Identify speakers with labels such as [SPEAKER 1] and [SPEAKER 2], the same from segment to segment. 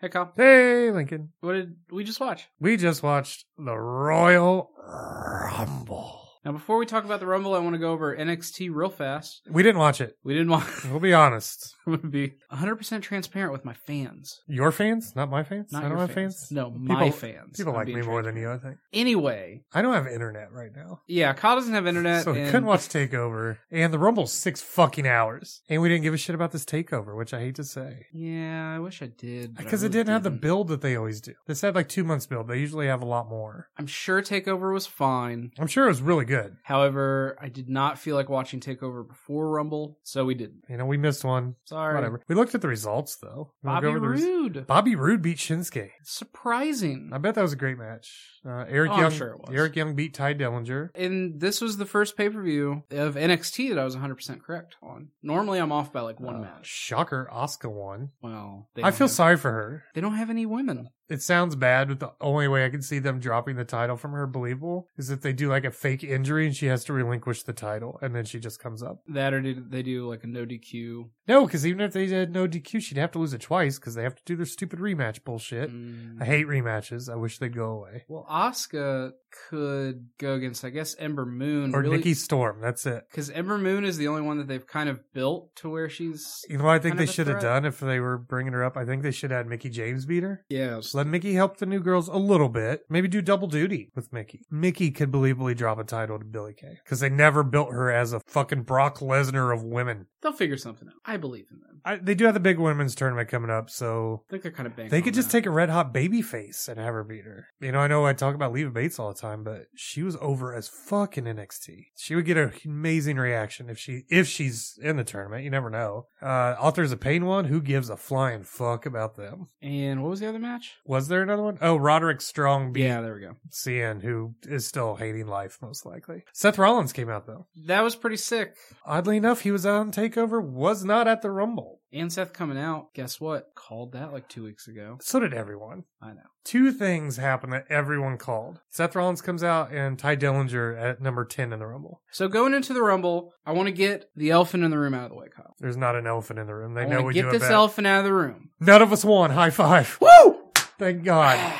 [SPEAKER 1] Hey, Kyle.
[SPEAKER 2] Hey, Lincoln.
[SPEAKER 1] What did we just watch?
[SPEAKER 2] We just watched the Royal Rumble.
[SPEAKER 1] Now, before we talk about the Rumble, I want to go over NXT real fast.
[SPEAKER 2] We didn't watch it.
[SPEAKER 1] We didn't want.
[SPEAKER 2] We'll be honest.
[SPEAKER 1] I'm going to be 100% transparent with my fans.
[SPEAKER 2] Your fans, not my fans.
[SPEAKER 1] Not
[SPEAKER 2] I don't
[SPEAKER 1] your
[SPEAKER 2] have fans.
[SPEAKER 1] No, my
[SPEAKER 2] People-
[SPEAKER 1] fans.
[SPEAKER 2] People
[SPEAKER 1] I'm
[SPEAKER 2] like
[SPEAKER 1] being
[SPEAKER 2] me more
[SPEAKER 1] transparent.
[SPEAKER 2] than you, I think.
[SPEAKER 1] Anyway,
[SPEAKER 2] I don't have internet right now.
[SPEAKER 1] yeah, Kyle doesn't have internet.
[SPEAKER 2] so we
[SPEAKER 1] and
[SPEAKER 2] couldn't watch Takeover, and the Rumble's six fucking hours, and we didn't give a shit about this Takeover, which I hate to say,
[SPEAKER 1] Yeah, I wish I did. but I
[SPEAKER 2] because it
[SPEAKER 1] really
[SPEAKER 2] didn't have the build that they always do. This had like two months build. They usually have a lot more.
[SPEAKER 1] I'm sure Takeover was fine.
[SPEAKER 2] I'm sure it was really good.
[SPEAKER 1] However, I did not feel like watching Takeover before Rumble, so we didn't.
[SPEAKER 2] You know, we missed one.
[SPEAKER 1] Sorry.
[SPEAKER 2] Whatever. We looked at the results though. You wanna
[SPEAKER 1] Bobby
[SPEAKER 2] go over the res-
[SPEAKER 1] Roode.
[SPEAKER 2] Bobby Roode beat Shinsuke.
[SPEAKER 1] Surprising.
[SPEAKER 2] I bet that was a great match. Uh, Eric
[SPEAKER 1] Oh, I'm
[SPEAKER 2] Young.
[SPEAKER 1] sure it was.
[SPEAKER 2] Eric Young beat Ty Dillinger.
[SPEAKER 1] And this was the first pay per view of NXT that I was 100% correct on. Normally, I'm off by like one
[SPEAKER 2] Uh,
[SPEAKER 1] match.
[SPEAKER 2] Shocker. Oscar won.
[SPEAKER 1] Well, they
[SPEAKER 2] I
[SPEAKER 1] don't
[SPEAKER 2] feel
[SPEAKER 1] have-
[SPEAKER 2] sorry for her.
[SPEAKER 1] They don't have any women.
[SPEAKER 2] It sounds bad, but the only way I can see them dropping the title from her believable is if they do like a fake injury and she has to relinquish the title and then she just comes up.
[SPEAKER 1] That or do they do like a no DQ.
[SPEAKER 2] No, because even if they had no DQ, she'd have to lose it twice because they have to do their stupid rematch bullshit.
[SPEAKER 1] Mm.
[SPEAKER 2] I hate rematches. I wish they'd go away.
[SPEAKER 1] Well, Asuka could go against, I guess, Ember Moon.
[SPEAKER 2] Or Nikki Storm. That's it.
[SPEAKER 1] Because Ember Moon is the only one that they've kind of built to where she's.
[SPEAKER 2] You know what I think
[SPEAKER 1] Kind
[SPEAKER 2] they
[SPEAKER 1] of a
[SPEAKER 2] should have
[SPEAKER 1] threat.
[SPEAKER 2] done if they were bringing her up? I think they should have had Mickey James beat her.
[SPEAKER 1] Yeah.
[SPEAKER 2] Just let Mickey help the new girls a little bit. Maybe do double duty with Mickey. Mickey could believably drop a title to Billy Kay because they never built her as a fucking Brock Lesnar of women.
[SPEAKER 1] They'll figure something out. I believe in them.
[SPEAKER 2] I, they do have the big women's tournament coming up, so
[SPEAKER 1] I think they're kind of bank.
[SPEAKER 2] they could just take a red hot baby face and have her beat her. You know, I know I talk about Leva Bates all the time, but she was over as fucking NXT. She would get an amazing reaction if she if she's in the tournament. You never know. Uh, authors of Pain one. Who gives a flying fuck about them?
[SPEAKER 1] And what was the other match?
[SPEAKER 2] Was there another one? Oh, Roderick Strong beat
[SPEAKER 1] Yeah, there we go.
[SPEAKER 2] CN, who is still hating life, most likely. Seth Rollins came out though.
[SPEAKER 1] That was pretty sick.
[SPEAKER 2] Oddly enough, he was on Takeover, was not at the Rumble.
[SPEAKER 1] And Seth coming out. Guess what? Called that like two weeks ago.
[SPEAKER 2] So did everyone.
[SPEAKER 1] I know.
[SPEAKER 2] Two things happened that everyone called. Seth Rollins comes out and Ty Dillinger at number 10 in the Rumble.
[SPEAKER 1] So going into the Rumble, I want to get the elephant in the room out of the way, Kyle.
[SPEAKER 2] There's not an elephant in the room. They
[SPEAKER 1] I
[SPEAKER 2] know
[SPEAKER 1] wanna
[SPEAKER 2] we do
[SPEAKER 1] Oh, get
[SPEAKER 2] a
[SPEAKER 1] this
[SPEAKER 2] bet.
[SPEAKER 1] elephant out of the room.
[SPEAKER 2] None of us won. High five.
[SPEAKER 1] Woo!
[SPEAKER 2] Thank God.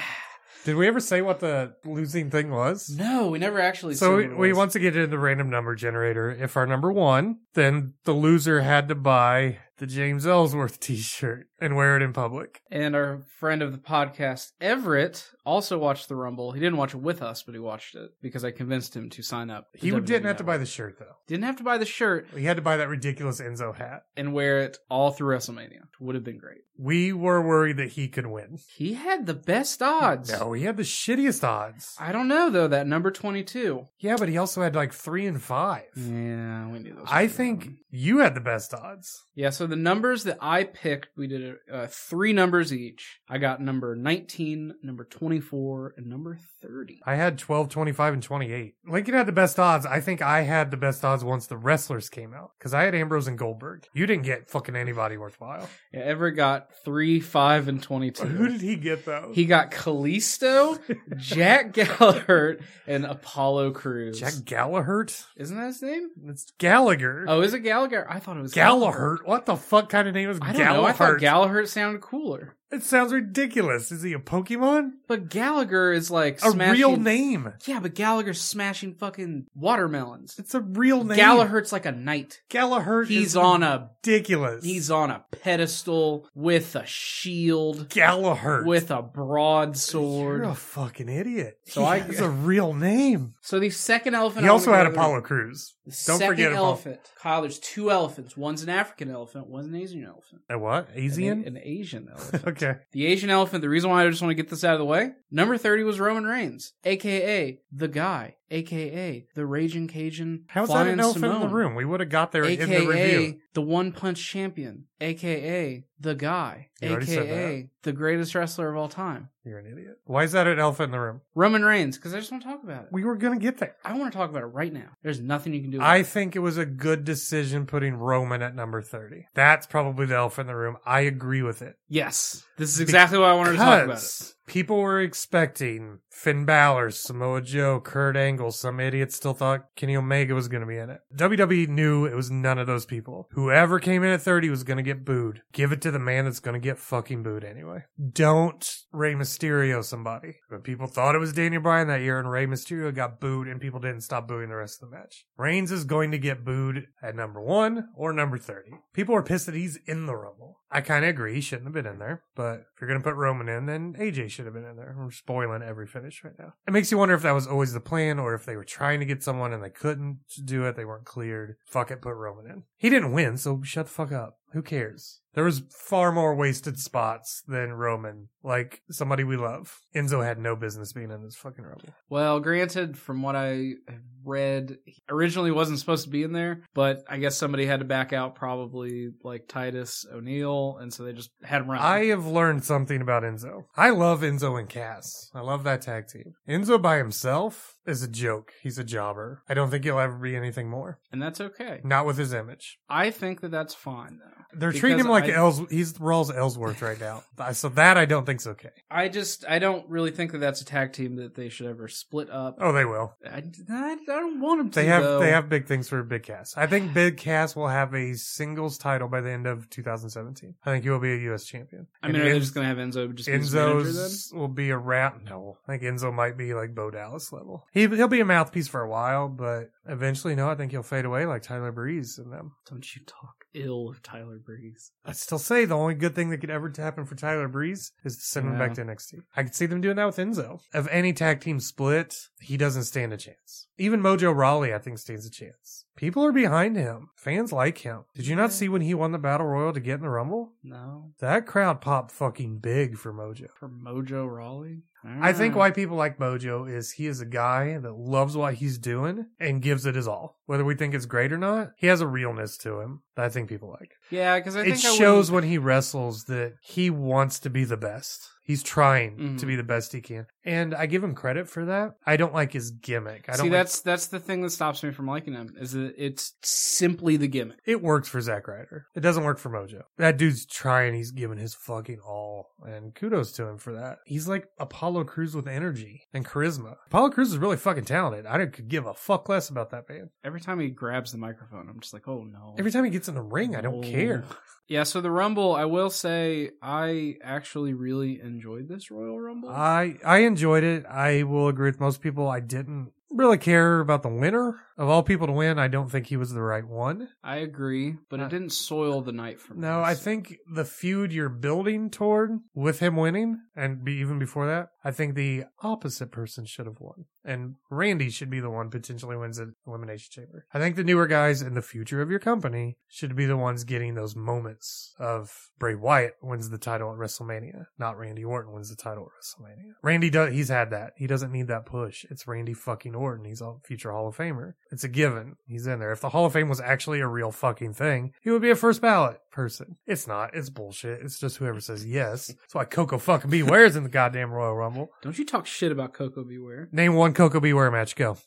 [SPEAKER 2] Did we ever say what the losing thing was?
[SPEAKER 1] no, we never actually.
[SPEAKER 2] So we,
[SPEAKER 1] said what it
[SPEAKER 2] we
[SPEAKER 1] was.
[SPEAKER 2] once again did the random number generator. If our number one, then the loser had to buy the James Ellsworth T-shirt and wear it in public.
[SPEAKER 1] And our friend of the podcast, Everett, also watched the Rumble. He didn't watch it with us, but he watched it because I convinced him to sign up.
[SPEAKER 2] He
[SPEAKER 1] The
[SPEAKER 2] didn't
[SPEAKER 1] WWE
[SPEAKER 2] have to buy the
[SPEAKER 1] Network.
[SPEAKER 2] shirt though.
[SPEAKER 1] E Didn't have to buy the shirt
[SPEAKER 2] He had to buy that ridiculous Enzo hat.
[SPEAKER 1] and wear it all through WrestleMania. Would have been great.
[SPEAKER 2] We were worried that he could win.
[SPEAKER 1] He had the best odds.
[SPEAKER 2] No, he had the shittiest odds.
[SPEAKER 1] I don't know though. That number twenty-two.
[SPEAKER 2] Yeah, but he also had like three and five.
[SPEAKER 1] Mm, Yeah, we knew those. were
[SPEAKER 2] I
[SPEAKER 1] gonna
[SPEAKER 2] think
[SPEAKER 1] happen.
[SPEAKER 2] you had the best odds.
[SPEAKER 1] Yeah, so the numbers that I picked, we did uh, three numbers each. I got number 19, number 24, and number 30.
[SPEAKER 2] I had 12, 25, and 28. Lincoln had the best odds. I think I had the best odds once the wrestlers came out because I had Ambrose and Goldberg. You didn't get fucking anybody worthwhile.
[SPEAKER 1] Yeah, Everett got 3, 5, and
[SPEAKER 2] Who
[SPEAKER 1] 22.
[SPEAKER 2] did he get though?
[SPEAKER 1] He got Kalisto, Jack Gallagher, and Apollo Crews.
[SPEAKER 2] Jack Gallagher.
[SPEAKER 1] Isn't that his name?
[SPEAKER 2] It's Gallagher.
[SPEAKER 1] Oh, is it Gallagher? I thought it was
[SPEAKER 2] Gallagher. What the fuck kind of name is
[SPEAKER 1] I
[SPEAKER 2] Gallagher?
[SPEAKER 1] don't know. I thought Gallagher sounded cooler.
[SPEAKER 2] it sounds ridiculous. Is he a Pokemon?
[SPEAKER 1] But Gallagher is like
[SPEAKER 2] A
[SPEAKER 1] smashing...
[SPEAKER 2] real name.
[SPEAKER 1] Yeah, but Gallagher's smashing fucking watermelons.
[SPEAKER 2] It's a real name.
[SPEAKER 1] Gallagher's like a knight.
[SPEAKER 2] Gallagher.
[SPEAKER 1] He's
[SPEAKER 2] is
[SPEAKER 1] on a
[SPEAKER 2] ridiculous.
[SPEAKER 1] He's on a pedestal with a shield,
[SPEAKER 2] Gallagher.
[SPEAKER 1] with a broadsword.
[SPEAKER 2] You're a fucking idiot.
[SPEAKER 1] So
[SPEAKER 2] So he
[SPEAKER 1] I-
[SPEAKER 2] has a real name.
[SPEAKER 1] so the second elephant.
[SPEAKER 2] He
[SPEAKER 1] I
[SPEAKER 2] also
[SPEAKER 1] wanna
[SPEAKER 2] had
[SPEAKER 1] go over-
[SPEAKER 2] Apollo Crews.
[SPEAKER 1] The
[SPEAKER 2] Don't
[SPEAKER 1] second
[SPEAKER 2] forget Apollo.
[SPEAKER 1] elephant. Kyle, there's two elephants. One's an African elephant. One's an Asian elephant.
[SPEAKER 2] A what?
[SPEAKER 1] An A-
[SPEAKER 2] Asian?
[SPEAKER 1] An, Asian elephant.
[SPEAKER 2] Okay.
[SPEAKER 1] The Asian elephant. The reason why I just want to get this out of the way. Number thirty was Roman Reigns, aka the guy, aka the Raging Cajun.
[SPEAKER 2] How's that
[SPEAKER 1] Flying
[SPEAKER 2] an elephant in
[SPEAKER 1] Samoan.
[SPEAKER 2] the room? We would have got there in the
[SPEAKER 1] aka
[SPEAKER 2] review.
[SPEAKER 1] the, one punch champion aka the guy
[SPEAKER 2] You already said
[SPEAKER 1] aka the greatest wrestler of all time
[SPEAKER 2] You're an idiot. Why is that an elephant in the room?
[SPEAKER 1] roman reigns because i just want to talk about it
[SPEAKER 2] We were going to get there.
[SPEAKER 1] i want to talk about it right now there's nothing you can do
[SPEAKER 2] I
[SPEAKER 1] about
[SPEAKER 2] think it was a good decision putting Roman at number 30. That's probably the elf in the room. I agree with it.
[SPEAKER 1] it. yes this is exactly what i wanted to talk about
[SPEAKER 2] Because people were expecting Finn Balor, Samoa Joe, Kurt Angle. Some idiots still thought Kenny Omega was going to be in it. WWE knew it was none of those people. Whoever came in at 30 was going to get booed. Give it to the man that's going to get fucking booed anyway. Don't Rey Mysterio somebody. But people thought it was Daniel Bryan that year, and Rey Mysterio got booed, and people didn't stop booing the rest of the match. Reigns is going to get booed at number one or number 30. People are pissed that he's in the Rumble. I kind of agree. He shouldn't have been in there. But if you're going to put Roman in, then AJ should have been in there. We're spoiling every finish right now. It makes you wonder if that was always the plan or if they were trying to get someone and they couldn't do it. They weren't cleared. Fuck it, put Roman in. He didn't win, so shut the fuck up. Who cares? There was far more wasted spots than Roman, like somebody we love. Enzo had no business being in this fucking rumble.
[SPEAKER 1] Well, granted, from what I have read, he originally wasn't supposed to be in there, but I guess somebody had to back out, probably like Titus O'Neil, and so they just had him run.
[SPEAKER 2] I have learned something about Enzo. I love Enzo and Cass. I love that tag team. Enzo by himself is a joke. He's a jobber. I don't think he'll ever be anything more.
[SPEAKER 1] and that's okay.
[SPEAKER 2] Not with his image.
[SPEAKER 1] I think that that's fine, though.
[SPEAKER 2] They're treating him
[SPEAKER 1] Because
[SPEAKER 2] like
[SPEAKER 1] I-
[SPEAKER 2] Els- he's Rawls Ellsworth right now. so that I don't think's okay.
[SPEAKER 1] I just I don't really think that that's a tag team that they should ever split up.
[SPEAKER 2] Oh, they will.
[SPEAKER 1] I, I, I don't want them to.
[SPEAKER 2] They have
[SPEAKER 1] though.
[SPEAKER 2] they have big things for Big Cass. I think Big Cass will have a singles title by the end of 2017. I think he will be a U.S. champion.
[SPEAKER 1] I mean,
[SPEAKER 2] And
[SPEAKER 1] are they
[SPEAKER 2] Enz-
[SPEAKER 1] just gonna have Enzo just be his manager then?
[SPEAKER 2] Enzo's will be a rap. No, I think Enzo might be like Bo Dallas level. He he'll be a mouthpiece for a while, but eventually, no, I think he'll fade away like Tyler Breeze and them.
[SPEAKER 1] Don't you talk ill of Tyler Breeze?
[SPEAKER 2] I still say the only good thing that could ever happen for Tyler Breeze is to send him
[SPEAKER 1] Yeah.
[SPEAKER 2] back to NXT. I could see them doing that with Enzo. If any tag team split, he doesn't stand a chance. Even Mojo Rawley, I think, stands a chance. People are behind him. Fans like him. Did you not see when he won the Battle Royal to get in the Rumble?
[SPEAKER 1] No,
[SPEAKER 2] That crowd popped fucking big for Mojo. Ah.
[SPEAKER 1] for Mojo Rawley. don't
[SPEAKER 2] I think
[SPEAKER 1] know.
[SPEAKER 2] why people like Mojo is he is a guy that loves what he's doing and gives it his all. Whether we think it's great or not, he has a realness to him that I think people like.
[SPEAKER 1] Yeah, because I think
[SPEAKER 2] it
[SPEAKER 1] I
[SPEAKER 2] shows when he wrestles that he wants to be the best. He's trying
[SPEAKER 1] Mhm.
[SPEAKER 2] to be the best he can. And I give him credit for that. I don't like his gimmick. I
[SPEAKER 1] wouldn't-
[SPEAKER 2] don't
[SPEAKER 1] See,
[SPEAKER 2] like-
[SPEAKER 1] that's that's the thing that stops me from liking him is that it's simply the gimmick.
[SPEAKER 2] it works for Zack Ryder. It doesn't work for Mojo. That dude's trying. He's giving his fucking all, and kudos to him for that. He's like Apollo Cruz with energy and charisma. Apollo Cruz is really fucking talented. I don't- could give a fuck less about that man.
[SPEAKER 1] Every time he grabs the microphone, I'm just like, oh no.
[SPEAKER 2] Every time he gets in the ring, I don't
[SPEAKER 1] No.
[SPEAKER 2] care.
[SPEAKER 1] Yeah, so the Rumble, I will say, I actually really enjoyed this Royal Rumble.
[SPEAKER 2] I I enjoyed it. I will agree with most people. I didn't really care about the winner of all people to win. I don't think he was the right one.
[SPEAKER 1] I agree, but
[SPEAKER 2] Uh,
[SPEAKER 1] it didn't soil the night for me.
[SPEAKER 2] No, I
[SPEAKER 1] so-
[SPEAKER 2] think the feud you're building toward with him winning, and be, even before that, I think the opposite person should have won, and Randy should be the one potentially wins the elimination chamber. I think the newer guys in the future of your company should be the ones getting those moments of Bray Wyatt wins the title at WrestleMania, not Randy Orton wins the title at WrestleMania. Randy does, he's had that. He doesn't need that push. It's Randy fucking Orton. He's a future Hall of Famer. It's a given. He's in there. If the Hall of Fame was actually a real fucking thing, he would be a first ballot person. It's not. It's bullshit. It's just whoever says yes. That's why Coco fucking Beware is in the goddamn Royal Rumble.
[SPEAKER 1] Don't you talk shit about Coco Beware.
[SPEAKER 2] Name one Coco Beware match. Go.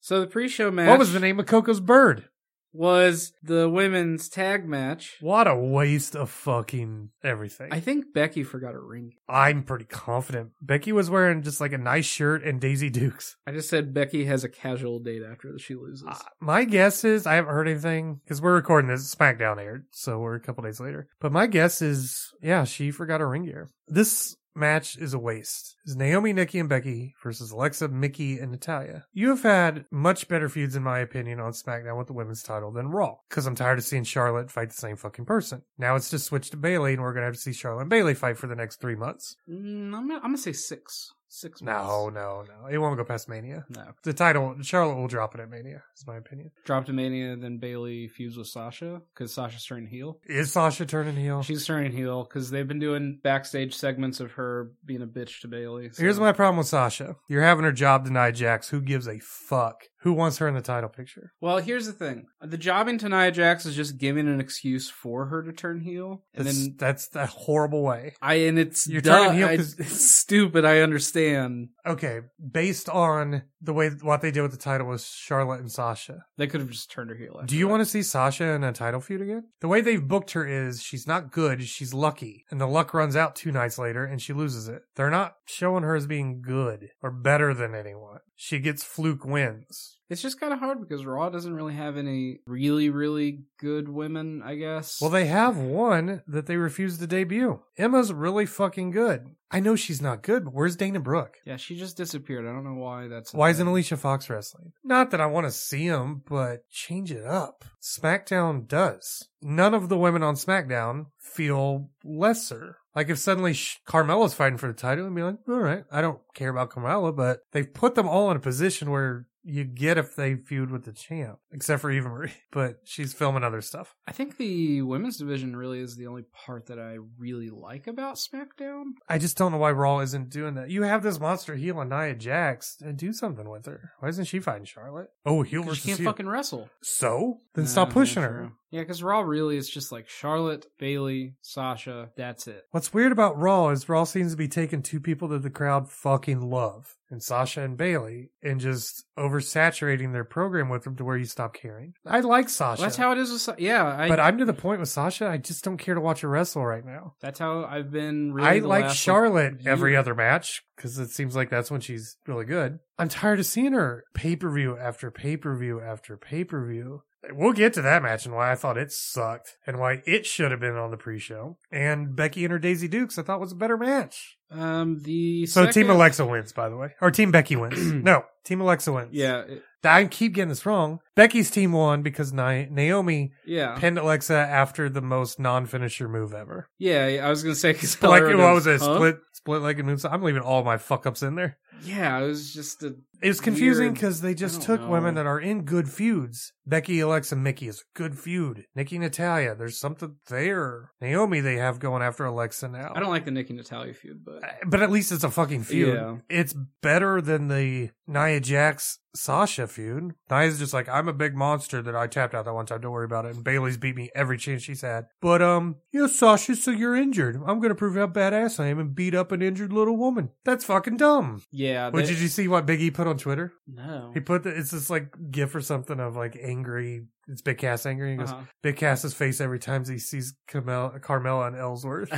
[SPEAKER 1] So the pre-show match
[SPEAKER 2] What was the name of Coco's bird?
[SPEAKER 1] was the women's tag match.
[SPEAKER 2] What a waste of fucking everything.
[SPEAKER 1] I think Becky forgot her ring.
[SPEAKER 2] I'm pretty confident. Becky was wearing just like a nice shirt and Daisy Dukes.
[SPEAKER 1] I just said Becky has a casual date after she loses.
[SPEAKER 2] Uh, my guess is I haven't heard anything because we're recording this SmackDown aired, so we're a couple days later. But my guess is, yeah, she forgot her ring gear. This match is a waste. It's Naomi, Nikki, and Becky versus Alexa, Mickey, and Natalia. You have had much better feuds, in my opinion, on SmackDown with the women's title than Raw because I'm tired of seeing Charlotte fight the same fucking person. Now it's just switched to Bailey, and we're gonna have to see Charlotte and Bailey fight for the next three months.
[SPEAKER 1] Mm, I'm, gonna, I'm gonna say six. Six.
[SPEAKER 2] No, no, no, it won't go past Mania.
[SPEAKER 1] months. no.
[SPEAKER 2] The title, Charlotte will drop it at Mania, is my opinion.
[SPEAKER 1] Dropped to Mania, then Bailey fused with Sasha because Sasha's turning heel.
[SPEAKER 2] Is Sasha turning heel?
[SPEAKER 1] She's turning heel because they've been doing backstage segments of her being a bitch to Bailey. so-
[SPEAKER 2] Here's my problem with Sasha. You're having her job denied, Jax. Who gives a fuck? Who wants her in the title picture?
[SPEAKER 1] Well, here's the thing: the jobbing to Nia Jax is just giving an excuse for her to turn heel, and
[SPEAKER 2] That's,
[SPEAKER 1] then
[SPEAKER 2] that's a horrible way.
[SPEAKER 1] I and it's
[SPEAKER 2] You're
[SPEAKER 1] duh,
[SPEAKER 2] turning heel
[SPEAKER 1] I-
[SPEAKER 2] 'cause-
[SPEAKER 1] it's stupid. I understand.
[SPEAKER 2] Okay, based on the way what they did with the title was Charlotte and Sasha.
[SPEAKER 1] They could have just turned her heel.
[SPEAKER 2] Do you want to see Sasha in a title feud again? The way they've booked her is she's not good, she's lucky, and the luck runs out two nights later and she loses it. They're not showing her as being good or better than anyone. She gets fluke wins.
[SPEAKER 1] It's just kind of hard because Raw doesn't really have any really, really good women. I guess.
[SPEAKER 2] Well, they have one that they refuse to debut. Emma's really fucking good. I know she's not good, but where's Dana Brooke?
[SPEAKER 1] yeah, she just disappeared. I don't know why that's. a
[SPEAKER 2] Why isn't
[SPEAKER 1] thing.
[SPEAKER 2] Alicia Fox wrestling? Not that I want to see him, but change it up. SmackDown does. None of the women on SmackDown feel lesser. Like if suddenly Sh- Carmella's fighting for the title, I'd be like, all right, I don't care about Carmella, but they've put them all in a position where you get if they feud with the champ, except for Eva Marie, but she's filming other stuff.
[SPEAKER 1] I think the women's division really is the only part that I really like about SmackDown.
[SPEAKER 2] I just don't know why Raw isn't doing that. You have this monster heel on Nia Jax, and do something with her. Why isn't she fighting Charlotte? Oh, heel
[SPEAKER 1] 'Cause
[SPEAKER 2] versus
[SPEAKER 1] She can't
[SPEAKER 2] heel.
[SPEAKER 1] fucking wrestle.
[SPEAKER 2] So then
[SPEAKER 1] Nah,
[SPEAKER 2] stop
[SPEAKER 1] yeah,
[SPEAKER 2] pushing her.
[SPEAKER 1] true. Yeah, because Raw really is just like Charlotte, Bailey, Sasha. That's it.
[SPEAKER 2] What's weird about Raw is Raw seems to be taking two people that the crowd fucking love, and Sasha and Bailey, and just oversaturating their program with them to where you stop caring. I like Sasha,
[SPEAKER 1] Well, that's how it is. With, Sa- yeah, I,
[SPEAKER 2] but I'm to the point with Sasha. I just don't care to watch her wrestle right now.
[SPEAKER 1] that's how I've been. Really
[SPEAKER 2] I
[SPEAKER 1] the
[SPEAKER 2] like
[SPEAKER 1] last, like,
[SPEAKER 2] Charlotte every
[SPEAKER 1] year.
[SPEAKER 2] other match because it seems like that's when she's really good. I'm tired of seeing her pay per view after pay per view after pay per view. We'll get to that match and why I thought it sucked and why it should have been on the pre show. And Becky and her Daisy Dukes, I thought was a better match.
[SPEAKER 1] Um, the
[SPEAKER 2] So Team
[SPEAKER 1] second-
[SPEAKER 2] Alexa wins, by the way, or Team Becky wins. no, Team Alexa wins.
[SPEAKER 1] Yeah, it-
[SPEAKER 2] I keep getting this wrong. Becky's team won because Na- Naomi
[SPEAKER 1] yeah,
[SPEAKER 2] pinned Alexa after the most non finisher move ever
[SPEAKER 1] yeah. yeah, I was gonna say because
[SPEAKER 2] like what was it? Split split legged moonsault. I'm leaving all my fuck ups in there.
[SPEAKER 1] Yeah, it was just a
[SPEAKER 2] It's confusing
[SPEAKER 1] Weird.
[SPEAKER 2] because they just
[SPEAKER 1] I
[SPEAKER 2] took
[SPEAKER 1] don't
[SPEAKER 2] women
[SPEAKER 1] know.
[SPEAKER 2] that are in good feuds. Becky, Alexa, Mickey is a good feud. Nikki, Natalia, there's something there. Naomi, they have going after Alexa now.
[SPEAKER 1] I don't like the Nikki Natalia feud, but
[SPEAKER 2] But at least it's a fucking feud.
[SPEAKER 1] Yeah.
[SPEAKER 2] It's better than the Nia Jax Sasha feud. Nia's just like, I'm a big monster that I tapped out that one time. Don't worry about it. And Bailey's beat me every chance she's had. But um, you know, Sasha, so you're injured. I'm gonna prove how badass I am and beat up an injured little woman. That's fucking dumb.
[SPEAKER 1] yeah.
[SPEAKER 2] But
[SPEAKER 1] they-
[SPEAKER 2] did you see what Big E put on Twitter?
[SPEAKER 1] No.
[SPEAKER 2] He put the, it's this like gif or something of like angry. It's Big Cass angry. He goes,
[SPEAKER 1] Uh-huh.
[SPEAKER 2] Big Cass's face every time he sees Carmel- Carmella and Ellsworth.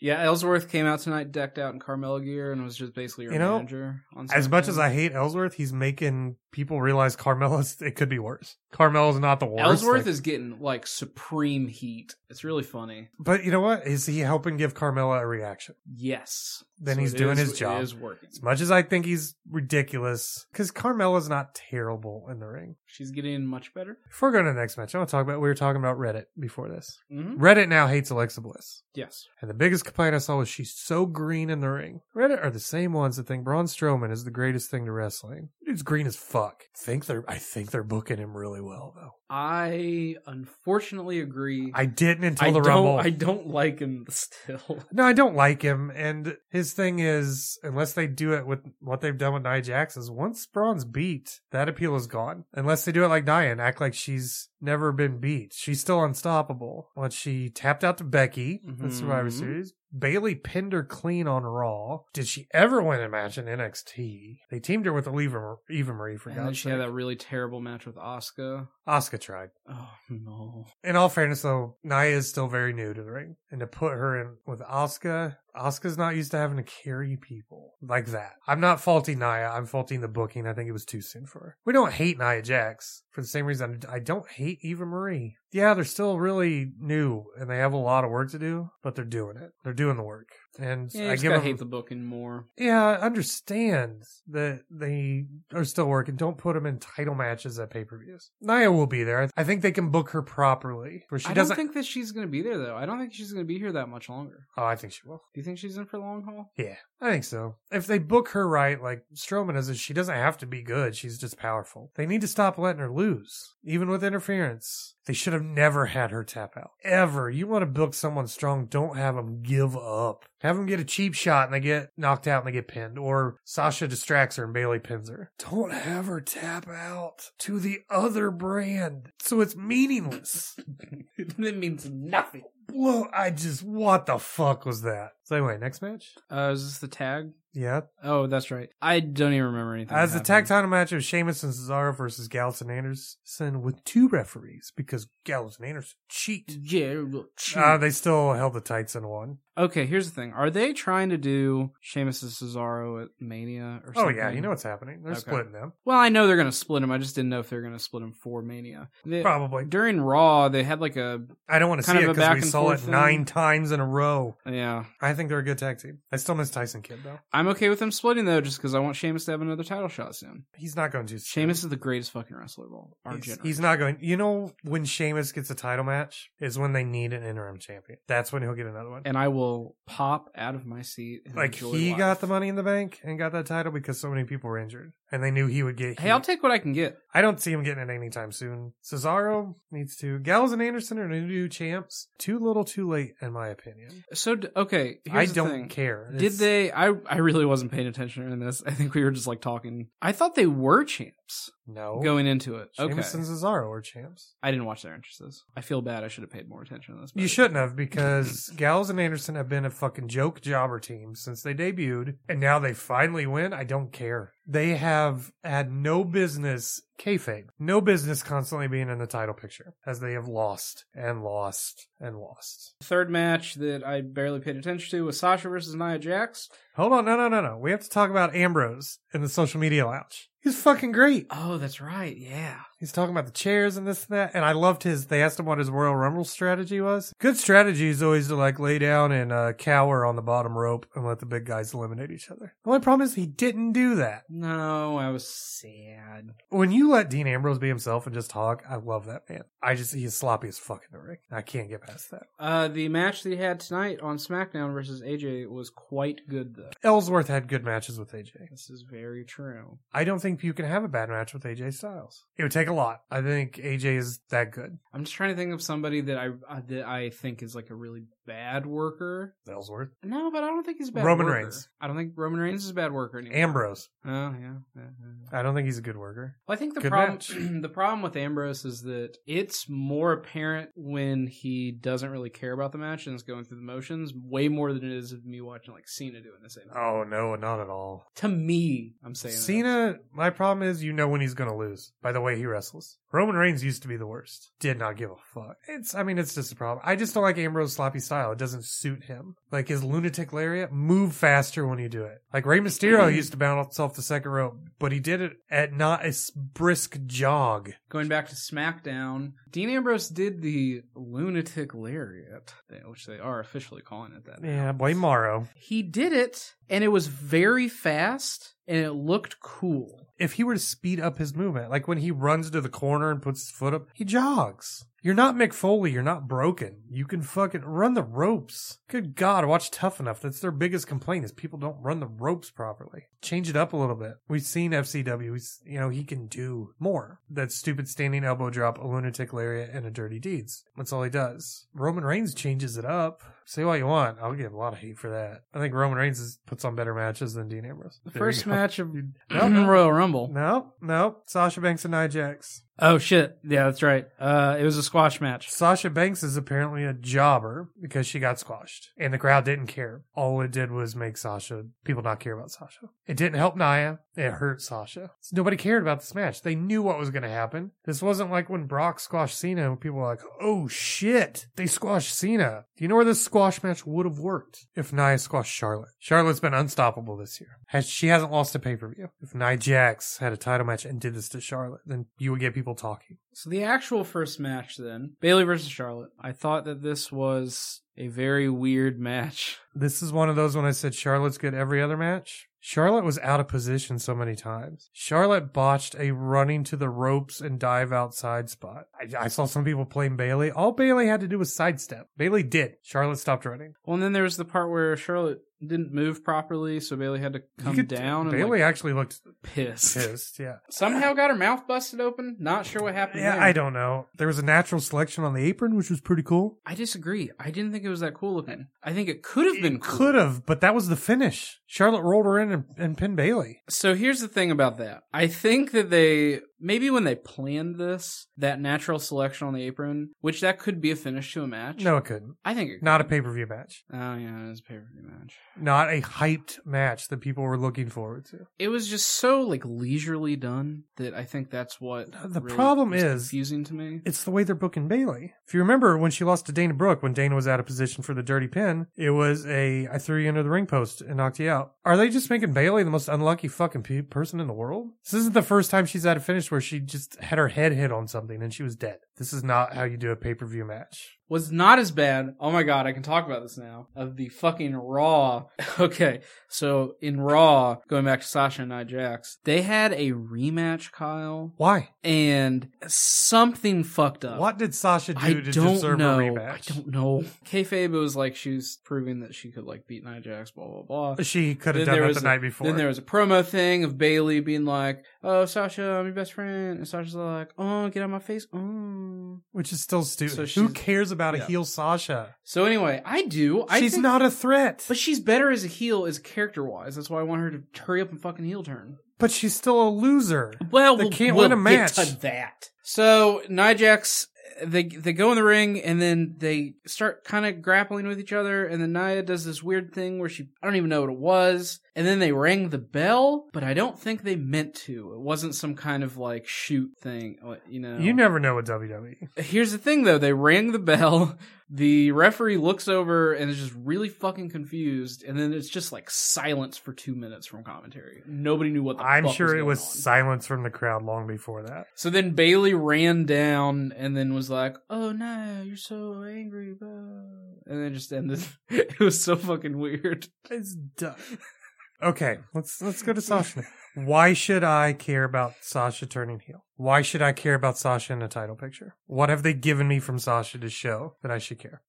[SPEAKER 1] yeah, Ellsworth came out tonight decked out in Carmelo gear and was just basically your
[SPEAKER 2] You know,
[SPEAKER 1] manager. On
[SPEAKER 2] As much
[SPEAKER 1] SmackDown.
[SPEAKER 2] as I hate Ellsworth, he's making people realize Carmella's it could be worse. Carmella's not the worst.
[SPEAKER 1] Ellsworth
[SPEAKER 2] Like-
[SPEAKER 1] is getting like supreme heat. It's really funny.
[SPEAKER 2] but you know what? Is he helping give Carmella a reaction?
[SPEAKER 1] Yes.
[SPEAKER 2] Then
[SPEAKER 1] So
[SPEAKER 2] he's
[SPEAKER 1] it
[SPEAKER 2] doing
[SPEAKER 1] is-
[SPEAKER 2] his job.
[SPEAKER 1] It is working.
[SPEAKER 2] As much as I think he's ridiculous, because Carmella's not terrible in the ring.
[SPEAKER 1] She's getting much better.
[SPEAKER 2] Before going to the next match, I want to talk about we were talking about Reddit before this.
[SPEAKER 1] hmm
[SPEAKER 2] Reddit now hates Alexa Bliss.
[SPEAKER 1] Yes.
[SPEAKER 2] And the biggest complaint I saw was she's so green in the ring. Reddit are the same ones that think Braun Strowman is the greatest thing to wrestling. Dude's green as fuck. Think they're I think they're booking him really well though.
[SPEAKER 1] I unfortunately agree.
[SPEAKER 2] I didn't until
[SPEAKER 1] I
[SPEAKER 2] the
[SPEAKER 1] don't,
[SPEAKER 2] rumble.
[SPEAKER 1] I don't like him still.
[SPEAKER 2] No, I don't like him. And his thing is, unless they do it with what they've done with Nia Jax, is once Braun's beat, that appeal is gone. Unless they do it like Nia and act like she's never been beat. She's still unstoppable. Once she tapped out to Becky in Survivor
[SPEAKER 1] Mhm.
[SPEAKER 2] Series, Bailey pinned her clean on Raw. Did she ever win a match in NXT? They teamed her with Eva, Eva Marie, for
[SPEAKER 1] and then
[SPEAKER 2] God's
[SPEAKER 1] she
[SPEAKER 2] sake.
[SPEAKER 1] had that really terrible match with Oscar.
[SPEAKER 2] Asuka tried.
[SPEAKER 1] Oh no.
[SPEAKER 2] In all fairness, though, Naya is still very new to the ring, and to put her in with Asuka, Asuka's not used to having to carry people like that. I'm not faulting Naya. I'm faulting the booking. I think it was too soon for her. We don't hate Nia Jax for the same reason I don't hate Eva Marie. Yeah, they're still really new, and they have a lot of work to do, but they're doing it. They're doing the work, and
[SPEAKER 1] Yeah, you
[SPEAKER 2] I
[SPEAKER 1] just
[SPEAKER 2] give
[SPEAKER 1] gotta
[SPEAKER 2] them.
[SPEAKER 1] hate the booking more.
[SPEAKER 2] yeah, I understand that they are still working. Don't put them in title matches at pay per views. Naya will be there. I- I think they can book her properly, where she
[SPEAKER 1] I don't
[SPEAKER 2] doesn't
[SPEAKER 1] think that she's gonna be there though. I don't think she's gonna be here that much longer.
[SPEAKER 2] Oh, I think she will.
[SPEAKER 1] Do you You think she's in for the long haul?
[SPEAKER 2] Yeah, I think so. If they book her right, like Strowman is, she doesn't have to be good. She's just powerful. They need to stop letting her lose, even with interference. They should have never had her tap out. Ever. You want to book someone strong, don't have them give up. Have them get a cheap shot and they get knocked out and they get pinned, or Sasha distracts her and Bailey pins her. Don't have her tap out to the other brand. So it's meaningless.
[SPEAKER 3] it means nothing.
[SPEAKER 2] Blow. I just, what the fuck was that? So anyway, next match?
[SPEAKER 1] Uh, is this the tag?
[SPEAKER 2] Yeah,
[SPEAKER 1] Oh, that's right. I don't even remember anything.
[SPEAKER 2] As the
[SPEAKER 1] that
[SPEAKER 2] tag
[SPEAKER 1] happened.
[SPEAKER 2] title match of Sheamus and Cesaro versus Gallus and Anderson with two referees because Gallus and Anderson cheat.
[SPEAKER 3] Yeah, look, cheap.
[SPEAKER 2] Uh, they still held the tights in one.
[SPEAKER 1] Okay, here's the thing. Are they trying to do Sheamus and Cesaro at Mania or
[SPEAKER 2] Oh
[SPEAKER 1] something?
[SPEAKER 2] yeah, you know what's happening. They're
[SPEAKER 1] Okay.
[SPEAKER 2] splitting them
[SPEAKER 1] Well, I know they're going to split them. I just didn't know if they're going to split them for Mania. They-
[SPEAKER 2] probably.
[SPEAKER 1] During Raw, they had like a
[SPEAKER 2] I don't want to see
[SPEAKER 1] Kind
[SPEAKER 2] it
[SPEAKER 1] of a
[SPEAKER 2] because
[SPEAKER 1] back
[SPEAKER 2] we
[SPEAKER 1] and
[SPEAKER 2] saw it
[SPEAKER 1] forth thing.
[SPEAKER 2] nine times in a row.
[SPEAKER 1] yeah.
[SPEAKER 2] I think they're a good tag team. I still miss Tyson Kidd though.
[SPEAKER 1] I'm okay with them splitting though, just because I want Sheamus to have another title shot soon.
[SPEAKER 2] He's not going to.
[SPEAKER 1] Sheamus is the greatest fucking wrestler of all our
[SPEAKER 2] He's,
[SPEAKER 1] generation.
[SPEAKER 2] he's not going. You know when Sheamus gets a title match is when they need an interim champion. That's when he'll get another one.
[SPEAKER 1] and I will pop out of my seat. And
[SPEAKER 2] like
[SPEAKER 1] enjoy
[SPEAKER 2] he
[SPEAKER 1] life.
[SPEAKER 2] got the money in the bank and got that title because so many people were injured and they knew he would get.
[SPEAKER 1] Hey, I'll
[SPEAKER 2] heat.
[SPEAKER 1] take what I can get.
[SPEAKER 2] I don't see him getting it anytime soon. Cesaro needs to. Gallows and Anderson are new champs. Too little, too late, in my opinion.
[SPEAKER 1] So d- okay,
[SPEAKER 2] I
[SPEAKER 1] here's the
[SPEAKER 2] don't
[SPEAKER 1] thing.
[SPEAKER 2] care.
[SPEAKER 1] Did
[SPEAKER 2] It's-
[SPEAKER 1] they? I I really wasn't paying attention in this. I think we were just like talking. I thought they were champs
[SPEAKER 2] No.
[SPEAKER 1] going into it. Okay,
[SPEAKER 2] Oh. Sheamus and Cesaro are champs.
[SPEAKER 1] I didn't watch their entrances. I feel bad. I should have paid more attention to this.
[SPEAKER 2] You
[SPEAKER 1] but-
[SPEAKER 2] shouldn't have because Gallows and Anderson have been a fucking joke jobber team since they debuted, and now they finally win. I don't care. They have had no business kayfabe, no business constantly being in the title picture, as they have lost and lost and lost.
[SPEAKER 1] Third match that I barely paid attention to was Sasha versus Nia Jax.
[SPEAKER 2] Hold on, no, no, no, no. We have to talk about Ambrose in the social media lounge. He's fucking great.
[SPEAKER 1] Oh, that's right. Yeah.
[SPEAKER 2] He's talking about the chairs and this and that. And I loved his. They asked him what his Royal Rumble strategy was. Good strategy is always to like lay down and uh, cower on the bottom rope and let the big guys eliminate each other. The only problem is he didn't do that.
[SPEAKER 1] No, I was sad.
[SPEAKER 2] When you let Dean Ambrose be himself and just talk, I love that man. I just he's sloppy as fuck in the ring. I can't get past that.
[SPEAKER 1] Uh, the match that he had tonight on SmackDown versus AJ was quite good, though.
[SPEAKER 2] Ellsworth had good matches with AJ.
[SPEAKER 1] This is very true.
[SPEAKER 2] I don't think you can have a bad match with AJ Styles. It would take a lot. I think AJ is that good.
[SPEAKER 1] I'm just trying to think of somebody that I uh, that I think is like a really bad worker.
[SPEAKER 2] Ellsworth.
[SPEAKER 1] No, but I don't think he's a bad.
[SPEAKER 2] Roman
[SPEAKER 1] worker.
[SPEAKER 2] Reigns.
[SPEAKER 1] I don't think Roman Reigns is a bad worker anymore.
[SPEAKER 2] Ambrose.
[SPEAKER 1] oh yeah. yeah, yeah.
[SPEAKER 2] I don't think he's a good worker.
[SPEAKER 1] Well, I think the
[SPEAKER 2] Good
[SPEAKER 1] problem the problem with Ambrose is that it's more apparent when he doesn't really care about the match and is going through the motions way more than it is of me watching like Cena doing the same. thing.
[SPEAKER 2] Oh no, not at all.
[SPEAKER 1] To me, I'm saying that.
[SPEAKER 2] Cena, my problem is you know when he's gonna lose by the way he wrestles. Roman Reigns used to be the worst. Did not give a fuck. It's I mean it's just a problem. I just don't like Ambrose's sloppy style. It doesn't suit him. Like his lunatic lariat, move faster when you do it. Like Rey Mysterio used to bounce off the second rope, but he did it at not a s- brisk jog.
[SPEAKER 1] Going back to SmackDown, Dean Ambrose did the lunatic lariat, which they are officially calling it that. now.
[SPEAKER 2] Yeah, blame Morrow.
[SPEAKER 1] He did it, and it was very fast, and it looked cool.
[SPEAKER 2] if he were to speed up his movement, like when he runs to the corner and puts his foot up, he jogs. You're not Mick Foley. You're not broken. You can fucking run the ropes. Good God, watch Tough Enough. That's their biggest complaint is people don't run the ropes properly. Change it up a little bit. We've seen FCW. He's, you know, he can do more. That stupid standing elbow drop, a lunatic lariat, and a dirty deeds. That's all he does. Roman Reigns changes it up. Say what you want. I'll get a lot of hate for that. I think Roman Reigns is, puts on better matches than Dean Ambrose.
[SPEAKER 1] The
[SPEAKER 2] There you
[SPEAKER 1] first
[SPEAKER 2] go.
[SPEAKER 1] match of
[SPEAKER 2] No, no.
[SPEAKER 1] Royal Rumble.
[SPEAKER 2] No, no. Sasha Banks and Nia Jax.
[SPEAKER 1] Oh shit! Yeah, that's right. Uh, it was a squash match.
[SPEAKER 2] Sasha Banks is apparently a jobber because she got squashed and the crowd didn't care. All it did was make Sasha, people not care about Sasha. It didn't help Nia. It hurt Sasha. Nobody cared about this match. They knew what was going to happen. This wasn't like when Brock squashed Cena and people were like, oh shit, they squashed Cena. Do you know where this squash match would have worked if Nia squashed Charlotte? Charlotte's been unstoppable this year. Has, she hasn't lost a pay per view. If Nia Jax had a title match and did this to Charlotte, then you would get people talking.
[SPEAKER 1] So the actual first match then, Bailey versus Charlotte. I thought that this was a very weird match.
[SPEAKER 2] This is one of those when I said Charlotte's good every other match. Charlotte was out of position so many times. Charlotte botched a running to the ropes and dive outside spot. I, I saw some people playing Bailey. All Bailey had to do was sidestep. Bailey did. Charlotte stopped running.
[SPEAKER 1] Well, and then there was the part where Charlotte didn't move properly, so Bailey had to
[SPEAKER 2] You
[SPEAKER 1] come
[SPEAKER 2] could-
[SPEAKER 1] down and like,
[SPEAKER 2] Bailey actually looked
[SPEAKER 1] pissed.
[SPEAKER 2] pissed. Yeah.
[SPEAKER 1] Somehow got her mouth busted open. Not sure what happened.
[SPEAKER 2] Yeah,
[SPEAKER 1] there.
[SPEAKER 2] I don't know. There was a natural selection on the apron, which was pretty cool.
[SPEAKER 1] I disagree. I didn't think it was that cool looking. I think it could have been cool.
[SPEAKER 2] Could have, but that was the finish. Charlotte rolled her in and, and pinned Bailey.
[SPEAKER 1] So here's the thing about that. I think that they maybe when they planned this, that natural selection on the apron, which that could be a finish to a match.
[SPEAKER 2] No, it couldn't.
[SPEAKER 1] I think it
[SPEAKER 2] Not a pay per view match.
[SPEAKER 1] Oh yeah, it was a pay per view match.
[SPEAKER 2] Not a hyped match that people were looking forward to.
[SPEAKER 1] It was just so like leisurely done that I think that's what
[SPEAKER 2] The problem
[SPEAKER 1] was
[SPEAKER 2] is-
[SPEAKER 1] confusing to me.
[SPEAKER 2] It's the way they're booking Bailey. If you remember when she lost to Dana Brooke, when Dana was out of position for the dirty pin, it was a I threw you under the ring post and knocked you out. Are they just making Bailey the most unlucky fucking pe- person in the world? This isn't the first time she's had a finish where she just had her head hit on something and she was dead. This is not how you do a pay per view match.
[SPEAKER 1] was not as bad. Oh my god, I can talk about this now. Of the fucking Raw. Okay, so in Raw, going back to Sasha and Nia Jax, they had a rematch, Kyle,
[SPEAKER 2] Why?
[SPEAKER 1] and something fucked up.
[SPEAKER 2] What did Sasha do
[SPEAKER 1] I
[SPEAKER 2] to
[SPEAKER 1] don't
[SPEAKER 2] deserve
[SPEAKER 1] know.
[SPEAKER 2] a rematch?
[SPEAKER 1] I don't know. Kayfabe was like she was proving that she could like beat Nia Jax, blah blah blah.
[SPEAKER 2] She could
[SPEAKER 1] Then
[SPEAKER 2] have done
[SPEAKER 1] there
[SPEAKER 2] that
[SPEAKER 1] was
[SPEAKER 2] the
[SPEAKER 1] a-
[SPEAKER 2] night before.
[SPEAKER 1] Then there was a promo thing of Bailey being like, "Oh, Sasha, I'm your best friend," and Sasha's like, "Oh, get out of my face." Oh.
[SPEAKER 2] Mm, which is still stupid.
[SPEAKER 1] So
[SPEAKER 2] Who
[SPEAKER 1] she's-
[SPEAKER 2] cares about
[SPEAKER 1] yeah.
[SPEAKER 2] a heel Sasha?
[SPEAKER 1] So anyway, I do. I
[SPEAKER 2] she's
[SPEAKER 1] think-
[SPEAKER 2] not a threat.
[SPEAKER 1] But she's better as a heel, as character wise. That's why I want her to hurry up and fucking heel turn.
[SPEAKER 2] But she's still a loser.
[SPEAKER 1] Well,
[SPEAKER 2] They
[SPEAKER 1] we'll,
[SPEAKER 2] can't
[SPEAKER 1] we'll
[SPEAKER 2] win a match.
[SPEAKER 1] Get to that. So Nijax, they they go in the ring and then they start kind of grappling with each other. And then Nia does this weird thing where she I don't even know what it was. And then they rang the bell, but I don't think they meant to. It wasn't some kind of like shoot thing, uh, you know.
[SPEAKER 2] You never know with E. WWE.
[SPEAKER 1] Here's the thing though, they rang the bell, the referee looks over and is just really fucking confused, and then it's just like silence for two minutes from commentary. Nobody knew what the
[SPEAKER 2] I'm
[SPEAKER 1] fuck
[SPEAKER 2] sure it
[SPEAKER 1] going
[SPEAKER 2] was
[SPEAKER 1] on.
[SPEAKER 2] silence from the crowd long before that.
[SPEAKER 1] so then Bailey ran down and then was like, Oh no, you're so angry, bro. And then just ended. it was so fucking weird.
[SPEAKER 2] It's done. okay, let's let's go to Sasha. now. Why should I care about Sasha turning heel? Why should I care about Sasha in a title picture? What have they given me from Sasha to show that I should care?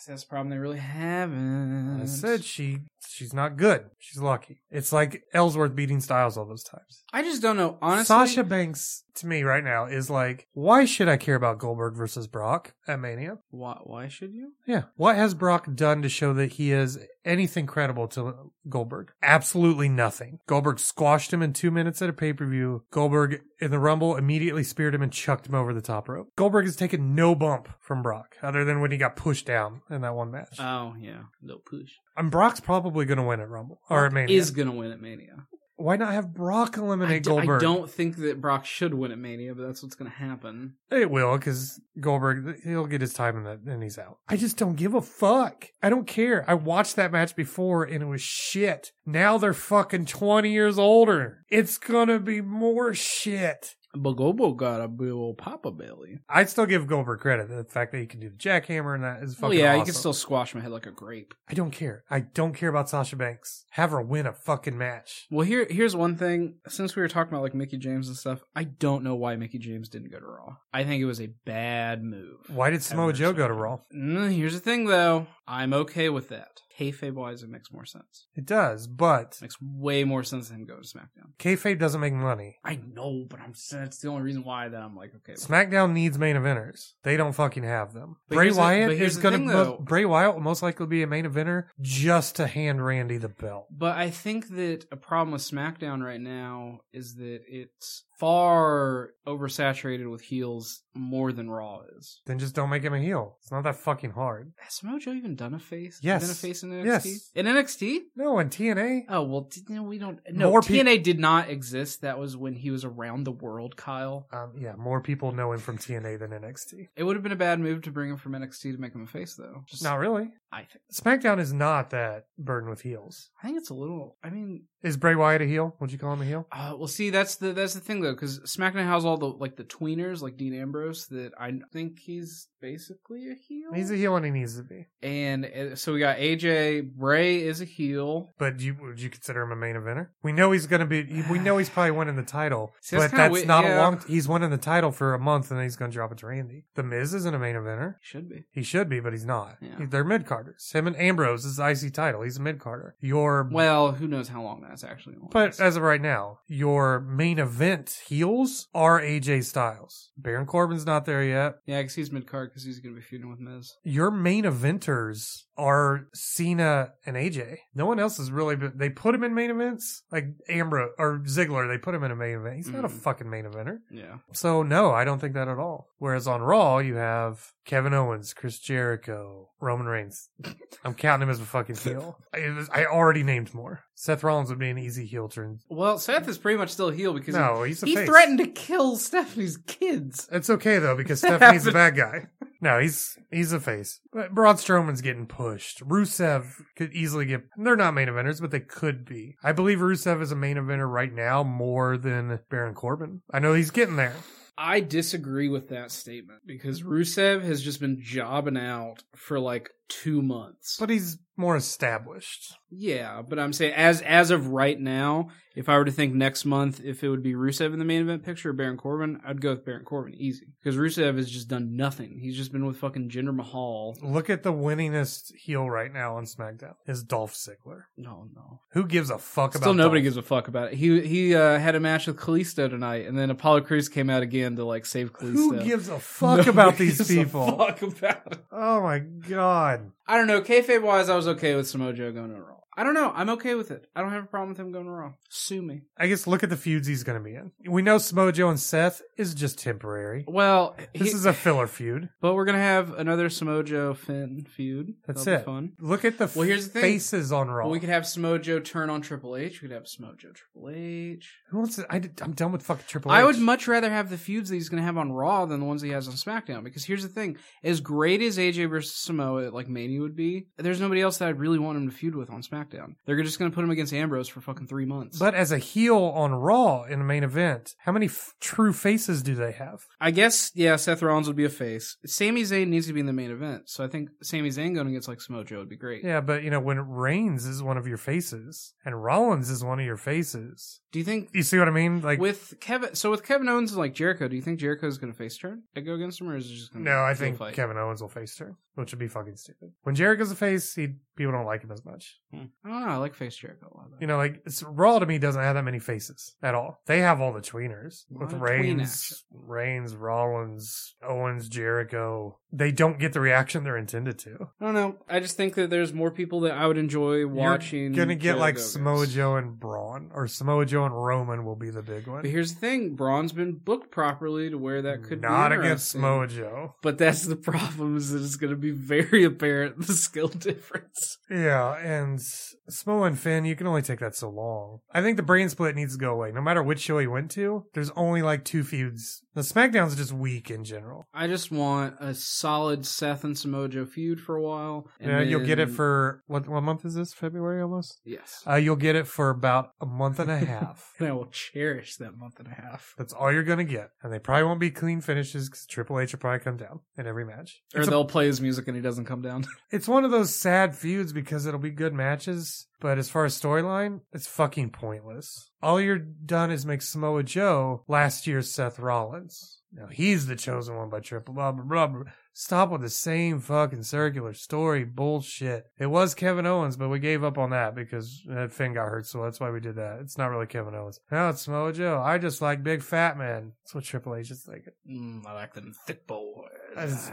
[SPEAKER 1] So That's a problem they really haven't.
[SPEAKER 2] I said she she's not good. She's lucky. It's like Ellsworth beating Styles all those times.
[SPEAKER 1] I just don't know. Honestly,
[SPEAKER 2] Sasha Banks to me right now is like, why should I care about Goldberg versus Brock at Mania?
[SPEAKER 1] why, why should you?
[SPEAKER 2] Yeah. What has Brock done to show that he is anything credible to Goldberg? Absolutely nothing. Goldberg squashed him in two minutes at a pay per view. Goldberg in the Rumble immediately speared him and chucked him over the top rope. Goldberg has taken no bump from Brock other than when he got pushed down in that one match.
[SPEAKER 1] Oh yeah, no push.
[SPEAKER 2] and Brock's probably going to win at Rumble or at Mania.
[SPEAKER 1] Is gonna win at Mania.
[SPEAKER 2] why not have Brock
[SPEAKER 1] I,
[SPEAKER 2] eliminate
[SPEAKER 1] d- I
[SPEAKER 2] Goldberg?
[SPEAKER 1] don't think that Brock should win at Mania, but that's what's going to happen.
[SPEAKER 2] It will, because Goldberg he'll get his time and then he's out. I just don't give a fuck. I don't care. I watched that match before and it was shit. Now they're fucking twenty years older. It's gonna be more shit.
[SPEAKER 1] But Gobo got a big old Papa Bailey.
[SPEAKER 2] I'd still give Goldberg credit. The fact that he can do the jackhammer and that is fucking
[SPEAKER 1] Well, yeah, you
[SPEAKER 2] awesome.
[SPEAKER 1] can still squash my head like a grape.
[SPEAKER 2] I don't care. I don't care about Sasha Banks. Have her win a fucking match.
[SPEAKER 1] Well, here here's one thing. Since we were talking about like Mickey James and stuff, I don't know why Mickey James didn't go to Raw. I think it was a bad move.
[SPEAKER 2] Why did Samoa
[SPEAKER 1] Ever
[SPEAKER 2] Joe go to
[SPEAKER 1] since.
[SPEAKER 2] Raw?
[SPEAKER 1] Mm, here's the thing, though. I'm okay with that. Kayfabe wise, it makes more sense.
[SPEAKER 2] It does, but
[SPEAKER 1] It makes way more sense than him going to SmackDown.
[SPEAKER 2] kayfabe doesn't make money.
[SPEAKER 1] I know, but I'm saying it's the only reason why that I'm like okay. with it.
[SPEAKER 2] SmackDown needs main eventers. They don't fucking have them.
[SPEAKER 1] But
[SPEAKER 2] Bray
[SPEAKER 1] here's the-
[SPEAKER 2] Wyatt
[SPEAKER 1] but here's
[SPEAKER 2] is
[SPEAKER 1] the
[SPEAKER 2] gonna
[SPEAKER 1] thing,
[SPEAKER 2] mo-
[SPEAKER 1] though.
[SPEAKER 2] Bray Wyatt will most likely be a main eventer just to hand Randy the belt.
[SPEAKER 1] But I think that a problem with SmackDown right now is that it's far oversaturated with heels more than Raw is.
[SPEAKER 2] Then just don't make him a heel. It's not that fucking hard.
[SPEAKER 1] Has Samoa Joe even done a face?
[SPEAKER 2] Yes.
[SPEAKER 1] Been a face in NXT?
[SPEAKER 2] Yes.
[SPEAKER 1] In NXT?
[SPEAKER 2] No, in TNA,
[SPEAKER 1] Oh, well, t- no, we don't. No,
[SPEAKER 2] More pe-
[SPEAKER 1] TNA did not exist. That was when he was around the world, Kyle.
[SPEAKER 2] um, yeah, more people know him from TNA than NXT.
[SPEAKER 1] It would have been a bad move to bring him from NXT to make him a face, though. Just,
[SPEAKER 2] Not really.
[SPEAKER 1] I, think.
[SPEAKER 2] SmackDown is not that burdened with heels.
[SPEAKER 1] I think it's a little. I mean,
[SPEAKER 2] Is Bray Wyatt a heel? Would you call him a heel?
[SPEAKER 1] Uh, well, see, that's the that's the thing though, because SmackDown has all the like the tweeners, like Dean Ambrose, that I think he's basically a heel.
[SPEAKER 2] He's a heel when he needs to be.
[SPEAKER 1] and uh, so we got AJ Bray is a heel.
[SPEAKER 2] But you would you consider him a main eventer? We know he's gonna be. We know he's probably winning the title,
[SPEAKER 1] See, that's
[SPEAKER 2] but
[SPEAKER 1] kinda
[SPEAKER 2] that's
[SPEAKER 1] wi-
[SPEAKER 2] not
[SPEAKER 1] yeah.
[SPEAKER 2] a long. He's winning the title for a month, and then he's gonna drop it to Randy. The Miz isn't a main eventer.
[SPEAKER 1] Should be.
[SPEAKER 2] He should be, but he's not.
[SPEAKER 1] Yeah.
[SPEAKER 2] He- They're mid carders. Him and Ambrose is the IC title. He's a mid carder. Your
[SPEAKER 1] Well, who knows how long that's actually. gonna
[SPEAKER 2] But
[SPEAKER 1] last.
[SPEAKER 2] as of right now, your main event heels are AJ Styles. Baron Corbin's not there yet.
[SPEAKER 1] yeah, because he's mid card because he's gonna be feuding with Miz.
[SPEAKER 2] Your main eventers are Cena and AJ. No one else has really been. They put him in main events, like Ambrose or Ziggler. They put him in a main event. He's not a
[SPEAKER 1] Mhm.
[SPEAKER 2] fucking main eventer.
[SPEAKER 1] Yeah,
[SPEAKER 2] So no, I don't think that at all. Whereas on Raw, you have Kevin Owens, Chris Jericho, Roman Reigns. I'm counting him as a fucking heel. I, I already named more. Seth Rollins would be an easy heel turn.
[SPEAKER 1] well, Seth is pretty much still a heel because
[SPEAKER 2] No, he's a
[SPEAKER 1] he, he
[SPEAKER 2] face.
[SPEAKER 1] threatened to kill Stephanie's kids.
[SPEAKER 2] It's okay though because Stephanie's the bad guy. No, he's he's a face. But Braun Strowman's getting pushed. Rusev could easily get. They're not main eventers, but they could be. I believe Rusev is a main eventer right now more than Baron Corbin. I know he's getting there.
[SPEAKER 1] I disagree with that statement because Rusev has just been jobbing out for like two months.
[SPEAKER 2] But he's more established.
[SPEAKER 1] yeah, but I'm saying as as of right now, if I were to think next month if it would be Rusev in the main event picture or Baron Corbin, I'd go with Baron Corbin easy because Rusev has just done nothing. He's just been with fucking Jinder Mahal.
[SPEAKER 2] Look at the winningest heel right now on SmackDown is Dolph Ziggler.
[SPEAKER 1] No, no.
[SPEAKER 2] Who gives a fuck about?
[SPEAKER 1] Still nobody
[SPEAKER 2] Dolph?
[SPEAKER 1] gives a fuck about it. He he uh, had a match with Kalisto tonight, and then Apollo Crews came out again to like save Kalisto.
[SPEAKER 2] Who gives a fuck
[SPEAKER 1] Nobody
[SPEAKER 2] about these
[SPEAKER 1] gives a
[SPEAKER 2] people?
[SPEAKER 1] Fuck about it.
[SPEAKER 2] Oh my god.
[SPEAKER 1] I don't know. Kayfabe wise, I was okay with Samoa Joe going to Raw. I don't know. I'm okay with it. I don't have a problem with him going to Raw. Sue me.
[SPEAKER 2] I guess look at the feuds he's going to be in. We know Samojo and Seth is just temporary.
[SPEAKER 1] Well,
[SPEAKER 2] This
[SPEAKER 1] he-
[SPEAKER 2] is a filler feud.
[SPEAKER 1] but we're gonna have another Samoa Joe Finn feud.
[SPEAKER 2] That's
[SPEAKER 1] That'll be
[SPEAKER 2] it.
[SPEAKER 1] fun.
[SPEAKER 2] Look at the
[SPEAKER 1] Well, here's the thing.
[SPEAKER 2] faces on Raw.
[SPEAKER 1] Well, we could have Samoa Joe turn on Triple H. We could have Samoa Joe Triple H.
[SPEAKER 2] Who wants to, I, did- I'm done with fucking Triple H.
[SPEAKER 1] I would much rather have the feuds that he's going to have on Raw than the ones he has on SmackDown. Because here's the thing: as great as AJ versus Samoa, like Mania would be, there's nobody else that I'd really want him to feud with on SmackDown. They're just going to put him against Ambrose for fucking three months.
[SPEAKER 2] But as a heel on Raw in the main event, how many f- true faces do they have?
[SPEAKER 1] I guess yeah, Seth Rollins would be a face. Sami Zayn needs to be in the main event, so I think Sami Zayn going against like Samoa Joe would be great.
[SPEAKER 2] Yeah, but you know, when Reigns is one of your faces and Rollins is one of your faces.
[SPEAKER 1] Do you think
[SPEAKER 2] You see what I mean? Like,
[SPEAKER 1] with Kevin? So with Kevin Owens and like Jericho, do you think Jericho's going to face turn and go against him, or is it just going to
[SPEAKER 2] no, I think Kevin Owens will face turn, which would be fucking stupid. When Jericho's a face, he, people don't like him as much.
[SPEAKER 1] Hmm. I don't know. I like face Jericho a lot. Though.
[SPEAKER 2] You know, like it's, Raw to me doesn't have that many faces at all. They have all the tweeners
[SPEAKER 1] A lot
[SPEAKER 2] with
[SPEAKER 1] of tween
[SPEAKER 2] Reigns, Reigns, Rollins, Owens, Jericho. They don't get the reaction they're intended to.
[SPEAKER 1] I don't know. I just think that there's more people that I would enjoy watching.
[SPEAKER 2] You're gonna get
[SPEAKER 1] Jericho
[SPEAKER 2] like
[SPEAKER 1] against.
[SPEAKER 2] Samoa Joe and Braun, or Samoa Joe and Roman will be the big one.
[SPEAKER 1] But here's the thing: Braun's been booked properly to where that could
[SPEAKER 2] not
[SPEAKER 1] be
[SPEAKER 2] against
[SPEAKER 1] interesting.
[SPEAKER 2] Samoa Joe.
[SPEAKER 1] But that's the problem: is that it's going to be very apparent the skill difference.
[SPEAKER 2] Yeah, and Samoa and Finn, you can only take that so long. I think the brain split needs to go away. No matter which show he went to, there's only like two feuds. The SmackDown's just weak in general.
[SPEAKER 1] I just want a solid Seth and Samoa Joe feud for a while. And
[SPEAKER 2] yeah, you'll get it
[SPEAKER 1] then-
[SPEAKER 2] for what? What month is this? February almost.
[SPEAKER 1] yes.
[SPEAKER 2] Uh, you'll get it for about a month and a half.
[SPEAKER 1] and I will cherish that month and a half.
[SPEAKER 2] That's all you're gonna get, and they probably won't be clean finishes because Triple H will probably come down in every match.
[SPEAKER 1] Or
[SPEAKER 2] It's, a-
[SPEAKER 1] they'll play his music and he doesn't come down.
[SPEAKER 2] it's one of those sad feuds because it'll be good matches, but as far as storyline, it's fucking pointless. All you're done is make Samoa Joe last year's Seth Rollins. Now he's the chosen one by Triple. Blah blah blah. blah. Stop with the same fucking circular story bullshit. It was Kevin Owens, but we gave up on that because uh, Finn got hurt, so that's why we did that. It's not really Kevin Owens. Now it's Samoa Joe. I just like big fat men. That's what Triple H is thinking.
[SPEAKER 1] Mm, I like them thick boys.
[SPEAKER 2] That's-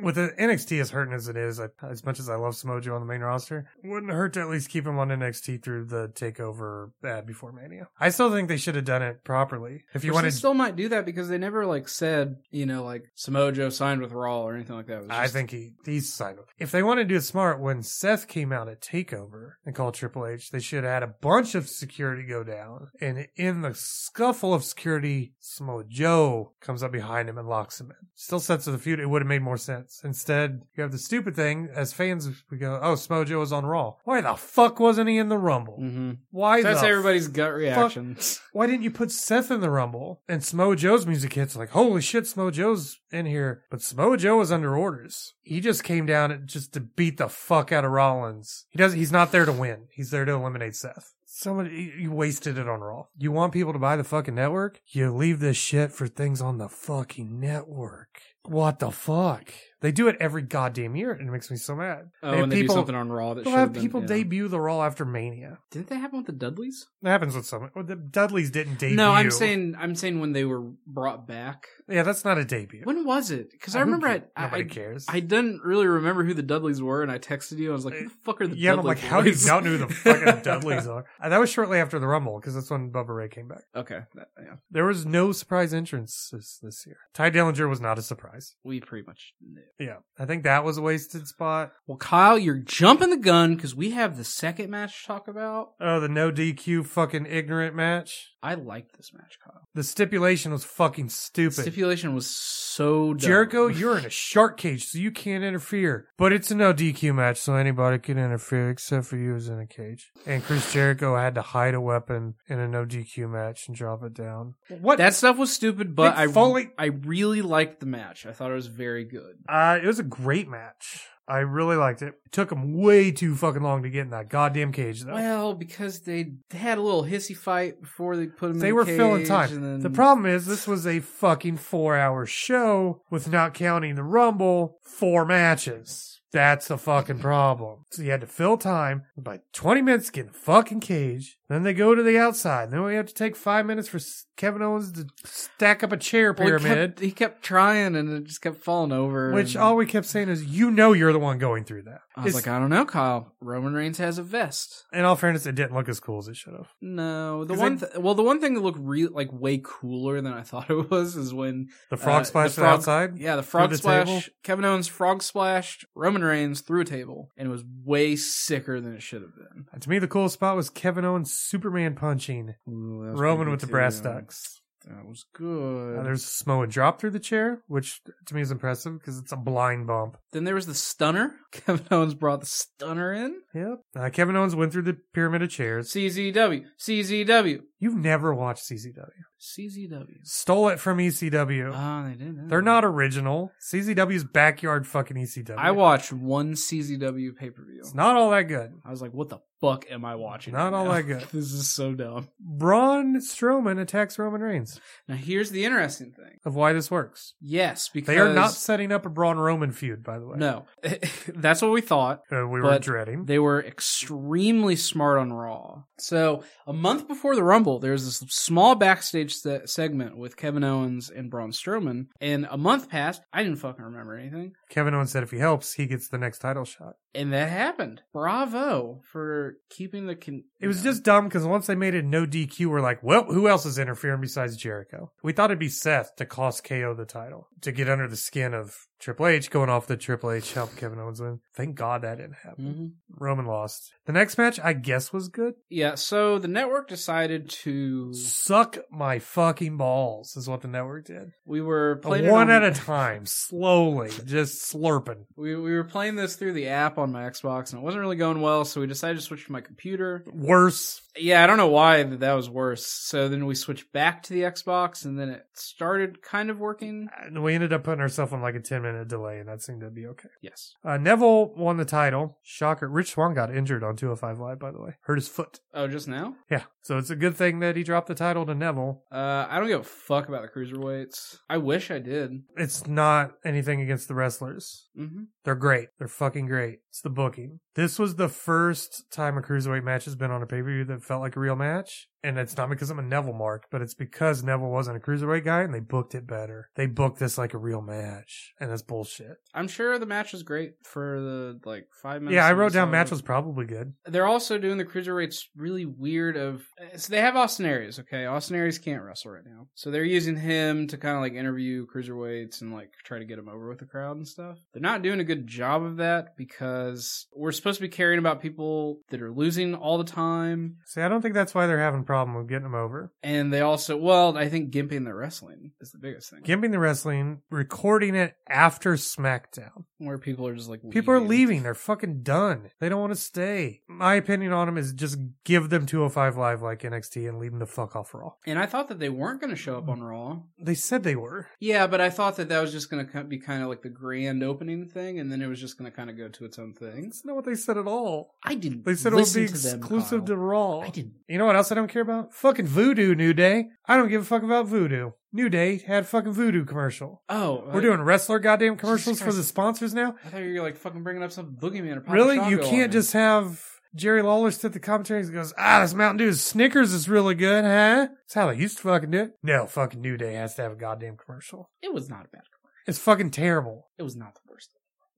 [SPEAKER 2] With the NXT as hurting as it is, I, as much as I love Samoa Joe on the main roster, wouldn't hurt to at least keep him on NXT through the takeover uh, before Mania. I still think they should have done it properly. If you
[SPEAKER 1] Which they
[SPEAKER 2] wanted,
[SPEAKER 1] still might do that because they never like said you know like Samoa Joe signed with Raw or anything like that. It was
[SPEAKER 2] I
[SPEAKER 1] just-
[SPEAKER 2] think he he's signed with. If they wanted to do it smart, when Seth came out at Takeover and called Triple H, they should have had a bunch of security go down, and in the scuffle of security, Samoa Joe comes up behind him and locks him in. Still sets to the feud. It would have made more sense. sense. Instead, you have the stupid thing as fans. We go, "Oh, Smojo was on Raw. Why the fuck wasn't he in the Rumble?
[SPEAKER 1] Mm-hmm.
[SPEAKER 2] Why
[SPEAKER 1] That's
[SPEAKER 2] the
[SPEAKER 1] everybody's gut Oh, reactions.
[SPEAKER 2] why didn't you put Seth in the Rumble? And Samoa Joe's music hits like, holy shit, Samoa Joe's in here. But Samoa Joe was under orders. He just came down and- just to beat the fuck out of Rollins. He doesn't. He's not there to win. He's there to eliminate Seth. Somebody, you wasted it on Raw. You want people to buy the fucking network? You leave this shit for things on the fucking network. What the fuck? They do it every goddamn year, and it makes me so mad.
[SPEAKER 1] Oh,
[SPEAKER 2] They have
[SPEAKER 1] and they do
[SPEAKER 2] people-
[SPEAKER 1] something on Raw that
[SPEAKER 2] They'll
[SPEAKER 1] should
[SPEAKER 2] have
[SPEAKER 1] been,
[SPEAKER 2] people
[SPEAKER 1] yeah.
[SPEAKER 2] debut the Raw after Mania.
[SPEAKER 1] Didn't that happen with the Dudleys?
[SPEAKER 2] It happens with some. well, The Dudleys didn't debut.
[SPEAKER 1] No, I'm saying I'm saying when they were brought back.
[SPEAKER 2] yeah, that's not a debut.
[SPEAKER 1] When was it? Because I remember I, I,
[SPEAKER 2] nobody
[SPEAKER 1] I
[SPEAKER 2] cares.
[SPEAKER 1] I didn't really remember who the Dudleys were, and I texted you. I was like, "Who the fuck are the
[SPEAKER 2] Uh, yeah, but I'm
[SPEAKER 1] Dudley
[SPEAKER 2] like, how do you
[SPEAKER 1] boys?"
[SPEAKER 2] not know who the fucking Dudleys are? And that was shortly after the Rumble because that's when Bubba Ray came back.
[SPEAKER 1] Okay, that- yeah,
[SPEAKER 2] There was no surprise entrances this year. Ty Dillinger was not a surprise.
[SPEAKER 1] we pretty much knew.
[SPEAKER 2] Yeah, I think that was a wasted spot.
[SPEAKER 1] Well, Kyle, you're jumping the gun because we have the second match to talk about.
[SPEAKER 2] Oh, the no DQ fucking ignorant match.
[SPEAKER 1] I like this match, Kyle.
[SPEAKER 2] The stipulation was fucking stupid.
[SPEAKER 1] Stipulation was so dumb.
[SPEAKER 2] Jericho, you're in a shark cage, so you can't interfere. But it's a no DQ match, so anybody can interfere except for you is in a cage. And Chris Jericho had to hide a weapon in a no DQ match and drop it down. What?
[SPEAKER 1] that stuff was stupid, but
[SPEAKER 2] Mick
[SPEAKER 1] I
[SPEAKER 2] Foley-
[SPEAKER 1] I really liked the match. I thought it was very good.
[SPEAKER 2] Uh, it was a great match. I really liked it. It took him way too fucking long to get in that goddamn cage, though.
[SPEAKER 1] Well, because they had a little hissy fight before they put him.
[SPEAKER 2] they
[SPEAKER 1] in
[SPEAKER 2] were
[SPEAKER 1] the cage,
[SPEAKER 2] filling
[SPEAKER 1] And
[SPEAKER 2] time.
[SPEAKER 1] then
[SPEAKER 2] The problem is, this was a fucking four hour show with not counting the Rumble, four matches. That's the fucking problem. So you had to fill time by 20 minutes to get in the fucking cage. Then they go to the outside. Then we have to take five minutes for S- Kevin Owens to stack up a chair
[SPEAKER 1] Well, he
[SPEAKER 2] pyramid.
[SPEAKER 1] kept, he kept trying, and it just kept falling over.
[SPEAKER 2] Which
[SPEAKER 1] and-
[SPEAKER 2] all we kept saying is, you know, you're the one going through that.
[SPEAKER 1] I was
[SPEAKER 2] It's-
[SPEAKER 1] like, I don't know, Kyle. Roman Reigns has a vest.
[SPEAKER 2] in all fairness, it didn't look as cool as it should have.
[SPEAKER 1] No, the
[SPEAKER 2] 'Cause
[SPEAKER 1] one
[SPEAKER 2] they-
[SPEAKER 1] th- well, the one thing that looked real like way cooler than I thought it was is when
[SPEAKER 2] The
[SPEAKER 1] uh,
[SPEAKER 2] frog
[SPEAKER 1] the
[SPEAKER 2] splash
[SPEAKER 1] frog-
[SPEAKER 2] outside.
[SPEAKER 1] Yeah, the frog
[SPEAKER 2] the
[SPEAKER 1] splash.
[SPEAKER 2] table?
[SPEAKER 1] Kevin Owens frog splashed Roman Reigns through a table, and it was way sicker than it should have been.
[SPEAKER 2] To me, the coolest spot was Kevin Owens Superman punching
[SPEAKER 1] Ooh, that was pretty
[SPEAKER 2] Roman
[SPEAKER 1] good
[SPEAKER 2] with the
[SPEAKER 1] too.
[SPEAKER 2] brass ducks.
[SPEAKER 1] That was good.
[SPEAKER 2] Uh, there's a Samoan drop through the chair, which to me is impressive because it's a blind bump.
[SPEAKER 1] then there was the stunner. Kevin Owens brought the stunner in.
[SPEAKER 2] Yep. Uh, Kevin Owens went through the pyramid of chairs.
[SPEAKER 1] CZW, CZW,
[SPEAKER 2] You've never watched CZW.
[SPEAKER 1] CZW.
[SPEAKER 2] Stole it from ECW.
[SPEAKER 1] Oh, they did.
[SPEAKER 2] They're not original. CZW's backyard fucking ECW.
[SPEAKER 1] I watched one CZW pay per view.
[SPEAKER 2] It's not all that good.
[SPEAKER 1] I was like, what the fuck am I watching?
[SPEAKER 2] Not
[SPEAKER 1] right
[SPEAKER 2] all
[SPEAKER 1] now?
[SPEAKER 2] that good.
[SPEAKER 1] this is so dumb.
[SPEAKER 2] Braun Strowman attacks Roman Reigns
[SPEAKER 1] Now, here's the interesting thing.
[SPEAKER 2] of why this works.
[SPEAKER 1] Yes, because.
[SPEAKER 2] They are not setting up a Braun Roman feud, by the way.
[SPEAKER 1] No. That's what we thought.
[SPEAKER 2] Uh, we were
[SPEAKER 1] But
[SPEAKER 2] dreading.
[SPEAKER 1] They were extremely smart on Raw. So, a month before the Rumble, there was this small backstage se- segment with Kevin Owens and Braun Strowman. And a month passed. I didn't fucking remember anything.
[SPEAKER 2] Kevin Owens said if he helps, he gets the next title shot.
[SPEAKER 1] And that happened. Bravo for keeping the. Con-
[SPEAKER 2] It was
[SPEAKER 1] you know.
[SPEAKER 2] just dumb because once they made it no DQ, we're like, well, who else is interfering besides Jericho? We thought it'd be Seth to cost KO the title to get under the skin of Triple H, going off the Triple H help Kevin Owens win. Thank God that didn't happen.
[SPEAKER 1] Mhm.
[SPEAKER 2] Roman lost. The next match, I guess, was good.
[SPEAKER 1] Yeah, so the network decided to.
[SPEAKER 2] Suck my fucking balls is what the network did.
[SPEAKER 1] We were playing it
[SPEAKER 2] One
[SPEAKER 1] on-
[SPEAKER 2] at a time, slowly, just slurping.
[SPEAKER 1] We we were playing this through the app on my Xbox and it wasn't really going well, so we decided to switch to my computer.
[SPEAKER 2] Worse.
[SPEAKER 1] Yeah, I don't know why that, that was worse. So then we switched back to the Xbox and then it started kind of working.
[SPEAKER 2] And we ended up putting ourselves on like a 10 minute delay, and that seemed to be okay.
[SPEAKER 1] Yes.
[SPEAKER 2] Uh, Neville won the title. Shocker. Rich Swan got injured on 205 Live, by the way. Hurt his foot.
[SPEAKER 1] Oh, just now?
[SPEAKER 2] Yeah. So it's a good thing that he dropped the title to Neville.
[SPEAKER 1] Uh, I don't give a fuck about the cruiserweights. I wish I did.
[SPEAKER 2] It's not anything against the wrestlers.
[SPEAKER 1] Mm-hmm.
[SPEAKER 2] They're great. They're fucking great. It's the booking. This was the first time a cruiserweight match has been on a pay per view that felt like a real match. And it's not because I'm a Neville mark, but it's because Neville wasn't a cruiserweight guy and they booked it better. They booked this like a real match. And that's bullshit.
[SPEAKER 1] I'm sure the match was great for the like five minutes.
[SPEAKER 2] Yeah, I
[SPEAKER 1] that we
[SPEAKER 2] wrote down
[SPEAKER 1] saw
[SPEAKER 2] match
[SPEAKER 1] it.
[SPEAKER 2] was probably good.
[SPEAKER 1] They're also doing the cruiserweights really weird. Of eh, so they have Austin Aries. Okay, Austin Aries can't wrestle right now, so they're using him to kind of like interview cruiserweights and like try to get him over with the crowd and stuff. They're not doing a good job of that because we're supposed to be caring about people that are losing all the time.
[SPEAKER 2] See, I don't think that's why they're having problem with getting them over.
[SPEAKER 1] And they also, well, I think gimping the wrestling is the biggest thing.
[SPEAKER 2] Gimping the wrestling, recording it after SmackDown.
[SPEAKER 1] where people are just like
[SPEAKER 2] People are leaving. They're fucking done. They don't want to stay. My opinion on them is just give them 205 Live like NXT and leave them the fuck off Raw.
[SPEAKER 1] And I thought that they weren't going to show up on Raw.
[SPEAKER 2] They said they were.
[SPEAKER 1] Yeah, but I thought that that was just going to be kind of like the grand opening thing, and then it was just going to kind of go to its own thing.
[SPEAKER 2] That's not what they said at all.
[SPEAKER 1] I didn't.
[SPEAKER 2] They said
[SPEAKER 1] listen
[SPEAKER 2] it would be
[SPEAKER 1] to them,
[SPEAKER 2] exclusive
[SPEAKER 1] Kyle.
[SPEAKER 2] to Raw.
[SPEAKER 1] I didn't.
[SPEAKER 2] You know what else I don't care about? Fucking Voodoo New Day. I don't give a fuck about Voodoo. New Day had a fucking Voodoo commercial.
[SPEAKER 1] Oh,
[SPEAKER 2] We're doing wrestler goddamn commercials
[SPEAKER 1] Jesus
[SPEAKER 2] for the sponsors now.
[SPEAKER 1] I thought you were like fucking bringing up some boogeyman or Papa
[SPEAKER 2] Really? You
[SPEAKER 1] Shango on
[SPEAKER 2] can't
[SPEAKER 1] it.
[SPEAKER 2] just have Jerry Lawler sit the commentaries and goes, ah, this Mountain Dew Snickers is really good, huh? That's how they used to fucking do it. No, fucking New Day has to have a goddamn commercial.
[SPEAKER 1] It was not a bad.
[SPEAKER 2] It's fucking terrible.
[SPEAKER 1] It was not the worst.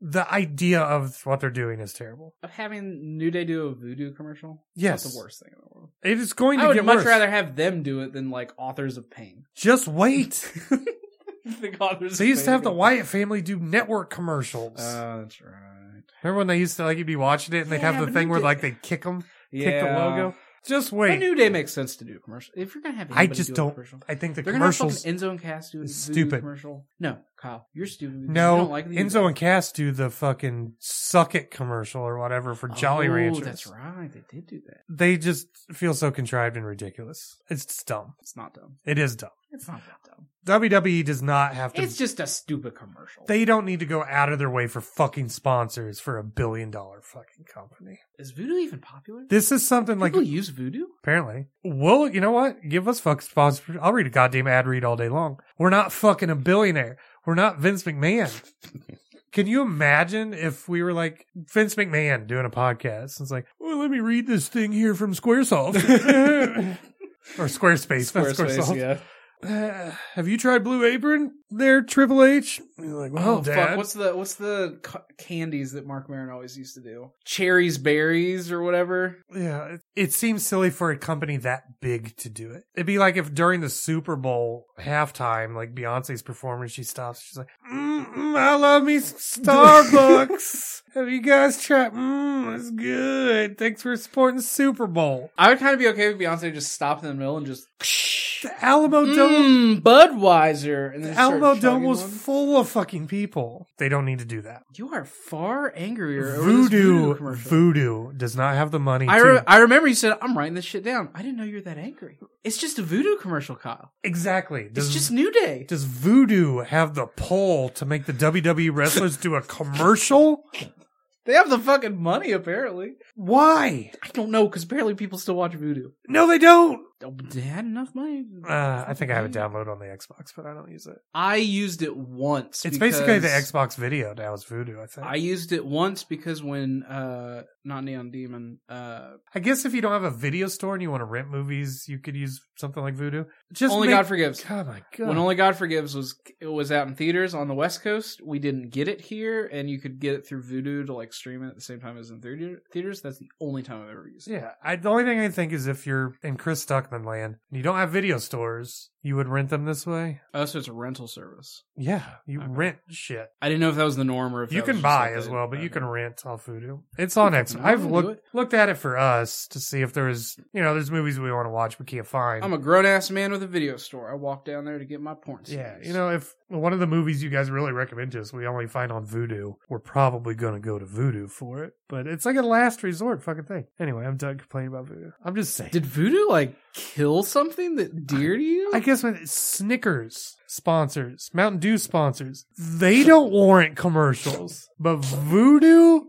[SPEAKER 2] The idea of what they're doing is terrible.
[SPEAKER 1] Of having New Day do a voodoo commercial. it's
[SPEAKER 2] Yes.
[SPEAKER 1] not the worst thing in the world.
[SPEAKER 2] It is going to
[SPEAKER 1] I would
[SPEAKER 2] get
[SPEAKER 1] much
[SPEAKER 2] worse.
[SPEAKER 1] rather have them do it than like authors of pain.
[SPEAKER 2] Just wait.
[SPEAKER 1] the authors.
[SPEAKER 2] they
[SPEAKER 1] of
[SPEAKER 2] used to
[SPEAKER 1] Pain
[SPEAKER 2] have the
[SPEAKER 1] go-
[SPEAKER 2] Wyatt family do network commercials.
[SPEAKER 1] Oh, that's right.
[SPEAKER 2] Remember when they used to like you'd be watching it and they'd
[SPEAKER 1] Yeah,
[SPEAKER 2] have the
[SPEAKER 1] but
[SPEAKER 2] thing
[SPEAKER 1] New
[SPEAKER 2] where
[SPEAKER 1] Day-
[SPEAKER 2] like they kick them,
[SPEAKER 1] Yeah.
[SPEAKER 2] kick the logo. Just
[SPEAKER 1] The
[SPEAKER 2] wait.
[SPEAKER 1] New Day makes sense to do a commercial. If you're gonna have,
[SPEAKER 2] I
[SPEAKER 1] anybody
[SPEAKER 2] just
[SPEAKER 1] do a
[SPEAKER 2] don't-
[SPEAKER 1] Commercial,
[SPEAKER 2] I think the
[SPEAKER 1] they're
[SPEAKER 2] commercials.
[SPEAKER 1] gonna have fucking Enzo and Cass do a
[SPEAKER 2] is
[SPEAKER 1] voodoo
[SPEAKER 2] stupid.
[SPEAKER 1] commercial. No, Kyle, you're stupid. because you
[SPEAKER 2] No,
[SPEAKER 1] don't like the
[SPEAKER 2] Enzo and Cass do the fucking suck it commercial or whatever for Jolly
[SPEAKER 1] oh,
[SPEAKER 2] Ranchers.
[SPEAKER 1] That's right. They did do that.
[SPEAKER 2] They just feel so contrived and ridiculous. It's just dumb.
[SPEAKER 1] It's not dumb.
[SPEAKER 2] It is dumb.
[SPEAKER 1] It's not that dumb.
[SPEAKER 2] WWE does not have to.
[SPEAKER 1] It's just a stupid commercial.
[SPEAKER 2] they don't need to go out of their way for fucking sponsors for a billion dollar fucking company.
[SPEAKER 1] is voodoo even popular?
[SPEAKER 2] This is something like
[SPEAKER 1] People use voodoo.
[SPEAKER 2] Apparently. Well, you know what? Give us fuck sponsor. I'll read a goddamn ad read all day long. We're not fucking a billionaire. We're not Vince McMahon. Can you imagine if we were like Vince McMahon doing a podcast? It's like, well, let me read this thing here from Squaresoft or Squarespace. not Squaresoft.
[SPEAKER 1] yeah.
[SPEAKER 2] Uh, have you tried Blue Apron? There, Triple H. And you're like, well,
[SPEAKER 1] Oh,
[SPEAKER 2] Dad,
[SPEAKER 1] fuck! What's the what's the ca- candies that Mark Maron always used to do? Cherries, berries, or whatever.
[SPEAKER 2] Yeah, it, it seems silly for a company that big to do it. It'd be like if during the Super Bowl halftime, like Beyonce's performing, she stops. She's like, mm, mm, "I love me some Starbucks. Have you guys tried? Mm, it's good. Thanks for supporting the Super Bowl."
[SPEAKER 1] I would kind of be okay with Beyonce just stopping in the middle and just
[SPEAKER 2] The Alamo Dome,
[SPEAKER 1] mm, Budweiser, and then
[SPEAKER 2] the
[SPEAKER 1] start
[SPEAKER 2] Alamo Dome
[SPEAKER 1] chugging
[SPEAKER 2] was
[SPEAKER 1] one.
[SPEAKER 2] full of fucking people. They don't need to do that.
[SPEAKER 1] You are far angrier. over this
[SPEAKER 2] Voodoo,
[SPEAKER 1] commercial.
[SPEAKER 2] voodoo does not have the money.
[SPEAKER 1] I,
[SPEAKER 2] to-
[SPEAKER 1] re- I remember you said I'm writing this shit down. I didn't know you were that angry. It's just a voodoo commercial, Kyle.
[SPEAKER 2] exactly.
[SPEAKER 1] It's
[SPEAKER 2] Does-
[SPEAKER 1] just New Day.
[SPEAKER 2] Does Voodoo have the pull to make the WWE wrestlers do a commercial?
[SPEAKER 1] They have the fucking money, apparently.
[SPEAKER 2] Why?
[SPEAKER 1] I don't know because apparently people still watch voodoo.
[SPEAKER 2] No, they don't.
[SPEAKER 1] Oh, but They had enough money.
[SPEAKER 2] Uh, I think I have a download on the Xbox, but I don't use it.
[SPEAKER 1] I used it once.
[SPEAKER 2] It's basically the
[SPEAKER 1] because-
[SPEAKER 2] Xbox video now is Voodoo. I think.
[SPEAKER 1] I
[SPEAKER 2] I,
[SPEAKER 1] used it once because when uh not Neon Demon uh
[SPEAKER 2] guess if you don't have a video store and you want to rent movies, you could use something like Voodoo. Just
[SPEAKER 1] Only
[SPEAKER 2] make-
[SPEAKER 1] God Forgives.
[SPEAKER 2] Oh my god!
[SPEAKER 1] When Only God Forgives was it was out in theaters on the West Coast. We didn't get it here and you could get it through Voodoo to like stream it at the same time as in theater- theaters. That's the only time I've ever used it.
[SPEAKER 2] yeah, I, the only thing I think is if you're in Chris Stockman land and you don't have video stores, you would rent them this way.
[SPEAKER 1] Oh, so it's a rental service.
[SPEAKER 2] Yeah, you
[SPEAKER 1] Okay.
[SPEAKER 2] rent shit.
[SPEAKER 1] I didn't know if that was the norm or if that
[SPEAKER 2] you
[SPEAKER 1] was
[SPEAKER 2] can
[SPEAKER 1] just
[SPEAKER 2] buy
[SPEAKER 1] like
[SPEAKER 2] as
[SPEAKER 1] a-
[SPEAKER 2] well, but you
[SPEAKER 1] okay.
[SPEAKER 2] can rent off Voodoo. It's on X.
[SPEAKER 1] No,
[SPEAKER 2] I've
[SPEAKER 1] do
[SPEAKER 2] looked
[SPEAKER 1] it.
[SPEAKER 2] looked at it for us to see if there was, you know, there's movies we want to watch we can't find.
[SPEAKER 1] I'm a grown ass man with a video store. I walk down there to get my porn.
[SPEAKER 2] yeah,
[SPEAKER 1] CDs.
[SPEAKER 2] you know, if one of the movies you guys really recommend to us we only find on Voodoo, we're probably going to go to Voodoo for it. But it's like a last resort fucking thing. Anyway, I'm done complaining about Voodoo. I'm just saying.
[SPEAKER 1] Did voodoo like kill something that dear to you?
[SPEAKER 2] I guess when Snickers sponsors, Mountain Dew sponsors, they don't warrant commercials, but Voodoo,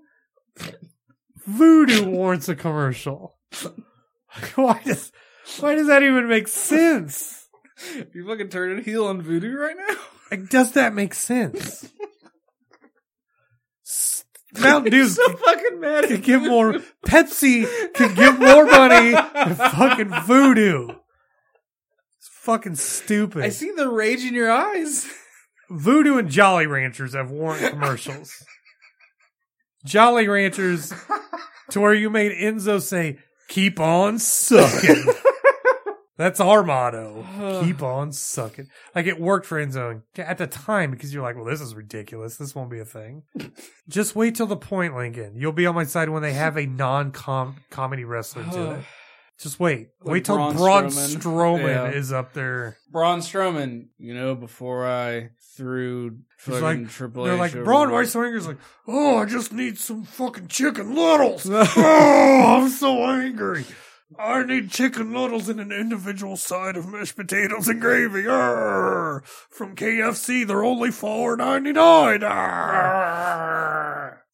[SPEAKER 2] Voodoo warrants a commercial. why does why does that even make sense?
[SPEAKER 1] you fucking turning heel on voodoo right now?
[SPEAKER 2] Like, does that make sense? S- Mountain Dew's
[SPEAKER 1] so fucking mad
[SPEAKER 2] can
[SPEAKER 1] at
[SPEAKER 2] get more. Pepsi can get more money than fucking Voodoo. It's fucking stupid.
[SPEAKER 1] I see the rage in your eyes.
[SPEAKER 2] Voodoo and Jolly Ranchers have warrant commercials. Jolly Ranchers, to where you made Enzo say, keep on sucking. That's our motto. keep on sucking. Like it worked for Enzo at the time because you're like, well, this is ridiculous. This won't be a thing. Just wait till the point, Lincoln. You'll be on my side when they have a non comedy wrestler do it. Just wait.
[SPEAKER 1] Like
[SPEAKER 2] wait till
[SPEAKER 1] Braun
[SPEAKER 2] Braun,
[SPEAKER 1] Strowman.
[SPEAKER 2] Strowman,
[SPEAKER 1] Yeah.
[SPEAKER 2] is up there.
[SPEAKER 1] Braun Strowman, you know, before I threw fucking
[SPEAKER 2] like-
[SPEAKER 1] Triple
[SPEAKER 2] They're
[SPEAKER 1] H
[SPEAKER 2] like,
[SPEAKER 1] over
[SPEAKER 2] Braun
[SPEAKER 1] the-
[SPEAKER 2] Schweitzer's like, oh, I just need some fucking chicken noodles. oh, I'm so angry. I need chicken noodles and an individual side of mashed potatoes and gravy. Arr, from KFC, they're only four ninety nine.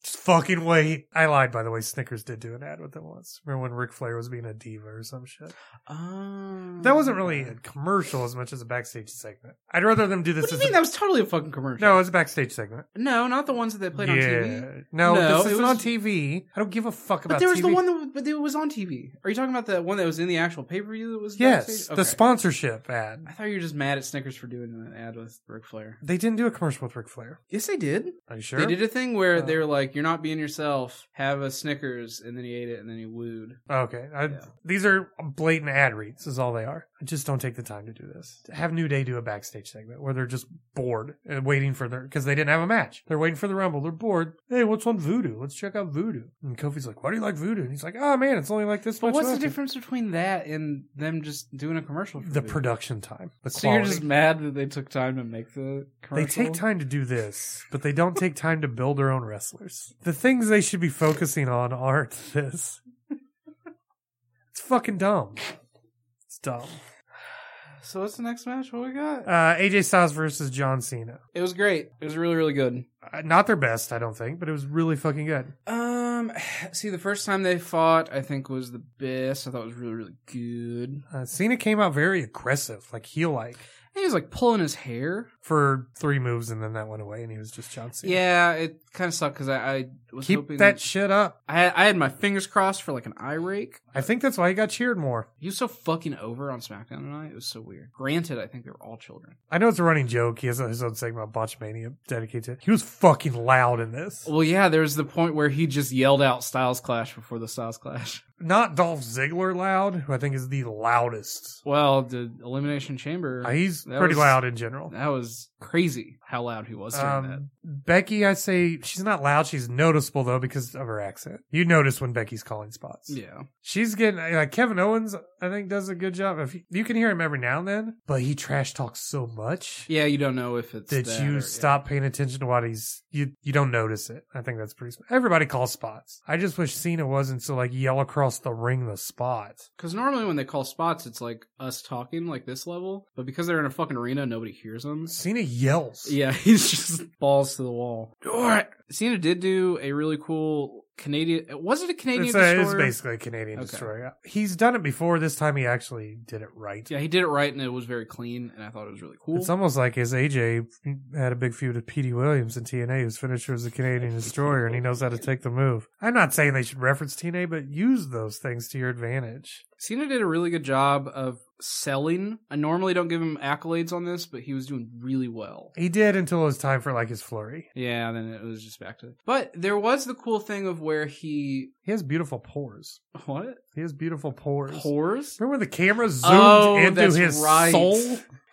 [SPEAKER 2] Just fucking wait. I lied, by the way. Snickers did do an ad with it once. Remember when Ric Flair was being a diva or some shit?
[SPEAKER 1] Oh.
[SPEAKER 2] That wasn't really a commercial as much as a backstage segment. I'd rather them do
[SPEAKER 1] What
[SPEAKER 2] this
[SPEAKER 1] do you
[SPEAKER 2] as a-
[SPEAKER 1] mean? That was totally a fucking commercial.
[SPEAKER 2] no, it was a backstage segment.
[SPEAKER 1] no, not the ones that they played on TV. No,
[SPEAKER 2] No,
[SPEAKER 1] it
[SPEAKER 2] this isn't
[SPEAKER 1] was-
[SPEAKER 2] on TV. I don't give a fuck about
[SPEAKER 1] But there was the
[SPEAKER 2] TV.
[SPEAKER 1] one that but it was on TV. Are you talking about the one that was in the actual pay per view that was?
[SPEAKER 2] Yes,
[SPEAKER 1] backstage?
[SPEAKER 2] the
[SPEAKER 1] Okay.
[SPEAKER 2] sponsorship ad.
[SPEAKER 1] I thought you were just mad at Snickers for doing an ad with Ric Flair.
[SPEAKER 2] They didn't do a commercial with Ric Flair.
[SPEAKER 1] Yes, they did. Uh,
[SPEAKER 2] Are you sure?
[SPEAKER 1] They did a thing where
[SPEAKER 2] Oh.
[SPEAKER 1] they were like, "You're not being yourself. Have a Snickers," and then he ate it, and then he wooed.
[SPEAKER 2] Okay. I,
[SPEAKER 1] Yeah.
[SPEAKER 2] These are blatant ad reads, is all they are. I just don't take the time to do this. Have New Day do a backstage segment where they're just bored and waiting for their, because they didn't have a match. They're waiting for the Rumble. They're bored. Hey, what's on Voodoo? Let's check out Voodoo. And Kofi's like, why do you like Voodoo? And he's like, oh man, it's only like this
[SPEAKER 1] But
[SPEAKER 2] much.
[SPEAKER 1] what's the
[SPEAKER 2] left."
[SPEAKER 1] difference between that and them just doing a commercial? For
[SPEAKER 2] The
[SPEAKER 1] it?
[SPEAKER 2] production time. The
[SPEAKER 1] So
[SPEAKER 2] quality.
[SPEAKER 1] you're just mad that they took time to make the
[SPEAKER 2] They
[SPEAKER 1] commercial.
[SPEAKER 2] take time to do this, but they don't take time to build their own wrestlers. The things they should be focusing on aren't this. It's fucking dumb. It's dumb.
[SPEAKER 1] So what's the next match? What we got?
[SPEAKER 2] Uh, AJ Styles versus John Cena.
[SPEAKER 1] It was great. It was really really good.
[SPEAKER 2] Uh, not their best, I don't think, but it was really fucking good.
[SPEAKER 1] Um, see, the first time they fought, I think was the best. I thought it was really really good.
[SPEAKER 2] Uh, Cena came out very aggressive, like heel like,
[SPEAKER 1] He was like pulling his hair.
[SPEAKER 2] for three moves, and then that went away, and he was just John Cena.
[SPEAKER 1] Yeah, it kind of sucked because I, I was
[SPEAKER 2] Keep
[SPEAKER 1] hoping
[SPEAKER 2] that shit up.
[SPEAKER 1] I I had my fingers crossed for like an eye rake.
[SPEAKER 2] I think that's why he got cheered more.
[SPEAKER 1] He was so fucking over on SmackDown tonight. It was so weird. Granted, I think they were all children.
[SPEAKER 2] I know it's a running joke. He has his own segment on Botchmania dedicated to it. He was fucking loud in this.
[SPEAKER 1] Well, yeah, there was the point where he just yelled out Styles Clash before the Styles Clash.
[SPEAKER 2] not Dolph Ziggler loud, who I think is the loudest.
[SPEAKER 1] Well, the Elimination Chamber.
[SPEAKER 2] Uh, He's
[SPEAKER 1] That
[SPEAKER 2] pretty
[SPEAKER 1] was-
[SPEAKER 2] loud in general.
[SPEAKER 1] that was crazy how loud he was during that.
[SPEAKER 2] Um, Becky, I say she's not loud. She's noticeable though because of her accent. You notice when Becky's calling spots.
[SPEAKER 1] Yeah.
[SPEAKER 2] She's getting uh, like Kevin Owens. I think does a good job. If you, you can hear him every now and then, but he trash talks so much
[SPEAKER 1] Yeah, you don't know if it's.
[SPEAKER 2] that
[SPEAKER 1] that
[SPEAKER 2] you
[SPEAKER 1] or-
[SPEAKER 2] stop paying attention to what he's. You you don't notice it. I think that's pretty. sm- Everybody calls spots. I just wish Cena wasn't so like yell across the ring the spot.
[SPEAKER 1] Because normally when they call spots, it's like us talking like this level, but because they're in a fucking arena, nobody hears them.
[SPEAKER 2] Cena yells.
[SPEAKER 1] Yeah, he's just balls to the wall. All right. Cena did do a really cool Canadian. Was it a Canadian
[SPEAKER 2] It's, a,
[SPEAKER 1] destroyer?
[SPEAKER 2] it's basically a Canadian
[SPEAKER 1] Okay.
[SPEAKER 2] destroyer. He's done it before. This time he actually did it right.
[SPEAKER 1] Yeah, he did it right, and it was very clean, and I thought it was really cool.
[SPEAKER 2] It's almost like his AJ had a big feud with Petey Williams in TNA, whose finisher was a Canadian destroyer, and he knows how to take the move. I'm not saying they should reference TNA, but use those things to your advantage.
[SPEAKER 1] Cena did a really good job of selling. I normally don't give him accolades on this, but he was doing really well.
[SPEAKER 2] He did until it was time for like his flurry.
[SPEAKER 1] Yeah, then it was just back to. But there was the cool thing of where he
[SPEAKER 2] He has beautiful pores.
[SPEAKER 1] what
[SPEAKER 2] He has beautiful pores.
[SPEAKER 1] pours.
[SPEAKER 2] Remember when the camera zoomed
[SPEAKER 1] Oh,
[SPEAKER 2] into
[SPEAKER 1] that's
[SPEAKER 2] his
[SPEAKER 1] right.
[SPEAKER 2] soul?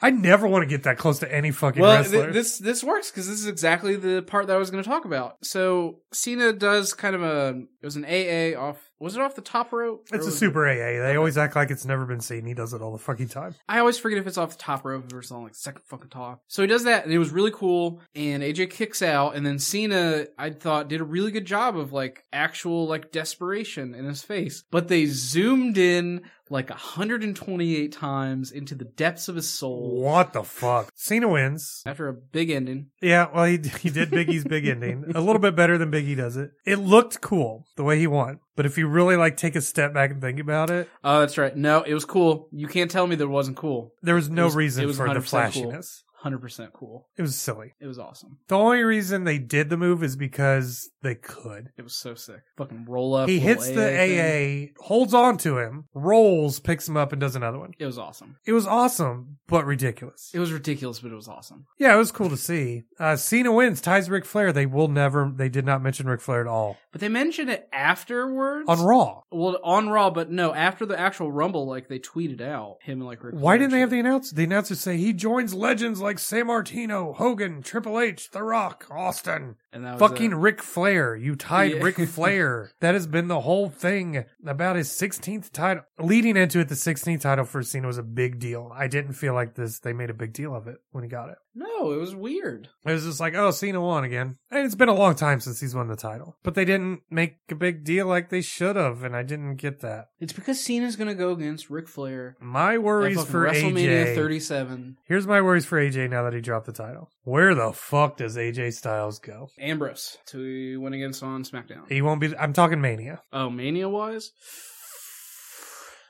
[SPEAKER 2] I never want to get that close to any fucking
[SPEAKER 1] Well,
[SPEAKER 2] wrestler.
[SPEAKER 1] th- this this works because this is exactly the part that I was going to talk about. So Cena does kind of a it was an AA off. Was it off the top rope? Or
[SPEAKER 2] it's a
[SPEAKER 1] was it-
[SPEAKER 2] super AA. They always act like it's never been seen. He does it all the fucking time.
[SPEAKER 1] I always forget if it's off the top rope or it's on like second fucking top. So he does that and it was really cool. And AJ kicks out and then Cena, I thought, did a really good job of like actual like desperation in his face. But they zoomed in like 128 times into the depths of his soul
[SPEAKER 2] What the fuck? Cena wins.
[SPEAKER 1] after a big ending.
[SPEAKER 2] Yeah, well, he, he did Biggie's big ending a little bit better than Biggie does it. It looked cool the way he won, but if you really like take a step back and think about it,
[SPEAKER 1] Oh, that's right. No, it was cool. You can't tell me that it wasn't cool.
[SPEAKER 2] there was no
[SPEAKER 1] was- it
[SPEAKER 2] reason
[SPEAKER 1] was
[SPEAKER 2] for the
[SPEAKER 1] 100% cool.
[SPEAKER 2] flashiness.
[SPEAKER 1] 100% cool.
[SPEAKER 2] It was silly.
[SPEAKER 1] It was awesome.
[SPEAKER 2] The only reason they did the move is because they could.
[SPEAKER 1] It was so sick. Fucking roll up.
[SPEAKER 2] He
[SPEAKER 1] little
[SPEAKER 2] hits
[SPEAKER 1] AA thing.
[SPEAKER 2] the AA, holds on to him, rolls, picks him up, and does another one.
[SPEAKER 1] It was awesome.
[SPEAKER 2] It was awesome, but ridiculous.
[SPEAKER 1] It was ridiculous, but it was awesome.
[SPEAKER 2] Yeah, it was cool to see. Uh, Cena wins, ties Ric Flair. They will never, they did not mention Ric Flair at all
[SPEAKER 1] But they mentioned it afterwards
[SPEAKER 2] on Raw.
[SPEAKER 1] Well, on Raw, but no, after the actual Rumble, like they tweeted out him and like. Ric
[SPEAKER 2] Why
[SPEAKER 1] Flair
[SPEAKER 2] didn't they have
[SPEAKER 1] and
[SPEAKER 2] the announcer? The announcers say he joins legends like San Martino, Hogan, Triple H, The Rock, Austin.
[SPEAKER 1] And that was
[SPEAKER 2] Fucking
[SPEAKER 1] it.
[SPEAKER 2] Ric Flair. You tied
[SPEAKER 1] Yeah.
[SPEAKER 2] Ric Flair. That has been the whole thing about his 16th title. Leading into it, the 16th title for Cena was a big deal. I didn't feel like this. They made a big deal of it when he got it.
[SPEAKER 1] no, it was weird.
[SPEAKER 2] It was just like, oh, Cena won again. And it's been a long time since he's won the title. But they didn't make a big deal like they should have, and I didn't get that.
[SPEAKER 1] It's because Cena's gonna go against Ric Flair.
[SPEAKER 2] My
[SPEAKER 1] at
[SPEAKER 2] worries
[SPEAKER 1] fucking
[SPEAKER 2] for
[SPEAKER 1] WrestleMania
[SPEAKER 2] AJ.
[SPEAKER 1] 37.
[SPEAKER 2] Here's my worries for AJ now that he dropped the title. Where the fuck does AJ Styles go?
[SPEAKER 1] Ambrose to win against on SmackDown.
[SPEAKER 2] He won't be. I'm talking Mania.
[SPEAKER 1] Oh, Mania wise,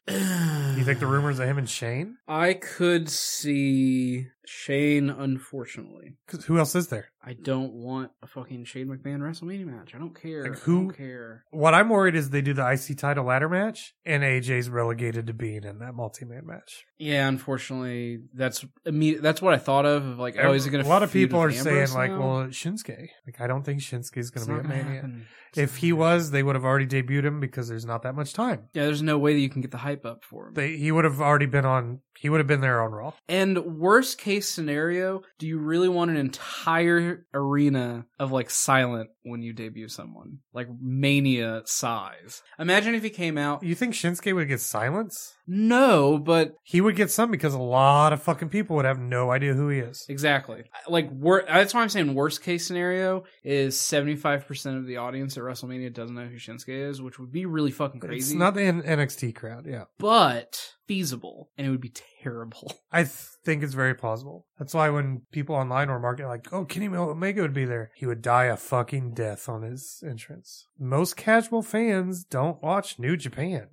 [SPEAKER 2] You think the rumors of him and Shane?
[SPEAKER 1] I could see Shane. Unfortunately,
[SPEAKER 2] 'Cause who else is there?
[SPEAKER 1] I don't want a fucking Shane McMahon WrestleMania match. I don't care.
[SPEAKER 2] Like, who-
[SPEAKER 1] I don't care.
[SPEAKER 2] What I'm worried is they do the IC title ladder match, and AJ's relegated to being in that multi man match.
[SPEAKER 1] Yeah, unfortunately, that's imme- That's what I thought of. of like, oh, is it going
[SPEAKER 2] a
[SPEAKER 1] to?
[SPEAKER 2] lot of people are saying like, well, Shinsuke. Like, I don't think Shinsuke's going to be at Mania. If he was, they would have already debuted him because there's not that much time.
[SPEAKER 1] yeah, there's no way that you can get the hype up for him.
[SPEAKER 2] They he would have already been on. He would have been there on Raw.
[SPEAKER 1] And worst case scenario, do you really want an entire arena of like silent when you debut someone? Like mania size. Imagine if he came out.
[SPEAKER 2] You think Shinsuke would get silence?
[SPEAKER 1] No, but
[SPEAKER 2] He would get some because a lot of fucking people would have no idea who he is.
[SPEAKER 1] exactly. Like wor- that's why I'm saying worst case scenario is 75% of the audience at WrestleMania doesn't know who Shinsuke is, which would be really fucking
[SPEAKER 2] It's
[SPEAKER 1] crazy.
[SPEAKER 2] not the N- NXT crowd. Yeah,
[SPEAKER 1] but feasible and it would be terrible.
[SPEAKER 2] I th- think it's very plausible. That's why when people online were marketing like, "Oh, Kenny Omega would be there," he would die a fucking death on his entrance. Most casual fans don't watch New Japan.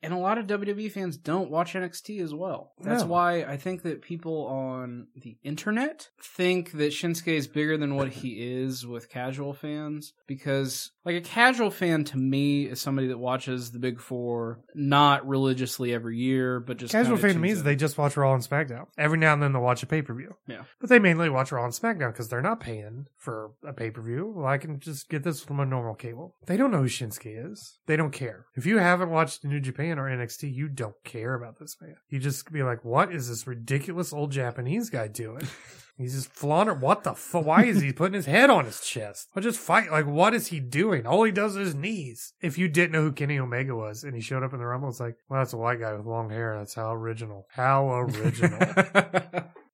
[SPEAKER 1] and a lot of WWE fans don't watch NXT as well. That's
[SPEAKER 2] No.
[SPEAKER 1] why I think that people on the internet think that Shinsuke is bigger than what he is with casual fans because like a casual fan to me is somebody that watches the big 4 not religiously every year but just
[SPEAKER 2] Casual
[SPEAKER 1] kinda
[SPEAKER 2] fan means
[SPEAKER 1] tunes
[SPEAKER 2] they
[SPEAKER 1] in.
[SPEAKER 2] just watch Raw and SmackDown. Every now and then they'll watch a pay per view.
[SPEAKER 1] Yeah.
[SPEAKER 2] But they mainly watch Raw and SmackDown because they're not paying for a pay per view. Well, I can just get this from a normal cable. They don't know who Shinsuke is. They don't care. If you haven't watched New Japan or NXT, you don't care about this man. You just be like, what is this ridiculous old Japanese guy doing? He's just flaunting. What the fuck? Why is he putting his head on his chest? Or just fight? Like, what is he doing? All he does is knees. If you didn't know who Kenny Omega was and he showed up in the Rumble, it's like, well, that's a white guy with long hair. That's how original. How original.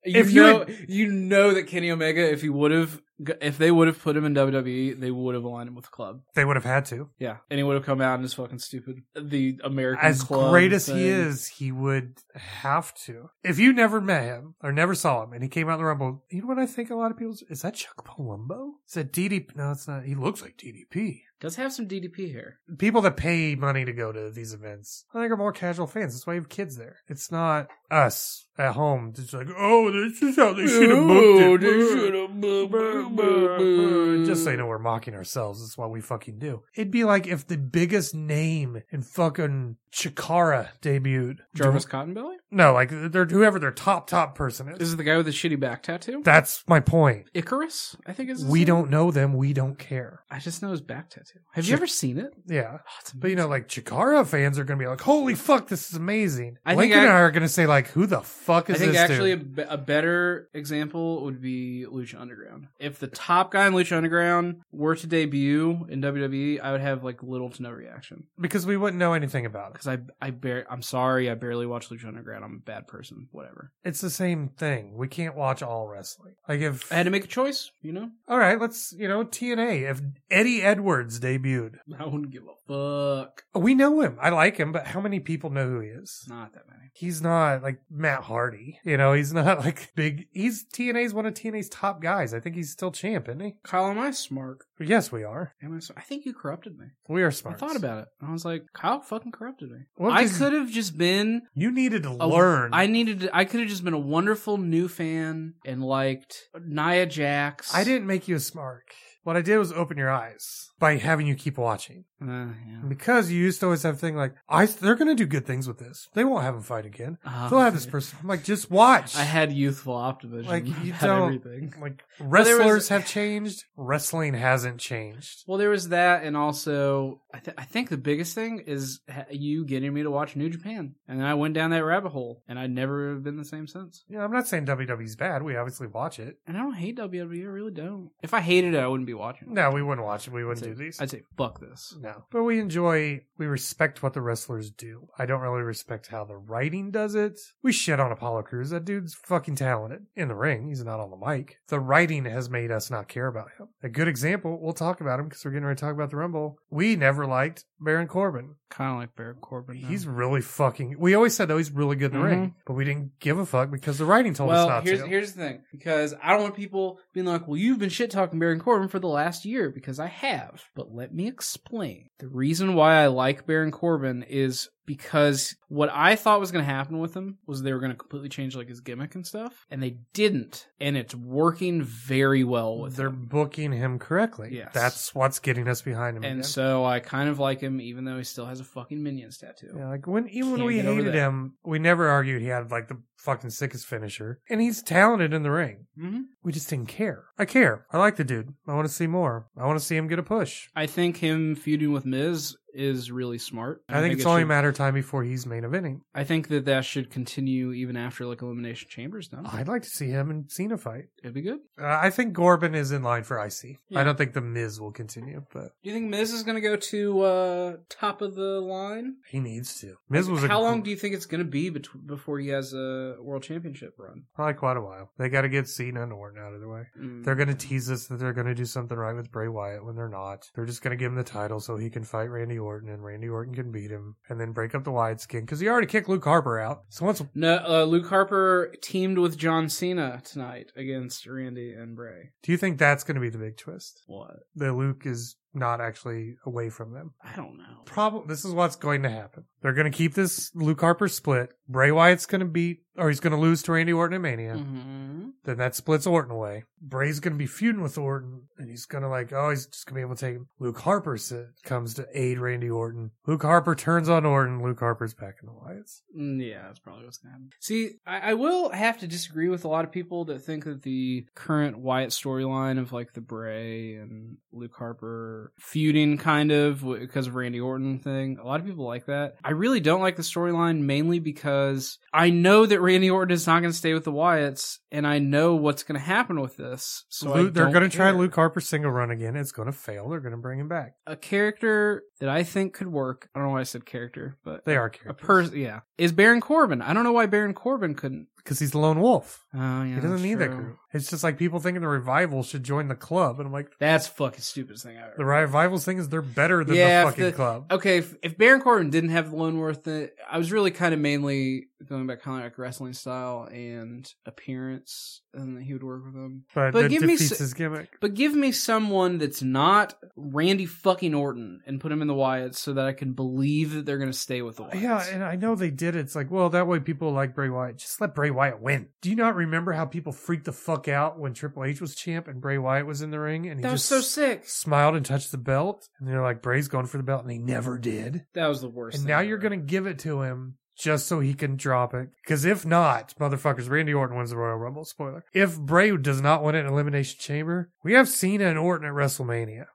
[SPEAKER 1] You
[SPEAKER 2] If you
[SPEAKER 1] know, you know that Kenny Omega, if he would have, if they would have put him in WWE, they would have aligned him with the club.
[SPEAKER 2] they would have had to.
[SPEAKER 1] Yeah, and he would have come out in his fucking stupid the American
[SPEAKER 2] As
[SPEAKER 1] club
[SPEAKER 2] great as he
[SPEAKER 1] thing.
[SPEAKER 2] is, he would have to. If you never met him or never saw him and he came out in the Rumble, you know what I think a lot of people is that Chuck Palumbo? Is that DDP? No, it's not. He looks like DDP.
[SPEAKER 1] does have some DDP hair.
[SPEAKER 2] people that pay money to go to these events, I think are more casual fans. That's why you have kids there. It's not us at home. It's like, oh, this is how Oh, they should have booked it. Just so you know, we're mocking ourselves. That's what we fucking do. It'd be like if the biggest name in fucking Chikara debuted.
[SPEAKER 1] Jarvis Cottonbelly?
[SPEAKER 2] No, like they're, whoever their top, top person is.
[SPEAKER 1] This is the guy with the shitty back tattoo?
[SPEAKER 2] That's my point.
[SPEAKER 1] Icarus, I think is his
[SPEAKER 2] We
[SPEAKER 1] name.
[SPEAKER 2] don't know them. We don't care.
[SPEAKER 1] I just know his back tattoo. Have
[SPEAKER 2] Shit.
[SPEAKER 1] you ever seen it?
[SPEAKER 2] Yeah.
[SPEAKER 1] Oh, it's
[SPEAKER 2] But you know, like Chikara fans are going to be like, "Holy fuck, this is amazing!"
[SPEAKER 1] I think
[SPEAKER 2] Lincoln and
[SPEAKER 1] I-
[SPEAKER 2] I are going to say like, "Who the fuck is
[SPEAKER 1] I think
[SPEAKER 2] this
[SPEAKER 1] actually a,
[SPEAKER 2] dude?"
[SPEAKER 1] be- a better example would be Lucha Underground. If the top guy in Lucha Underground were to debut in WWE, I would have like little to no reaction
[SPEAKER 2] Because we wouldn't know anything about it.
[SPEAKER 1] because I I bar- I'm sorry, I barely watch Lucha Underground. I'm a bad person. Whatever.
[SPEAKER 2] It's the same thing. We can't watch all wrestling. Like if
[SPEAKER 1] I had to make a choice, you know.
[SPEAKER 2] all right, let's you know TNA. If Eddie Edwards debuted,
[SPEAKER 1] I wouldn't give a fuck.
[SPEAKER 2] we know him. I like him, but how many people know who he is?
[SPEAKER 1] Not that many.
[SPEAKER 2] He's not like Matt Hardy. You know, he's not like big. He's TNA's one of TNA's top guys. I think he's still champ, isn't he?
[SPEAKER 1] Kyle, am I smart?
[SPEAKER 2] Yes, we are.
[SPEAKER 1] Am I, smart? I think you corrupted me.
[SPEAKER 2] We are smart.
[SPEAKER 1] I thought about it. And I was like, Kyle fucking corrupted me.
[SPEAKER 2] Well,
[SPEAKER 1] I
[SPEAKER 2] just-
[SPEAKER 1] could have just been
[SPEAKER 2] You needed to
[SPEAKER 1] a-
[SPEAKER 2] learn.
[SPEAKER 1] I needed. To, I could have just been a wonderful new fan and liked Nia Jax.
[SPEAKER 2] I didn't make you a smark. What I did was open your eyes by having you keep watching.
[SPEAKER 1] Uh, yeah.
[SPEAKER 2] Because you used to always have a thing like, I, they're going to do good things with this. They won't have him fight again.
[SPEAKER 1] Ah,
[SPEAKER 2] They'll have this person. I'm like, just watch.
[SPEAKER 1] I had youthful optimism
[SPEAKER 2] Like, you
[SPEAKER 1] about
[SPEAKER 2] don't-
[SPEAKER 1] everything.
[SPEAKER 2] like,
[SPEAKER 1] there was-
[SPEAKER 2] wrestlers have changed. Wrestling hasn't changed.
[SPEAKER 1] Well, there was that, and also I, th- I think the biggest thing is ha- you getting me to watch New Japan, and then I went down that rabbit hole, and I'd never have been the same since.
[SPEAKER 2] Yeah, I'm not saying WWE's bad. We obviously watch it.
[SPEAKER 1] And I don't hate WWE, I really don't. If I hated it, I wouldn't be watching. it.
[SPEAKER 2] No, we wouldn't watch it. We
[SPEAKER 1] I'd
[SPEAKER 2] wouldn't
[SPEAKER 1] say,
[SPEAKER 2] do these.
[SPEAKER 1] I'd say fuck this.
[SPEAKER 2] No. But we enjoy, we respect what the wrestlers do. I don't really respect how the writing does it. We shit on Apollo Crews. That dude's fucking talented in the ring. He's not on the mic. The writing has made us not care about him. A good example, we'll talk about him because we're getting ready to talk about the Rumble. We never liked Baron Corbin.
[SPEAKER 1] Kind of like Baron Corbin. though.
[SPEAKER 2] He's really fucking, we always said, though, he's really good in the ring, but we didn't give a fuck because the writing told us
[SPEAKER 1] Mm-hmm. well,
[SPEAKER 2] not
[SPEAKER 1] here's
[SPEAKER 2] to.
[SPEAKER 1] here's the thing because I don't want people being like, "Well, you've been shit talking Baron Corbin for the last year," because I have. But let me explain. The reason why I like Baron Corbin is because what I thought was going to happen with him was they were going to completely change like his gimmick and stuff, and they didn't, and it's working very well with
[SPEAKER 2] They're
[SPEAKER 1] him.
[SPEAKER 2] booking him correctly.
[SPEAKER 1] Yes.
[SPEAKER 2] That's what's getting us behind him. again.
[SPEAKER 1] And so I kind of like him, even though he still has a fucking minions tattoo.
[SPEAKER 2] Yeah, like when even when
[SPEAKER 1] Can't
[SPEAKER 2] we
[SPEAKER 1] get over
[SPEAKER 2] hated
[SPEAKER 1] that.
[SPEAKER 2] him, we never argued he had like the fucking sickest finisher, and he's talented in the ring.
[SPEAKER 1] hmm
[SPEAKER 2] We just didn't care. I care. I like the dude. I want to see more. I want to see him get a push.
[SPEAKER 1] I think him feuding with Miz is really smart.
[SPEAKER 2] I, think, it's
[SPEAKER 1] it
[SPEAKER 2] only a
[SPEAKER 1] should-
[SPEAKER 2] matter of time before he's main eventing.
[SPEAKER 1] I think that that should continue even after like Elimination Chambers done.
[SPEAKER 2] I'd like to see him and Cena fight.
[SPEAKER 1] It'd be good.
[SPEAKER 2] Uh, I think Gorbin is in line for IC.
[SPEAKER 1] Yeah.
[SPEAKER 2] I don't think the Miz will continue, but
[SPEAKER 1] Do you think Miz is going to go to uh, top of the line?
[SPEAKER 2] he needs to. Miz was a
[SPEAKER 1] How long
[SPEAKER 2] gr-
[SPEAKER 1] do you think it's going to be bet- before he has a world championship run?
[SPEAKER 2] probably quite a while? They got to get Cena and Orton out of the way.
[SPEAKER 1] Mm.
[SPEAKER 2] They're going to tease us that they're going to do something right with Bray Wyatt when they're not. They're just going to give him the title so he can fight Randy Orton and Randy Orton can beat him and then break up the Wyatt skin because he already kicked Luke Harper out. So once
[SPEAKER 1] no, uh, Luke Harper teamed with John Cena tonight against Randy and Bray.
[SPEAKER 2] do you think that's going to be the big twist?
[SPEAKER 1] What?
[SPEAKER 2] That Luke is not actually away from them.
[SPEAKER 1] I don't know.
[SPEAKER 2] Problem. This is what's going to happen. They're going to keep this Luke Harper split. Bray Wyatt's going to beat or he's going to lose to Randy Orton at Mania.
[SPEAKER 1] Mhm.
[SPEAKER 2] Then that splits Orton away. Bray's gonna be feuding with Orton, and he's gonna like, oh, he's just gonna be able to take him. Luke Harper sit, comes to aid Randy Orton. Luke Harper turns on Orton. Luke Harper's back in the alliance.
[SPEAKER 1] Mm, Yeah, that's probably what's going to happen. See, I, I will have to disagree with a lot of people that think that the current Wyatt storyline of like the Bray and Luke Harper feuding kind of w- because of Randy Orton thing, a lot of people like that. I really don't like the storyline mainly because I know that Randy Orton is not going to stay with the Wyatts and I know what's going to happen with this. So I
[SPEAKER 2] Luke, they're
[SPEAKER 1] don't
[SPEAKER 2] gonna try
[SPEAKER 1] care.
[SPEAKER 2] Luke Harper's single run again. It's gonna fail. They're gonna bring him back.
[SPEAKER 1] A character that I think could work. I don't know why I said character, but
[SPEAKER 2] They are
[SPEAKER 1] a
[SPEAKER 2] characters.
[SPEAKER 1] person, yeah, is Baron Corbin. I don't know why Baron Corbin couldn't.
[SPEAKER 2] because he's the lone wolf.
[SPEAKER 1] Oh yeah,
[SPEAKER 2] he doesn't
[SPEAKER 1] that's
[SPEAKER 2] need that
[SPEAKER 1] true.
[SPEAKER 2] group. It's just like people thinking the revival should join the club, and I'm like,
[SPEAKER 1] That's the fucking stupidest thing I ever.
[SPEAKER 2] the revivals thing is they're better than
[SPEAKER 1] Yeah, if
[SPEAKER 2] the fucking
[SPEAKER 1] the- Uh,
[SPEAKER 2] club.
[SPEAKER 1] Okay, if, if Baron Corbin didn't have the lone worth, it, I was really kind of mainly going back kind of like wrestling style and appearance, and he would work with them.
[SPEAKER 2] But,
[SPEAKER 1] but
[SPEAKER 2] that
[SPEAKER 1] give me
[SPEAKER 2] defeats
[SPEAKER 1] s-
[SPEAKER 2] his gimmick.
[SPEAKER 1] But give me someone that's not Randy fucking Orton and put him in the Wyatts so that I can believe that they're going to stay with the Wyatts.
[SPEAKER 2] Yeah, and I know they did. It's like, well, that way people like Bray Wyatt. Just let Bray Wyatt win. Do you not remember how people freaked the fuck out when Triple H was champ and Bray Wyatt was in the ring and he
[SPEAKER 1] that was
[SPEAKER 2] just
[SPEAKER 1] so sick.
[SPEAKER 2] smiled and touched the belt? And they're like, Bray's going for the belt, and he never did.
[SPEAKER 1] That was the worst.
[SPEAKER 2] And
[SPEAKER 1] thing
[SPEAKER 2] now
[SPEAKER 1] ever.
[SPEAKER 2] you're going to give it to him just so he can drop it. Because if not, motherfuckers, Randy Orton wins the Royal Rumble. Spoiler. If Bray does not win an Elimination Chamber, we have Cena and Orton at WrestleMania.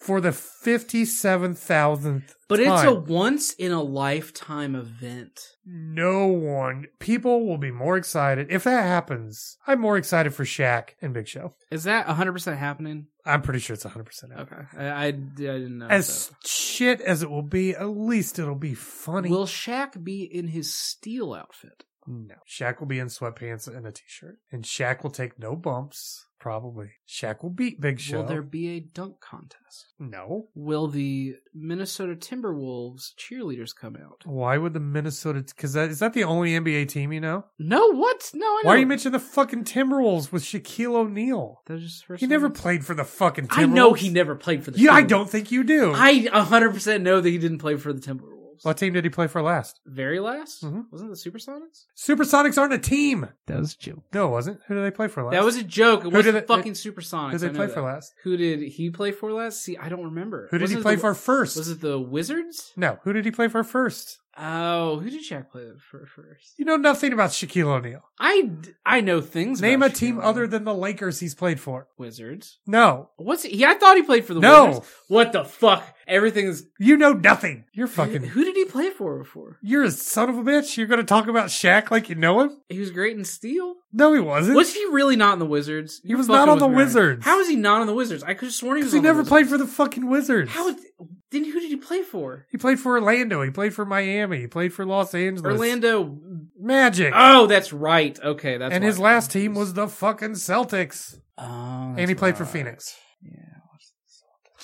[SPEAKER 2] For the 57,000th
[SPEAKER 1] But it's a
[SPEAKER 2] time.
[SPEAKER 1] once in a lifetime event.
[SPEAKER 2] no one people will be more excited if that happens i'm more excited for Shaq and big show
[SPEAKER 1] Is that 100% happening?
[SPEAKER 2] i'm pretty sure it's 100% out.
[SPEAKER 1] Okay. I, I, I didn't know. that.
[SPEAKER 2] as shit as it will be at least it'll be funny
[SPEAKER 1] Will Shaq be in his steel outfit?
[SPEAKER 2] no Shaq will be in sweatpants and a t-shirt and Shaq will take no bumps probably Shaq will beat big show
[SPEAKER 1] Will there be a dunk contest?
[SPEAKER 2] no
[SPEAKER 1] Will the Minnesota Timberwolves cheerleaders come out?
[SPEAKER 2] why would the minnesota because that, is that the only nba team you know
[SPEAKER 1] No, what? No, I know.
[SPEAKER 2] why are you mentioning the fucking timberwolves with shaquille o'neal
[SPEAKER 1] That was just the first
[SPEAKER 2] he
[SPEAKER 1] thing
[SPEAKER 2] never
[SPEAKER 1] I-
[SPEAKER 2] played for the fucking timberwolves
[SPEAKER 1] I know he never played for the.
[SPEAKER 2] yeah i
[SPEAKER 1] Timberwolves.
[SPEAKER 2] don't think you do
[SPEAKER 1] I 100 percent know that he didn't play for the Timberwolves. Wolves.
[SPEAKER 2] What team did he play for last?
[SPEAKER 1] Very last?
[SPEAKER 2] Mhm.
[SPEAKER 1] Wasn't it the Supersonics?
[SPEAKER 2] Supersonics aren't a team.
[SPEAKER 4] That was a joke.
[SPEAKER 2] No, it wasn't. Who did they play for last?
[SPEAKER 1] That was a joke. It
[SPEAKER 2] Who
[SPEAKER 1] was
[SPEAKER 2] did
[SPEAKER 1] the
[SPEAKER 2] it-
[SPEAKER 1] fucking
[SPEAKER 2] Who
[SPEAKER 1] Supersonics.
[SPEAKER 2] did they
[SPEAKER 1] I know
[SPEAKER 2] play
[SPEAKER 1] that.
[SPEAKER 2] for last?
[SPEAKER 1] Who did he play for last? See, I don't remember.
[SPEAKER 2] Who did
[SPEAKER 1] Wasn't
[SPEAKER 2] he
[SPEAKER 1] it
[SPEAKER 2] play
[SPEAKER 1] the-
[SPEAKER 2] for first?
[SPEAKER 1] Was it the Wizards?
[SPEAKER 2] no. Who did he play for first?
[SPEAKER 1] Oh, who did Shaq play for first?
[SPEAKER 2] You know nothing about Shaquille O'Neal.
[SPEAKER 1] I I know things.
[SPEAKER 2] Name a
[SPEAKER 1] about
[SPEAKER 2] team
[SPEAKER 1] Shaquille
[SPEAKER 2] other
[SPEAKER 1] O'Neal.
[SPEAKER 2] than the Lakers he's played for.
[SPEAKER 1] Wizards.
[SPEAKER 2] No.
[SPEAKER 1] What's he? I thought he played for the
[SPEAKER 2] no.
[SPEAKER 1] Wizards. What the fuck? Everything's
[SPEAKER 2] You know nothing. You're
[SPEAKER 1] Who,
[SPEAKER 2] fucking.
[SPEAKER 1] did he play for before?
[SPEAKER 2] You're a son of a bitch. You're going to talk about Shaq like you know him?
[SPEAKER 1] He was great in Steel.
[SPEAKER 2] No, he wasn't.
[SPEAKER 1] Was he really not in the Wizards?
[SPEAKER 2] He
[SPEAKER 1] You're
[SPEAKER 2] was not
[SPEAKER 1] fucking
[SPEAKER 2] on the
[SPEAKER 1] with me right now.
[SPEAKER 2] Wizards.
[SPEAKER 1] How is he not on the Wizards? I could have sworn he was.
[SPEAKER 2] Because he
[SPEAKER 1] on the
[SPEAKER 2] never
[SPEAKER 1] Wizards.
[SPEAKER 2] played for the fucking Wizards.
[SPEAKER 1] How is- then? Who did he play for?
[SPEAKER 2] He played for Orlando. He played for Miami. He played for Los Angeles.
[SPEAKER 1] Orlando.
[SPEAKER 2] Magic.
[SPEAKER 1] Oh, that's right. Okay, that's
[SPEAKER 2] and
[SPEAKER 1] why
[SPEAKER 2] his
[SPEAKER 1] I'm
[SPEAKER 2] last team
[SPEAKER 1] confused.
[SPEAKER 2] was the fucking Celtics.
[SPEAKER 1] Oh,
[SPEAKER 2] and he
[SPEAKER 1] that's
[SPEAKER 2] played for
[SPEAKER 1] right.
[SPEAKER 2] Phoenix.
[SPEAKER 1] Yeah.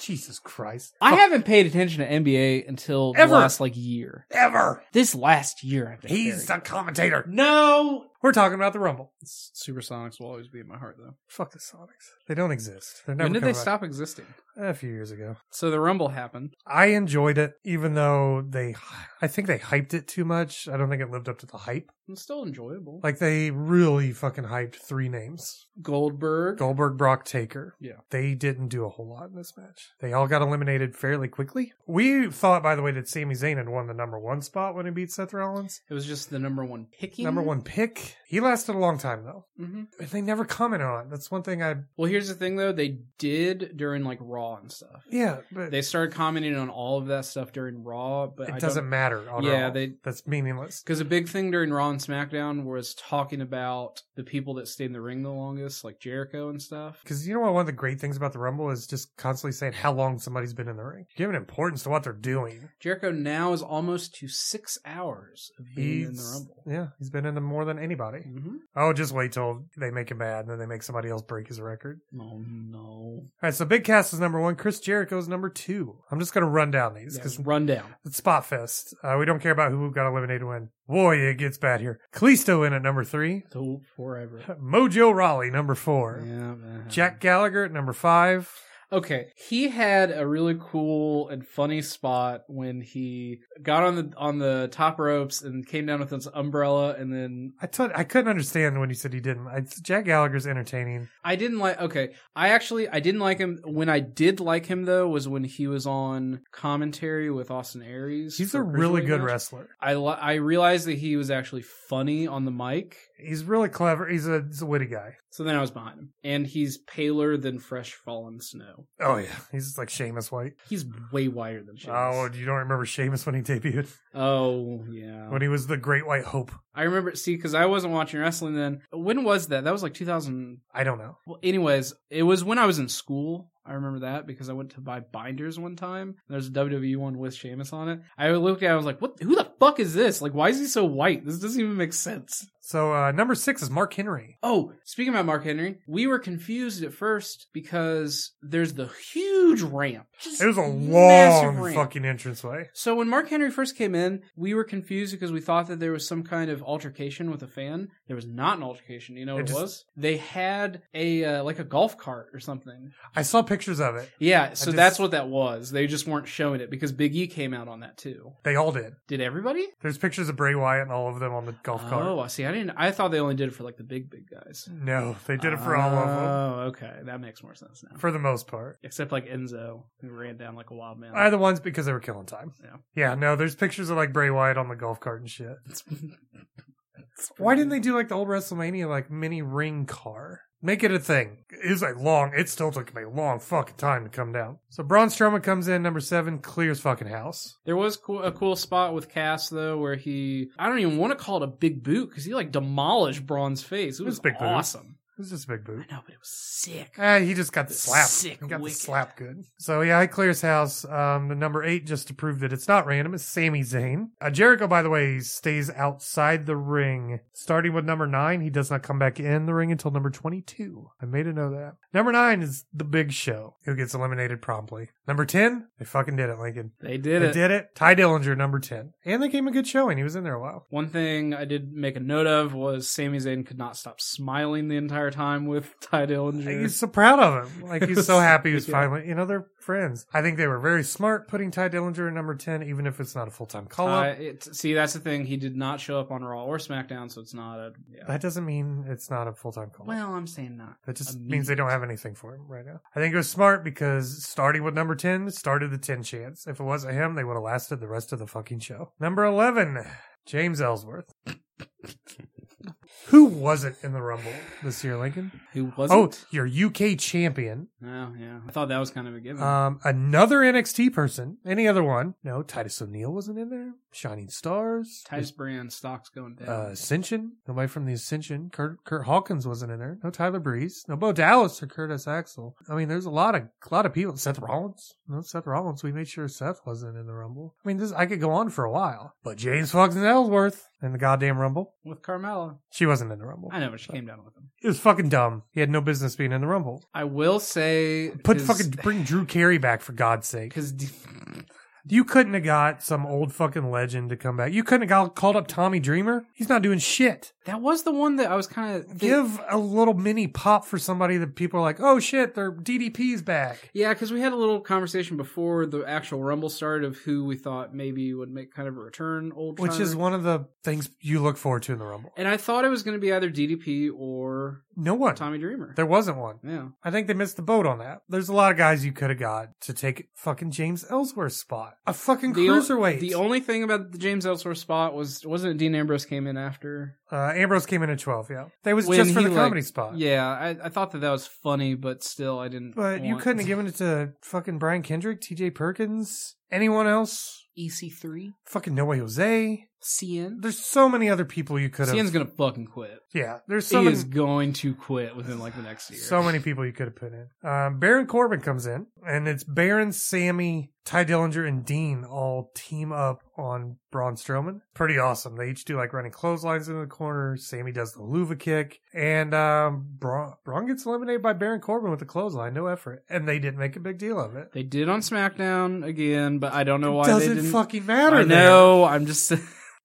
[SPEAKER 2] Jesus Christ.
[SPEAKER 1] I
[SPEAKER 2] Fuck
[SPEAKER 1] haven't paid attention to NBA until
[SPEAKER 2] Ever.
[SPEAKER 1] the last like year.
[SPEAKER 2] ever.
[SPEAKER 1] This last year, I've been.
[SPEAKER 2] He's the
[SPEAKER 1] very-
[SPEAKER 2] commentator.
[SPEAKER 1] no.
[SPEAKER 2] We're talking about the Rumble.
[SPEAKER 1] Supersonics will always be in my heart, though.
[SPEAKER 2] Fuck the Sonics. They don't exist. They're never
[SPEAKER 1] When did they
[SPEAKER 2] coming back.
[SPEAKER 1] stop existing?
[SPEAKER 2] A few years ago.
[SPEAKER 1] So the Rumble happened.
[SPEAKER 2] I enjoyed it, even though they, I think they hyped it too much. I don't think it lived up to the hype.
[SPEAKER 1] It's still enjoyable.
[SPEAKER 2] Like they really fucking hyped three names.
[SPEAKER 1] Goldberg.
[SPEAKER 2] Goldberg, Brock, Taker.
[SPEAKER 1] Yeah.
[SPEAKER 2] They didn't do a whole lot in this match. They all got eliminated fairly quickly. We thought, by the way, that Sami Zayn had won the number one spot when he beat Seth Rollins.
[SPEAKER 1] It was just the number one picking.
[SPEAKER 2] Number one pick. He lasted a long time, though.
[SPEAKER 1] hmm
[SPEAKER 2] And they never commented on it. That's one thing I,
[SPEAKER 1] Well, here's the thing, though. They did during like Raw and stuff.
[SPEAKER 2] yeah, but
[SPEAKER 1] They started commenting on all of that stuff during Raw, but I
[SPEAKER 2] it
[SPEAKER 1] don't-
[SPEAKER 2] doesn't matter. on
[SPEAKER 1] Yeah,
[SPEAKER 2] Raw.
[SPEAKER 1] they-
[SPEAKER 2] that's meaningless.
[SPEAKER 1] Because a big thing during Raw and SmackDown was talking about the people that stayed in the ring the longest, like Jericho and stuff.
[SPEAKER 2] Because you know what? One of the great things about the Rumble is just constantly saying how long somebody's been in the ring, giving importance to what they're doing.
[SPEAKER 1] Jericho now is almost to six hours of being in the Rumble.
[SPEAKER 2] yeah, he's been in them more than anybody.
[SPEAKER 1] Mm-hmm.
[SPEAKER 2] Oh, just wait till they make him bad, and then they make somebody else break his record.
[SPEAKER 1] Oh no!
[SPEAKER 2] All right, so Big Cass is number one. Chris Jericho is number two. I'm just gonna run down these because
[SPEAKER 1] Because rundown.
[SPEAKER 2] it's spot fest. Uh, we don't care about who got eliminated when. Boy, it gets bad here. Kalisto in at number three.
[SPEAKER 1] So forever.
[SPEAKER 2] Mojo Raleigh number four.
[SPEAKER 1] Yeah. man.
[SPEAKER 2] Jack Gallagher at number five.
[SPEAKER 1] Okay, he had a really cool and funny spot when he got on the on the top ropes and came down with his umbrella, and then
[SPEAKER 2] I thought I couldn't understand when you said he didn't. I, Jack Gallagher's entertaining.
[SPEAKER 1] I didn't like. Okay, I actually I didn't like him. When I did like him though was when he was on commentary with Austin Aries.
[SPEAKER 2] He's
[SPEAKER 1] for
[SPEAKER 2] a really
[SPEAKER 1] Cruiserweight
[SPEAKER 2] good
[SPEAKER 1] match.
[SPEAKER 2] wrestler.
[SPEAKER 1] I li- I realized that he was actually funny on the mic,
[SPEAKER 2] He's really clever. He's a, he's a witty guy.
[SPEAKER 1] so then I was behind him. And he's paler than fresh fallen snow.
[SPEAKER 2] Oh yeah, he's just like Sheamus White.
[SPEAKER 1] He's way whiter than shit.
[SPEAKER 2] Oh, you don't remember Sheamus when he debuted?
[SPEAKER 1] oh yeah.
[SPEAKER 2] When he was the Great White Hope?
[SPEAKER 1] I remember. See, because I wasn't watching wrestling then. When was that? That was like 2000.
[SPEAKER 2] I don't know.
[SPEAKER 1] Well, anyways, it was when I was in school. I remember that because I went to buy binders one time. There's a WWE one with Sheamus on it. I looked at. it, I was like, "What? Who the fuck is this? Like, why is he so white? This doesn't even make sense."
[SPEAKER 2] So uh, number six is Mark Henry.
[SPEAKER 1] Oh, speaking about Mark Henry, we were confused at first because there's the huge ramp. Just
[SPEAKER 2] It was a
[SPEAKER 1] massive
[SPEAKER 2] long
[SPEAKER 1] ramp.
[SPEAKER 2] fucking entranceway.
[SPEAKER 1] So when Mark Henry first came in, we were confused because we thought that there was some kind of altercation with a fan. There was not an altercation. You know what
[SPEAKER 2] It
[SPEAKER 1] it,
[SPEAKER 2] just-
[SPEAKER 1] was? They had a uh, like a golf cart or something.
[SPEAKER 2] I saw pictures of it.
[SPEAKER 1] Yeah, so
[SPEAKER 2] just-
[SPEAKER 1] that's what that was. They just weren't showing it because Big E came out on that too.
[SPEAKER 2] They all did.
[SPEAKER 1] Did everybody?
[SPEAKER 2] There's pictures of Bray Wyatt and all of them on the golf cart.
[SPEAKER 1] Oh, I see. I didn't. I thought they only did it for like the big big guys.
[SPEAKER 2] No, they did it for all of
[SPEAKER 1] Oh, okay, that makes more sense now.
[SPEAKER 2] them, for the most part.
[SPEAKER 1] Except like Enzo, who ran down like a wild man.
[SPEAKER 2] Either one's because they were killing time.
[SPEAKER 1] Yeah.
[SPEAKER 2] Yeah, no, there's pictures of like Bray Wyatt on the golf cart and shit.
[SPEAKER 1] It's-
[SPEAKER 2] Why didn't they do like the old WrestleMania like mini ring car? Make it a thing. It's like long. It still took me a long fucking time to come down. So Braun Strowman comes in number seven, clears fucking house.
[SPEAKER 1] There was cool, a cool spot with Cass though, where he I don't even want to call it a big boot because he like demolished Braun's face. It
[SPEAKER 2] was
[SPEAKER 1] was
[SPEAKER 2] a big boot.
[SPEAKER 1] awesome.
[SPEAKER 2] It was just a big boot.
[SPEAKER 1] I know, but it was sick.
[SPEAKER 2] Ah, he just got the slap.
[SPEAKER 1] Sick
[SPEAKER 2] he got
[SPEAKER 1] wicked.
[SPEAKER 2] the slap good. So yeah, he clears house. Um, the number eight, just to prove that it's not random, is Sami Zayn. Uh, Jericho, by the way, stays outside the ring. Starting with number nine, he does not come back in the ring until number twenty-two. I made a note of that. Number nine is the Big Show, who gets eliminated promptly. Number ten, they fucking did it, Lincoln.
[SPEAKER 1] They did
[SPEAKER 2] they
[SPEAKER 1] it.
[SPEAKER 2] did it. Ty Dillinger, number ten, and they gave him a good showing. He was in there a while.
[SPEAKER 1] One thing I did make a note of was Sami Zayn could not stop smiling the entire entire time with Ty Dillinger.
[SPEAKER 2] He's so proud of him. Like he's so happy he's
[SPEAKER 1] Yeah.
[SPEAKER 2] finally, you know, they're friends. I think they were very smart putting Ty Dillinger in number ten, even if it's not a full time call up.
[SPEAKER 1] Ty- it's- Uh, see, that's the thing. He did not show up on Raw or SmackDown, so it's not a. Yeah.
[SPEAKER 2] That doesn't mean it's not a full time call.
[SPEAKER 1] well, I'm saying not.
[SPEAKER 2] that just
[SPEAKER 1] a
[SPEAKER 2] means they don't
[SPEAKER 1] meat.
[SPEAKER 2] have anything for him right now. I think it was smart because starting with number ten it started the ten chance. If it wasn't him, they would have lasted the rest of the fucking show. Number eleven, James Ellsworth. Who wasn't in the Rumble this year, Lincoln?
[SPEAKER 1] He
[SPEAKER 2] Oh,
[SPEAKER 1] wasn't.
[SPEAKER 2] your UK champion,
[SPEAKER 1] Oh, yeah. I thought that was kind of a given.
[SPEAKER 2] Um, another NXT person, any other one? No, Titus O'Neil wasn't in there. Shining Stars,
[SPEAKER 1] Titus Brand stock's going down.
[SPEAKER 2] uh, Ascension, nobody from the Ascension. Kurt, Kurt Hawkins wasn't in there. No Tyler Breeze, no Bo Dallas or Curtis Axel. I mean, there's a lot of a lot of people. Seth Rollins, no Seth Rollins. We made sure Seth wasn't in the Rumble. I mean, this I could go on for a while, but James Fox and Ellsworth in the goddamn Rumble.
[SPEAKER 1] with Carmella.
[SPEAKER 2] She wasn't in the Rumble.
[SPEAKER 1] I know, but she came down with him.
[SPEAKER 2] It was fucking dumb. He had no business being in the Rumble.
[SPEAKER 1] I will say.
[SPEAKER 2] Put fucking bring Drew Carey back for God's sake.
[SPEAKER 1] Because
[SPEAKER 2] You couldn't have got some old fucking legend to come back. You couldn't have got, called up Tommy Dreamer. He's not doing shit.
[SPEAKER 1] that was the one that I was kind of.
[SPEAKER 2] Give a little mini pop for somebody that people are like, oh shit, their DDP's back.
[SPEAKER 1] Yeah, because we had a little conversation before the actual Rumble started of who we thought maybe would make kind of a return old
[SPEAKER 2] Which is
[SPEAKER 1] timer.
[SPEAKER 2] one of the things you look forward to in the Rumble.
[SPEAKER 1] And I thought it was going to be either DDP or
[SPEAKER 2] No one.
[SPEAKER 1] Tommy Dreamer.
[SPEAKER 2] There wasn't one.
[SPEAKER 1] Yeah.
[SPEAKER 2] I think they missed the boat on that. There's a lot of guys you could have got to take fucking James Ellsworth's spot. A fucking
[SPEAKER 1] The, o-
[SPEAKER 2] cruiserweight.
[SPEAKER 1] the only thing about the James Ellsworth spot was wasn't it Dean Ambrose came in after?
[SPEAKER 2] uh, Ambrose came in at 12, yeah. That was
[SPEAKER 1] When
[SPEAKER 2] just for
[SPEAKER 1] he,
[SPEAKER 2] the
[SPEAKER 1] like-
[SPEAKER 2] comedy spot.
[SPEAKER 1] Yeah, I, I thought that that was funny, but still I didn't.
[SPEAKER 2] But you
[SPEAKER 1] want-
[SPEAKER 2] couldn't have given it to fucking Brian Kendrick, TJ Perkins, anyone else?
[SPEAKER 1] E EC3,
[SPEAKER 2] Fucking Noah Jose.
[SPEAKER 1] CN.
[SPEAKER 2] There's so many other people you could have.
[SPEAKER 1] CN's gonna fucking quit.
[SPEAKER 2] yeah, there's
[SPEAKER 1] He
[SPEAKER 2] so many,
[SPEAKER 1] is going to quit within like the next year.
[SPEAKER 2] so many people you could have put in. Um, Baron Corbin comes in, and it's Baron, Sammy, Ty Dillinger, and Dean all team up on Braun Strowman. Pretty awesome. They each do like running clotheslines into the corner. Sammy does the luva kick, and um, Braun, Braun gets eliminated by Baron Corbin with a clothesline, no effort, and they didn't make a big deal of it.
[SPEAKER 1] They did on SmackDown again, but I don't know why
[SPEAKER 2] Doesn't
[SPEAKER 1] they didn't.
[SPEAKER 2] fucking matter.
[SPEAKER 1] I
[SPEAKER 2] there.
[SPEAKER 1] know. I'm just.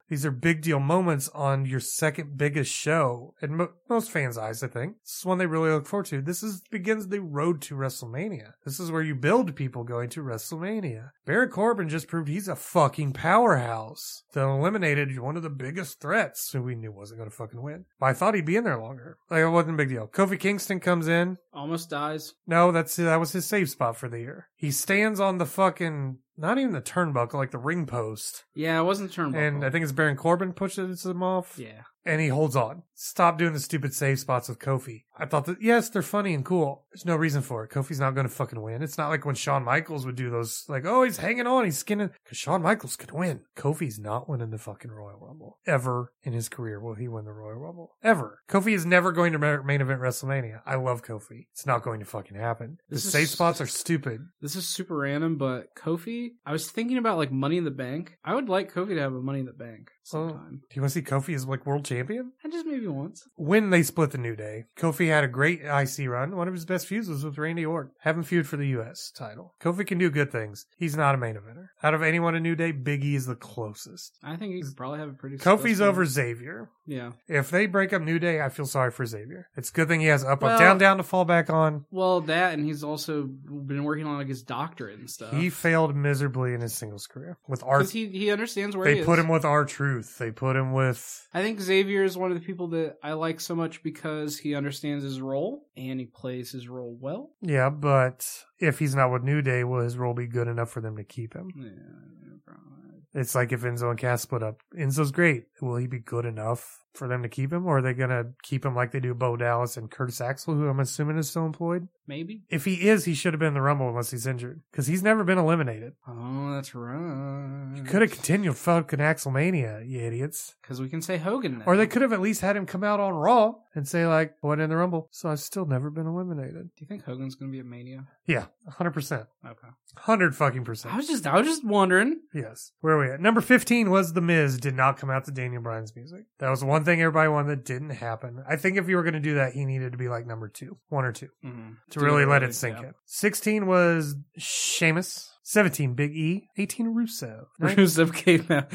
[SPEAKER 2] These are big deal moments on your second biggest show in mo- most fans' eyes, I think. This is one they really look forward to. This is begins the road to WrestleMania. This is where you build people going to WrestleMania. Baron Corbin just proved he's a fucking powerhouse that eliminated one of the biggest threats who we knew wasn't going to fucking win. But I thought he'd be in there longer. Like, it wasn't a big deal. Kofi Kingston comes in.
[SPEAKER 1] almost dies.
[SPEAKER 2] No, that's that was his safe spot for the year. He stands on the fucking, not even the turnbuckle, like the ring post.
[SPEAKER 1] Yeah, it wasn't turnbuckle.
[SPEAKER 2] And I think it's Baron Corbin pushes him off
[SPEAKER 1] yeah,
[SPEAKER 2] and he holds on. Stop doing the stupid save spots with Kofi. I thought that yes, they're funny and cool. There's no reason for it. Kofi's not going to fucking win. It's not like when Shawn Michaels would do those, like oh he's hanging on, he's skinning, because Shawn Michaels could win. Kofi's not winning the fucking Royal Rumble ever in his career. Will he win the Royal Rumble ever? Kofi is never going to ma- main event WrestleMania. I love Kofi. It's not going to fucking happen. The
[SPEAKER 1] This is-
[SPEAKER 2] safe spots are stupid.
[SPEAKER 1] this is super random, but Kofi. I was thinking about like Money in the Bank. I would like Kofi to have a Money in the Bank sometime.
[SPEAKER 2] Do you want to see Kofi as like world champion?
[SPEAKER 1] I just maybe once.
[SPEAKER 2] when they split the New Day, Kofi had a great IC run. One of his best feuds was with Randy Orton. Have him feud for the U.S. title. Kofi can do good things. He's not a main eventer. Out of anyone in New Day, Big E is the closest.
[SPEAKER 1] I think you could probably have a pretty.
[SPEAKER 2] Kofi's
[SPEAKER 1] successful-
[SPEAKER 2] over Xavier.
[SPEAKER 1] Yeah.
[SPEAKER 2] If they break up New Day, I feel sorry for Xavier. It's a good thing he has up,
[SPEAKER 1] Well-
[SPEAKER 2] up, down, down to fall back on.
[SPEAKER 1] Well, that and he's also been working on like his doctorate and stuff.
[SPEAKER 2] He failed miserably in his singles career with R.
[SPEAKER 1] 'Cause he he understands where he
[SPEAKER 2] They
[SPEAKER 1] is.
[SPEAKER 2] put him with R Truth. They put him with
[SPEAKER 1] I think Xavier is one of the people that I like so much because he understands his role and he plays his role well.
[SPEAKER 2] yeah, but if he's not with New Day, will his role be good enough for them to keep him?
[SPEAKER 1] Yeah, yeah, probably.
[SPEAKER 2] It's like if Enzo and Cass split up. Enzo's great. Will he be good enough for them to keep him, or are they gonna keep him like they do Bo Dallas and Curtis Axel, who I'm assuming is still employed?
[SPEAKER 1] maybe.
[SPEAKER 2] If he is, he should have been in the Rumble unless he's injured, because he's never been eliminated.
[SPEAKER 1] Oh, that's right.
[SPEAKER 2] Could have continued fucking Axelmania, you idiots.
[SPEAKER 1] because we can say Hogan now.
[SPEAKER 2] Or they could have at least had him come out on Raw and say like, "I "Went in the Rumble, so I've still never been eliminated."
[SPEAKER 1] Do you think Hogan's gonna be a Mania?
[SPEAKER 2] Yeah, hundred percent,
[SPEAKER 1] Okay.
[SPEAKER 2] hundred fucking
[SPEAKER 1] I
[SPEAKER 2] percent.
[SPEAKER 1] was just, I was just wondering.
[SPEAKER 2] Yes. Where are we at? Number 15 was The Miz did not come out to Daniel Bryan's music. That was one thing everybody wanted that didn't happen. I think if you were going to do that, he needed to be like number two, one or two,
[SPEAKER 1] Mm.
[SPEAKER 2] to really let it sink in. 16 was Sheamus. 17, Big E. 18, Rusev. Nin-
[SPEAKER 1] Rusev came out.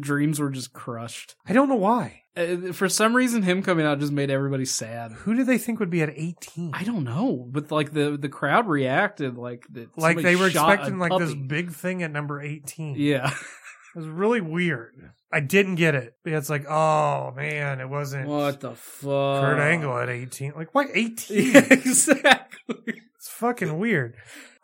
[SPEAKER 1] Dreams were just crushed.
[SPEAKER 2] I don't know why.
[SPEAKER 1] uh, for some reason, him coming out just made everybody sad.
[SPEAKER 2] Who do they think would be at 18?
[SPEAKER 1] I don't know, but like the the crowd reacted like that.
[SPEAKER 2] like
[SPEAKER 1] somebody
[SPEAKER 2] they were
[SPEAKER 1] shot a
[SPEAKER 2] expecting like this
[SPEAKER 1] puppy.
[SPEAKER 2] big thing at number 18.
[SPEAKER 1] Yeah.
[SPEAKER 2] It was really weird. I didn't get it. Yeah, It's like, oh man, it wasn't
[SPEAKER 1] What the fuck?
[SPEAKER 2] Kurt Angle at 18. Like, why 18?
[SPEAKER 1] Yeah, exactly.
[SPEAKER 2] It's fucking weird.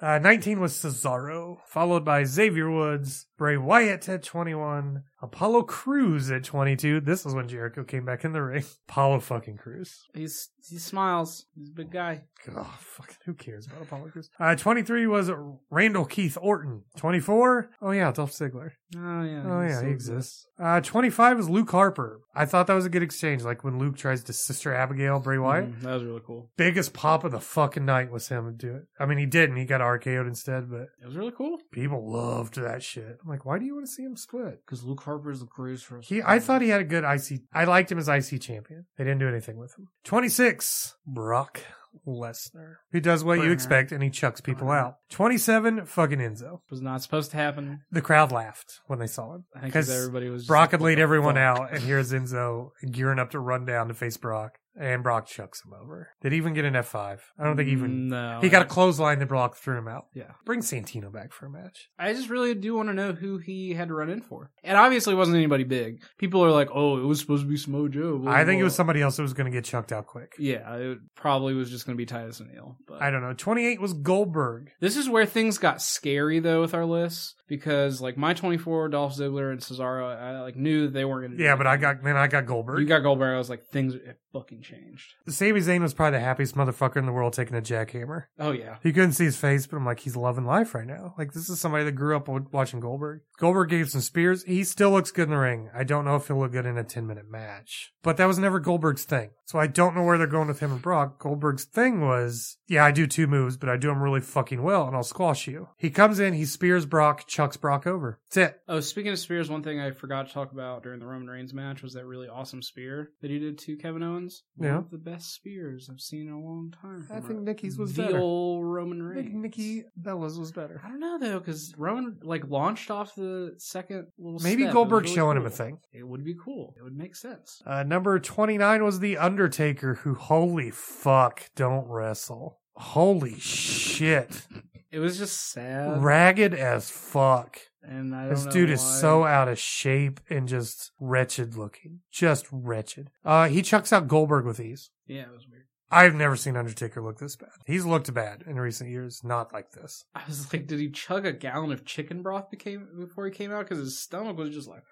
[SPEAKER 2] Uh, 19 was Cesaro, followed by Xavier Woods, Bray Wyatt at 21, Apollo Cruz at 22. This is when Jericho came back in the ring. Apollo fucking Cruz.
[SPEAKER 1] He's he smiles. He's a big guy.
[SPEAKER 2] Oh, fuck. Who cares about Apollo Cruz? Uh, 23 was Randall Keith Orton. 24? Oh, yeah, Dolph Ziggler.
[SPEAKER 1] Oh yeah.
[SPEAKER 2] Oh, yeah,
[SPEAKER 1] so
[SPEAKER 2] he exists. Uh, 25 is Luke Harper. I thought that was a good exchange, like when Luke tries to Sister Abigail Bray Wyatt.
[SPEAKER 1] Mhm, that was really cool.
[SPEAKER 2] Biggest pop of the fucking night was him to do it. I mean, he didn't. He got RKO'd instead, but
[SPEAKER 1] It was really cool
[SPEAKER 2] people loved that shit. I'm like, why do you want to see him split?
[SPEAKER 1] because Luke Harper's the cruise for
[SPEAKER 2] He, I thought he had a good IC. I liked him as IC champion. They didn't do anything with him. 26, Brock Lesnar, who does what you
[SPEAKER 1] Burner.
[SPEAKER 2] expect and he chucks people out. 27, fucking Enzo.
[SPEAKER 1] was not supposed to happen.
[SPEAKER 2] The crowd laughed when they saw him
[SPEAKER 1] I think 'cause
[SPEAKER 2] because
[SPEAKER 1] everybody was just
[SPEAKER 2] Brock
[SPEAKER 1] like,
[SPEAKER 2] had
[SPEAKER 1] what
[SPEAKER 2] laid
[SPEAKER 1] the
[SPEAKER 2] everyone
[SPEAKER 1] fuck?
[SPEAKER 2] out, and here's Enzo gearing up to run down to face Brock, and Brock chucks him over. Did he even get an F5? I don't think he even.
[SPEAKER 1] Mm, No,
[SPEAKER 2] He got a clothesline that Brock threw him out.
[SPEAKER 1] Yeah.
[SPEAKER 2] Bring Santino back for a match.
[SPEAKER 1] I just really do want to know who he had to run in for. And obviously, it wasn't anybody big. People are like, "Oh, it was supposed to be Samoa Joe." blah,
[SPEAKER 2] I think it
[SPEAKER 1] blah,
[SPEAKER 2] was
[SPEAKER 1] blah.
[SPEAKER 2] somebody else that was going to get chucked out quick.
[SPEAKER 1] Yeah, it probably was just going to be Titus O'Neil. But
[SPEAKER 2] I don't know. 28 was Goldberg.
[SPEAKER 1] This is where things got scary though with our lists because like my 24, Dolph Ziggler and Cesaro, I like knew they weren't going to.
[SPEAKER 2] Yeah, but I got man, I got Goldberg.
[SPEAKER 1] you got Goldberg. I was like, things it fucking changed.
[SPEAKER 2] Sami Zayn was probably the happiest motherfucker in the world taking a jackhammer.
[SPEAKER 1] Oh yeah,
[SPEAKER 2] You couldn't see his face, but I'm like, he's loving life right now. Like this is somebody that grew up wa- watching Goldberg. Goldberg gave some spears. He still looks good in the ring. I don't know if he'll look good in a 10 minute match, but that was never Goldberg's thing. So I don't know where they're going with him and Brock. Goldberg's thing was, yeah, I do two moves, but I do them really fucking well, and I'll squash you. He comes in, he spears Brock, chucks Brock over. That's it.
[SPEAKER 1] Oh, speaking of spears, one thing I forgot to talk about during the Roman Reigns match was that really awesome spear that he did to Kevin Owens. One
[SPEAKER 2] Yeah.
[SPEAKER 1] of the best spears I've seen in a long time.
[SPEAKER 2] I
[SPEAKER 1] from
[SPEAKER 2] think
[SPEAKER 1] Ro-
[SPEAKER 2] Nikki's was
[SPEAKER 1] the
[SPEAKER 2] better.
[SPEAKER 1] old Roman
[SPEAKER 2] I think
[SPEAKER 1] Reigns.
[SPEAKER 2] Nikki Bella's was better.
[SPEAKER 1] I don't know though, because Roman like launched off the second little. step.
[SPEAKER 2] Maybe
[SPEAKER 1] It was
[SPEAKER 2] Goldberg
[SPEAKER 1] really
[SPEAKER 2] showing him a
[SPEAKER 1] cool.
[SPEAKER 2] thing.
[SPEAKER 1] It would be cool. It would make sense.
[SPEAKER 2] Uh, number 29 was The Undertaker, who, holy fuck, don't wrestle. Holy shit.
[SPEAKER 1] It was just sad.
[SPEAKER 2] Ragged as fuck.
[SPEAKER 1] And I don't
[SPEAKER 2] This
[SPEAKER 1] know
[SPEAKER 2] dude is
[SPEAKER 1] why.
[SPEAKER 2] so out of shape and just wretched looking. Just wretched. Uh, he chucks out Goldberg with ease.
[SPEAKER 1] yeah, it was weird.
[SPEAKER 2] I've never seen Undertaker look this bad. He's looked bad in recent years, not like this.
[SPEAKER 1] I was like, did he chug a gallon of chicken broth became before he came out? Because his stomach was just like,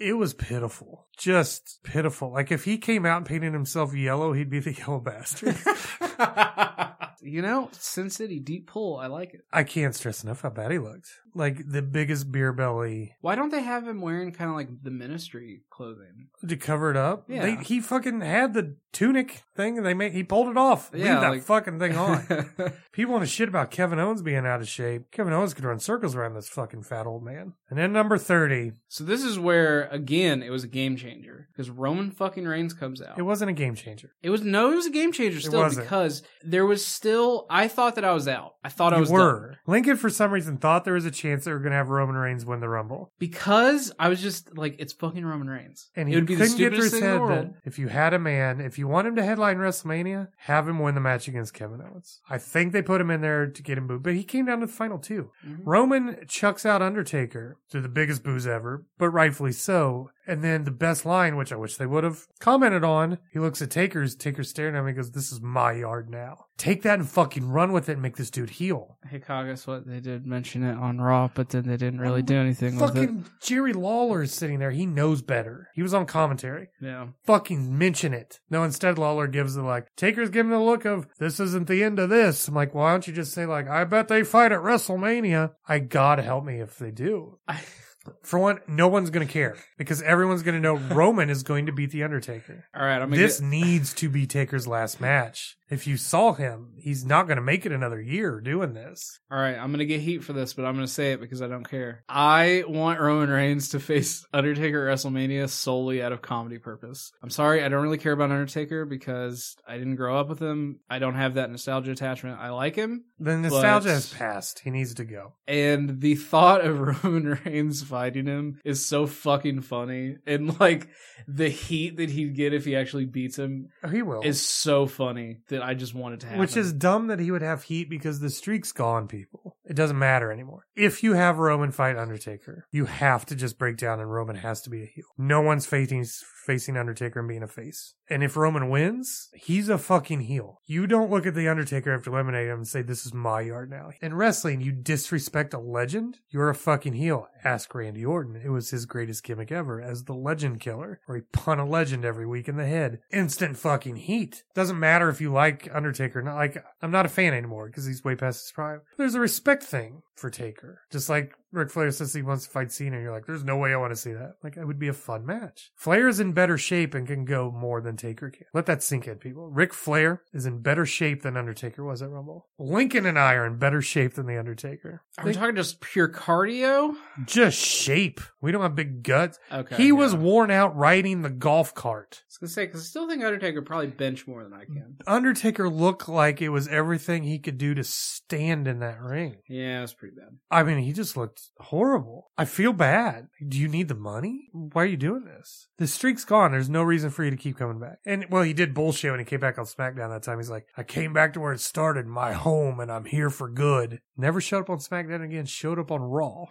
[SPEAKER 2] It was pitiful. Just pitiful. Like if he came out and painted himself yellow, he'd be the yellow bastard.
[SPEAKER 1] you know, Sin City deep pull. I like it.
[SPEAKER 2] I can't stress enough how bad he looked. Like the biggest beer belly
[SPEAKER 1] Why don't they have him wearing kind of like the ministry clothing?
[SPEAKER 2] to cover it up.
[SPEAKER 1] Yeah.
[SPEAKER 2] They, he fucking had the tunic thing and they made he pulled it off.
[SPEAKER 1] Yeah,
[SPEAKER 2] Leave that
[SPEAKER 1] like-
[SPEAKER 2] fucking thing on. People want to shit about Kevin Owens being out of shape. Kevin Owens could run circles around this fucking fat old man. And then number thirty,
[SPEAKER 1] so this is where again it was a game changer because Roman fucking Reigns comes out.
[SPEAKER 2] it wasn't a game changer.
[SPEAKER 1] It was no, it was a game changer still
[SPEAKER 2] wasn't.
[SPEAKER 1] because there was still. I thought that I was out. I thought I
[SPEAKER 2] you
[SPEAKER 1] was
[SPEAKER 2] were.
[SPEAKER 1] done.
[SPEAKER 2] Lincoln for some reason thought there was a chance they were gonna have Roman Reigns win the rumble.
[SPEAKER 1] because I was just like, it's fucking Roman Reigns,
[SPEAKER 2] And
[SPEAKER 1] it
[SPEAKER 2] he
[SPEAKER 1] would be the
[SPEAKER 2] couldn't get through
[SPEAKER 1] stupidest thing
[SPEAKER 2] his
[SPEAKER 1] in the
[SPEAKER 2] head
[SPEAKER 1] world.
[SPEAKER 2] that if you had a man, if you want him to headline WrestleMania, have him win the match against Kevin Owens. I think they put him in there to get him booed, but he came down to the final two.
[SPEAKER 1] Mhm.
[SPEAKER 2] Roman chucks out Undertaker to the biggest booze ever, but rightfully so. And then the best line, which I wish they would have commented on, he looks at Taker's, Taker's staring at him and goes, This is my yard now. Take that and fucking run with it and make this dude heal.
[SPEAKER 1] Hikagas, Mm-hmm. what they did mention it on Raw, but then they didn't really do anything with it.
[SPEAKER 2] Fucking Jerry Lawler is sitting there. He knows better. He was on commentary.
[SPEAKER 1] Yeah,
[SPEAKER 2] fucking mention it. No, instead Lawler gives the like Taker's giving the look of this isn't the end of this. I'm like, why don't you just say like I bet they fight at WrestleMania? I God help me if they do.
[SPEAKER 1] I,
[SPEAKER 2] For one, no one's gonna care because everyone's gonna know Roman is going to beat the Undertaker.
[SPEAKER 1] all right, I'm gonna
[SPEAKER 2] This
[SPEAKER 1] get,
[SPEAKER 2] needs to be Taker's last match. if you saw him, he's not going to make it another year doing this.
[SPEAKER 1] All right, I'm gonna get heat for this, but I'm gonna say it because I don't care. I want Roman Reigns to face Undertaker at WrestleMania solely out of comedy purpose. I'm sorry, I don't really care about Undertaker because I didn't grow up with him. I don't have that nostalgia attachment. I like him,
[SPEAKER 2] The nostalgia
[SPEAKER 1] But-
[SPEAKER 2] has passed. He needs to go.
[SPEAKER 1] and the thought of Roman Reigns fighting him is so fucking funny, and like the heat that he'd get if he actually beats him
[SPEAKER 2] Oh, he will.
[SPEAKER 1] is so funny that I just wanted to happen.
[SPEAKER 2] Which is dumb that he would have heat because the streak's gone, people. It doesn't matter anymore. If you have Roman fight Undertaker, you have to just break down and Roman has to be a heel. No one's facing, facing Undertaker and being a face. And if Roman wins, he's a fucking heel. You don't look at the Undertaker after eliminating him and say, this is my yard now. In wrestling, you disrespect a legend, you're a fucking heel. Ask Randy Orton. It was his greatest gimmick ever as the legend killer, where he pun a legend every week in the head. Instant fucking heat. Doesn't matter if you like Undertaker or not. Like, I'm not a fan anymore because he's way past his prime. There's a respect thing for Taker. Just like Ric Flair says he wants to fight Cena, you're like, there's no way I want to see that. Like, it would be a fun match. Flair is in better shape and can go more than Taker can. Let that sink in, people. Ric Flair is in better shape than Undertaker was at Rumble. Lincoln and I are in better shape than the Undertaker.
[SPEAKER 1] Are we talking just pure cardio?
[SPEAKER 2] Just shape. We don't have big guts.
[SPEAKER 1] Okay,
[SPEAKER 2] he was
[SPEAKER 1] yeah.
[SPEAKER 2] worn out riding the golf cart.
[SPEAKER 1] I was gonna say because I still think Undertaker could probably bench more than I
[SPEAKER 2] Mm.
[SPEAKER 1] can.
[SPEAKER 2] Undertaker looked like it was everything he could do to stand in that ring.
[SPEAKER 1] Yeah, that's pretty bad.
[SPEAKER 2] I mean, he just looked horrible. I feel bad. Do you need the money? Why are you doing this? The streak's gone. There's no reason for you to keep coming back. And well, he did bullshit when he came back on SmackDown that time. He's like, I came back to where it started, my home, and I'm here for good. Never showed up on SmackDown again. Showed up on Raw.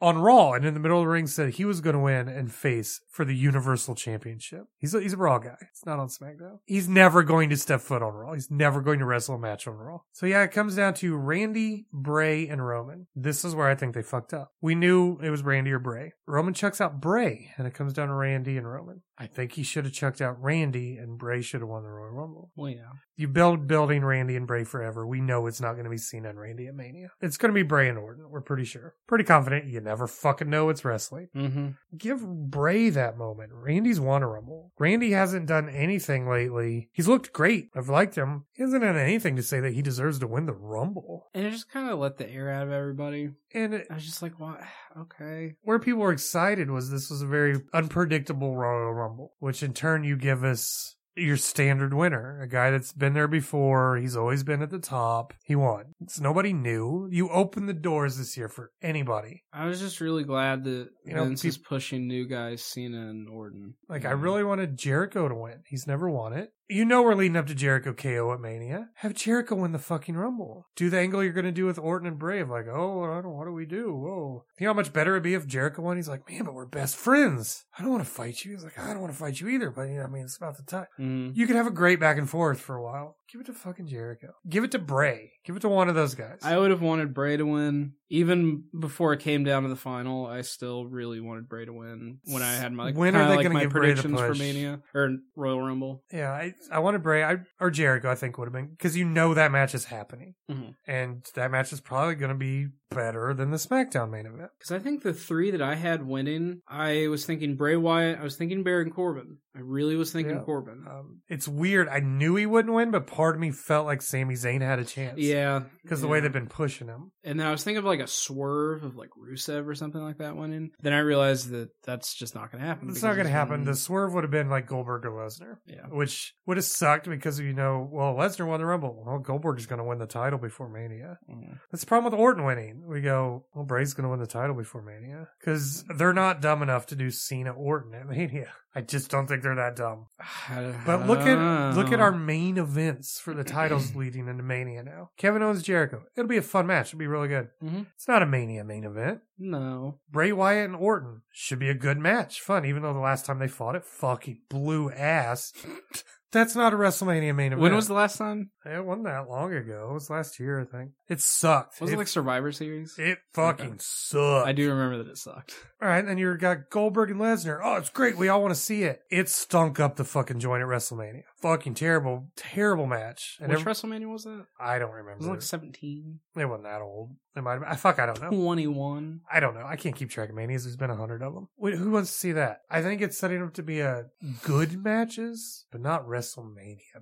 [SPEAKER 2] on Raw, and in the middle of the ring said he was going to win and face for the Universal Championship. He's a, he's a Raw guy. It's not on SmackDown. He's never going to step foot on Raw. He's never going to wrestle a match on Raw. So yeah, it comes down to Randy, Bray, and Roman. This is where I think they fucked up. We knew it was Randy or Bray. Roman chucks out Bray, and it comes down to Randy and Roman. I think he should have chucked out Randy, and Bray should have won the Royal Rumble
[SPEAKER 1] Well, yeah.
[SPEAKER 2] you build building Randy and Bray forever. We know it's not going to be Cena and Randy at Mania. It's going to be Bray and Orton. We're pretty sure. Pretty confident. You never fucking know it's wrestling.
[SPEAKER 1] Mm-hmm.
[SPEAKER 2] Give Bray that moment. Randy's won a rumble. Randy hasn't done anything lately. He's looked great. I've liked him. He hasn't done anything to say that he deserves to win the rumble.
[SPEAKER 1] And it just kind of let the air out of everybody.
[SPEAKER 2] And it,
[SPEAKER 1] I was just like, "What? Okay."
[SPEAKER 2] where people were excited was this was a very unpredictable Royal Rumble, which in turn you give us your standard winner, a guy that's been there before. He's always been at the top. He won. It's nobody new. You opened the doors this year for anybody.
[SPEAKER 1] I was just really glad that
[SPEAKER 2] You know,
[SPEAKER 1] Vince
[SPEAKER 2] peop-
[SPEAKER 1] is pushing new guys, Cena and Orton.
[SPEAKER 2] Like, I really wanted Jericho to win. He's never won it. You know, we're leading up to Jericho KO at Mania. Have Jericho win the fucking Rumble. Do the angle you're going to do with Orton and Brave. Like, oh, I don't, what do we do? Whoa. You know how much better it'd be if Jericho won? He's like, man, but we're best friends. I don't want to fight you. He's like, I don't want to fight you either. But, you know, I mean, it's about the time.
[SPEAKER 1] Mhm.
[SPEAKER 2] You could have a great back and forth for a while. Give it to fucking Jericho. Give it to Bray. Give it to one of those guys.
[SPEAKER 1] I would have wanted Bray to win even before it came down to the final. I still really wanted Bray to win when I had my
[SPEAKER 2] When are
[SPEAKER 1] kinda
[SPEAKER 2] they
[SPEAKER 1] like
[SPEAKER 2] gonna
[SPEAKER 1] my
[SPEAKER 2] give Bray the
[SPEAKER 1] predictions for
[SPEAKER 2] push?
[SPEAKER 1] Mania or Royal Rumble.
[SPEAKER 2] Yeah, I I wanted Bray I, or Jericho. I think would have been because you know that match is happening,
[SPEAKER 1] Mhm.
[SPEAKER 2] and that match is probably going to be better than the SmackDown main event.
[SPEAKER 1] Because I think the three that I had winning, I was thinking Bray Wyatt, I was thinking Baron Corbin. I really was thinking
[SPEAKER 2] Yeah.
[SPEAKER 1] Corbin.
[SPEAKER 2] Um, it's weird. I knew he wouldn't win, but part of me felt like Sami Zayn had a chance.
[SPEAKER 1] Yeah,
[SPEAKER 2] because the way
[SPEAKER 1] yeah.
[SPEAKER 2] they've been pushing him.
[SPEAKER 1] And then I was thinking of like a swerve of like Rusev or something like that winning. Then I realized that that's just not going to happen.
[SPEAKER 2] It's
[SPEAKER 1] because
[SPEAKER 2] not going to
[SPEAKER 1] he's
[SPEAKER 2] happen.
[SPEAKER 1] winning.
[SPEAKER 2] The swerve would have been like Goldberg or Lesnar,
[SPEAKER 1] yeah.
[SPEAKER 2] which would have sucked because you know, well, Lesnar won the Rumble. Well, Goldberg's going to win the title before Mania.
[SPEAKER 1] Mm.
[SPEAKER 2] That's the problem with Orton winning. We go, well, Bray's going to win the title before Mania because they're not dumb enough to do Cena Orton at Mania. I just don't think they're that dumb. But look at look at
[SPEAKER 1] Ah.
[SPEAKER 2] our main events for the titles leading into Mania now. Kevin Owens Jericho. It'll be a fun match. It'll be really good.
[SPEAKER 1] Mhm.
[SPEAKER 2] It's not a Mania main event.
[SPEAKER 1] no.
[SPEAKER 2] Bray Wyatt and Orton should be a good match. Fun, even though the last time they fought it fucking blew ass. That's not a WrestleMania main event.
[SPEAKER 1] When was the last time?
[SPEAKER 2] It wasn't that long ago. It was last year, I think. It sucked.
[SPEAKER 1] Was it,
[SPEAKER 2] It-
[SPEAKER 1] like Survivor Series?
[SPEAKER 2] it fucking
[SPEAKER 1] Okay.
[SPEAKER 2] sucked.
[SPEAKER 1] I do remember that it sucked.
[SPEAKER 2] All right, and then you got Goldberg and Lesnar. Oh, it's great. We all want to see it. It stunk up the fucking joint at WrestleMania. Fucking terrible, terrible match. And
[SPEAKER 1] Which
[SPEAKER 2] every-
[SPEAKER 1] WrestleMania was that?
[SPEAKER 2] I don't
[SPEAKER 1] Was
[SPEAKER 2] remember.
[SPEAKER 1] it like 17?
[SPEAKER 2] It wasn't that old. It might have been. I fuck, I don't know.
[SPEAKER 1] 21?
[SPEAKER 2] I don't know. I can't keep track of manias. There's been a hundred of them. Wait, who wants to see that? I uh, think it's setting up to be a good matches, but not WrestleMania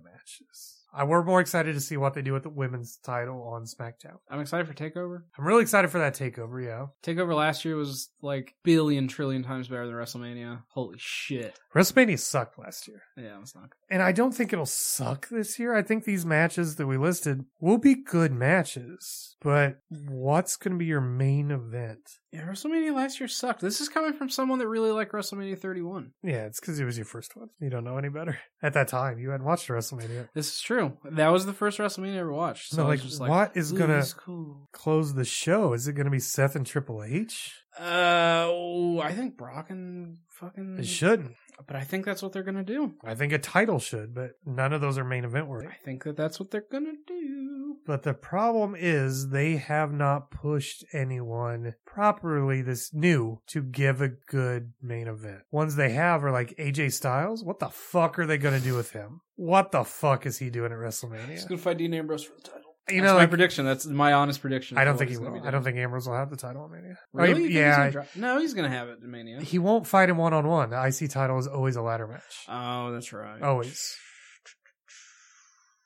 [SPEAKER 2] matches. I were more excited to see what they do with the women's title on SmackDown.
[SPEAKER 1] I'm excited for Takeover.
[SPEAKER 2] I'm really excited for that takeover. Yeah,
[SPEAKER 1] Takeover last year was like billion trillion times better than WrestleMania. Holy shit!
[SPEAKER 2] WrestleMania sucked last year.
[SPEAKER 1] Yeah, it's not.
[SPEAKER 2] And I don't think it'll suck this year. I think these matches that we listed will be good matches. But what's going to be your main event?
[SPEAKER 1] Yeah, WrestleMania last year sucked. This is coming from someone that really liked WrestleMania 31.
[SPEAKER 2] Yeah, it's because it was your first one. You don't know any better. At that time, you hadn't watched WrestleMania.
[SPEAKER 1] This is true. That was the first WrestleMania I ever watched. So
[SPEAKER 2] No,
[SPEAKER 1] I was just
[SPEAKER 2] like, what is
[SPEAKER 1] "Ooh,
[SPEAKER 2] gonna-
[SPEAKER 1] this is cool?
[SPEAKER 2] Close the show. Is it going to be Seth and Triple H?
[SPEAKER 1] Uh, oh, I think Brock and fucking.
[SPEAKER 2] It shouldn't.
[SPEAKER 1] But I think that's what they're gonna do.
[SPEAKER 2] I think a title should, but none of those are main event worthy.
[SPEAKER 1] I think that that's what they're gonna do.
[SPEAKER 2] But the problem is they have not pushed anyone properly this new to give a good main event. Ones they have are like AJ Styles. What the fuck are they going to do with him? What the fuck is he doing at
[SPEAKER 1] He's
[SPEAKER 2] WrestleMania?
[SPEAKER 1] gonna fight Dean Ambrose for the title.
[SPEAKER 2] You
[SPEAKER 1] that's
[SPEAKER 2] know,
[SPEAKER 1] my
[SPEAKER 2] like,
[SPEAKER 1] prediction. That's my honest prediction.
[SPEAKER 2] I
[SPEAKER 1] for
[SPEAKER 2] don't
[SPEAKER 1] what
[SPEAKER 2] think he
[SPEAKER 1] he's gonna
[SPEAKER 2] will.
[SPEAKER 1] be
[SPEAKER 2] I don't
[SPEAKER 1] doing.
[SPEAKER 2] think Ambrose will have the title at Mania. Or
[SPEAKER 1] Really? You
[SPEAKER 2] he-
[SPEAKER 1] think he's
[SPEAKER 2] yeah.
[SPEAKER 1] gonna drop- No, he's gonna have it in Mania.
[SPEAKER 2] He won't fight him one on one. The IC title is always a ladder match.
[SPEAKER 1] Oh, that's right.
[SPEAKER 2] Always.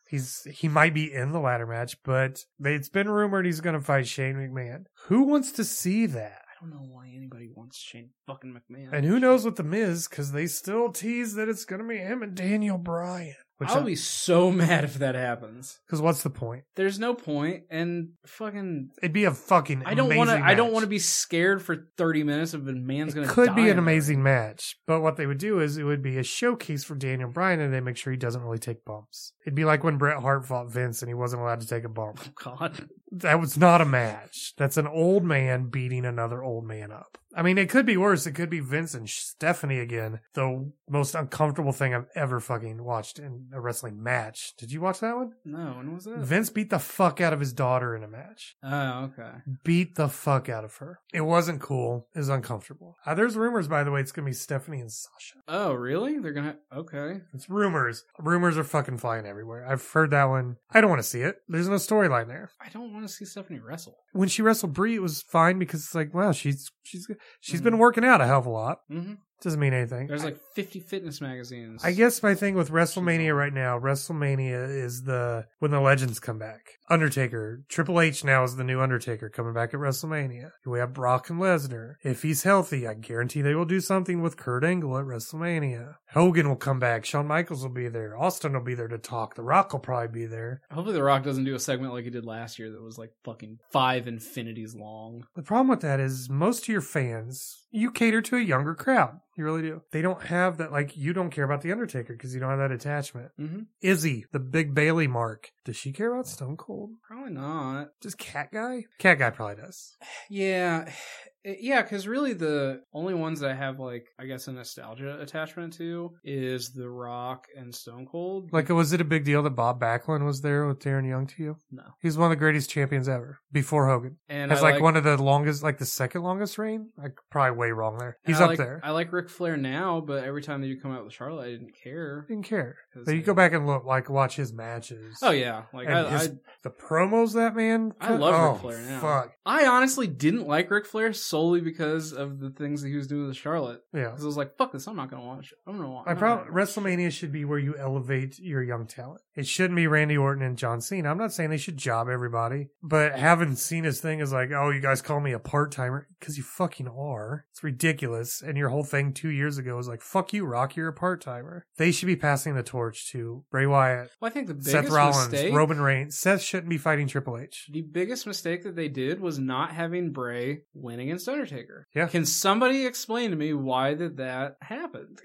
[SPEAKER 2] He's he might be in the ladder match, but they, it's been rumored he's going to fight Shane McMahon. Who wants to see that?
[SPEAKER 1] I don't know why anybody wants Shane fucking McMahon.
[SPEAKER 2] And who knows with the Miz because they still tease that it's going to be him and Daniel Bryan. Which
[SPEAKER 1] I'll be so mad if that happens.
[SPEAKER 2] because what's the point?
[SPEAKER 1] There's no point, and fucking
[SPEAKER 2] It'd be a fucking.
[SPEAKER 1] I don't want
[SPEAKER 2] want
[SPEAKER 1] to. I don't want to be scared for thirty minutes of a man's going
[SPEAKER 2] It
[SPEAKER 1] to.
[SPEAKER 2] could be an amazing match, but what they would do is it would be a showcase for Daniel Bryan, and they make sure he doesn't really take bumps. It'd be like when Bret Hart fought Vince and he wasn't allowed to take a bump.
[SPEAKER 1] Oh God,
[SPEAKER 2] That was not a match. That's an old man beating another old man up. I mean, it could be worse. It could be Vince and Stephanie again. The most uncomfortable thing I've ever fucking watched in a wrestling match. Did you watch that one?
[SPEAKER 1] no. When was that?
[SPEAKER 2] Vince beat the fuck out of his daughter in a match.
[SPEAKER 1] oh, okay.
[SPEAKER 2] Beat the fuck out of her. It wasn't cool. It was uncomfortable. Uh, there's rumors, by the way, it's gonna be Stephanie and Sasha.
[SPEAKER 1] Oh, really? They're gonna. Okay.
[SPEAKER 2] It's rumors. Rumors are fucking flying everywhere. I've heard that one. I don't want to see it. There's no storyline there.
[SPEAKER 1] I don't want to see Stephanie wrestle.
[SPEAKER 2] When she wrestled Brie, it was fine because it's like, wow, she's she's she's been
[SPEAKER 1] Mhm.
[SPEAKER 2] working out a hell of a lot.
[SPEAKER 1] hmm
[SPEAKER 2] Doesn't mean anything.
[SPEAKER 1] There's like fifty fitness magazines.
[SPEAKER 2] I guess my thing with WrestleMania right now, WrestleMania is the when the legends come back. Undertaker, Triple H now is the new Undertaker coming back at WrestleMania. We have Brock and Lesnar. If he's healthy, I guarantee they will do something with Kurt Angle at WrestleMania. Hogan will come back. Shawn Michaels will be there. Austin will be there to talk. The Rock will probably be there.
[SPEAKER 1] Hopefully, The Rock doesn't do a segment like he did last year that was like fucking five infinities long.
[SPEAKER 2] The problem with that is most of your fans, you cater to a younger crowd. You really do. They don't have that, like, you don't care about The Undertaker because you don't have that attachment.
[SPEAKER 1] Mhm.
[SPEAKER 2] Izzy, the big Bailey mark. Does she care about Stone Cold?
[SPEAKER 1] Probably not.
[SPEAKER 2] Just Cat Guy? Cat Guy probably does.
[SPEAKER 1] Yeah. Yeah, because really the only ones that I have like I guess a nostalgia attachment to is The Rock and Stone Cold.
[SPEAKER 2] Like, was it a big deal that Bob Backlund was there with Darren Young to you?
[SPEAKER 1] No.
[SPEAKER 2] He's one of the greatest champions ever before Hogan.
[SPEAKER 1] and
[SPEAKER 2] Has
[SPEAKER 1] I
[SPEAKER 2] like, one of the longest, like the second longest reign. I probably way wrong there.
[SPEAKER 1] And
[SPEAKER 2] He's
[SPEAKER 1] I
[SPEAKER 2] up
[SPEAKER 1] like,
[SPEAKER 2] there. I
[SPEAKER 1] I like Ric Flair now, but every time they do come out with Charlotte, I didn't care.
[SPEAKER 2] didn't care.
[SPEAKER 1] 'cause
[SPEAKER 2] But you
[SPEAKER 1] I-
[SPEAKER 2] go back and look, like watch his matches.
[SPEAKER 1] Oh yeah, like
[SPEAKER 2] And
[SPEAKER 1] I,
[SPEAKER 2] his- the promos that man.
[SPEAKER 1] I, I love Ric
[SPEAKER 2] oh,
[SPEAKER 1] Flair now.
[SPEAKER 2] Fuck
[SPEAKER 1] I honestly didn't like Ric Flair solely because of the things that he was doing with Charlotte.
[SPEAKER 2] yeah.
[SPEAKER 1] Because I was like, fuck this, I'm not gonna watch. it. I'm gonna watch.
[SPEAKER 2] I probably WrestleMania should be where you elevate your young talent. It shouldn't be Randy Orton and John Cena. I'm not saying they should job everybody, but having Cena's thing is like, oh, you guys call me a part timer because you fucking are. It's ridiculous. And your whole thing two years ago was like, fuck you, Rock, you're a part timer. They should be passing the torch to Bray Wyatt,
[SPEAKER 1] Well, I think the biggest
[SPEAKER 2] Seth Rollins,
[SPEAKER 1] mistake,
[SPEAKER 2] Roman Reigns. Seth shouldn't be fighting Triple H.
[SPEAKER 1] the biggest mistake that they did was not having Bray win against Undertaker.
[SPEAKER 2] Yeah.
[SPEAKER 1] Can somebody explain to me why that that happened?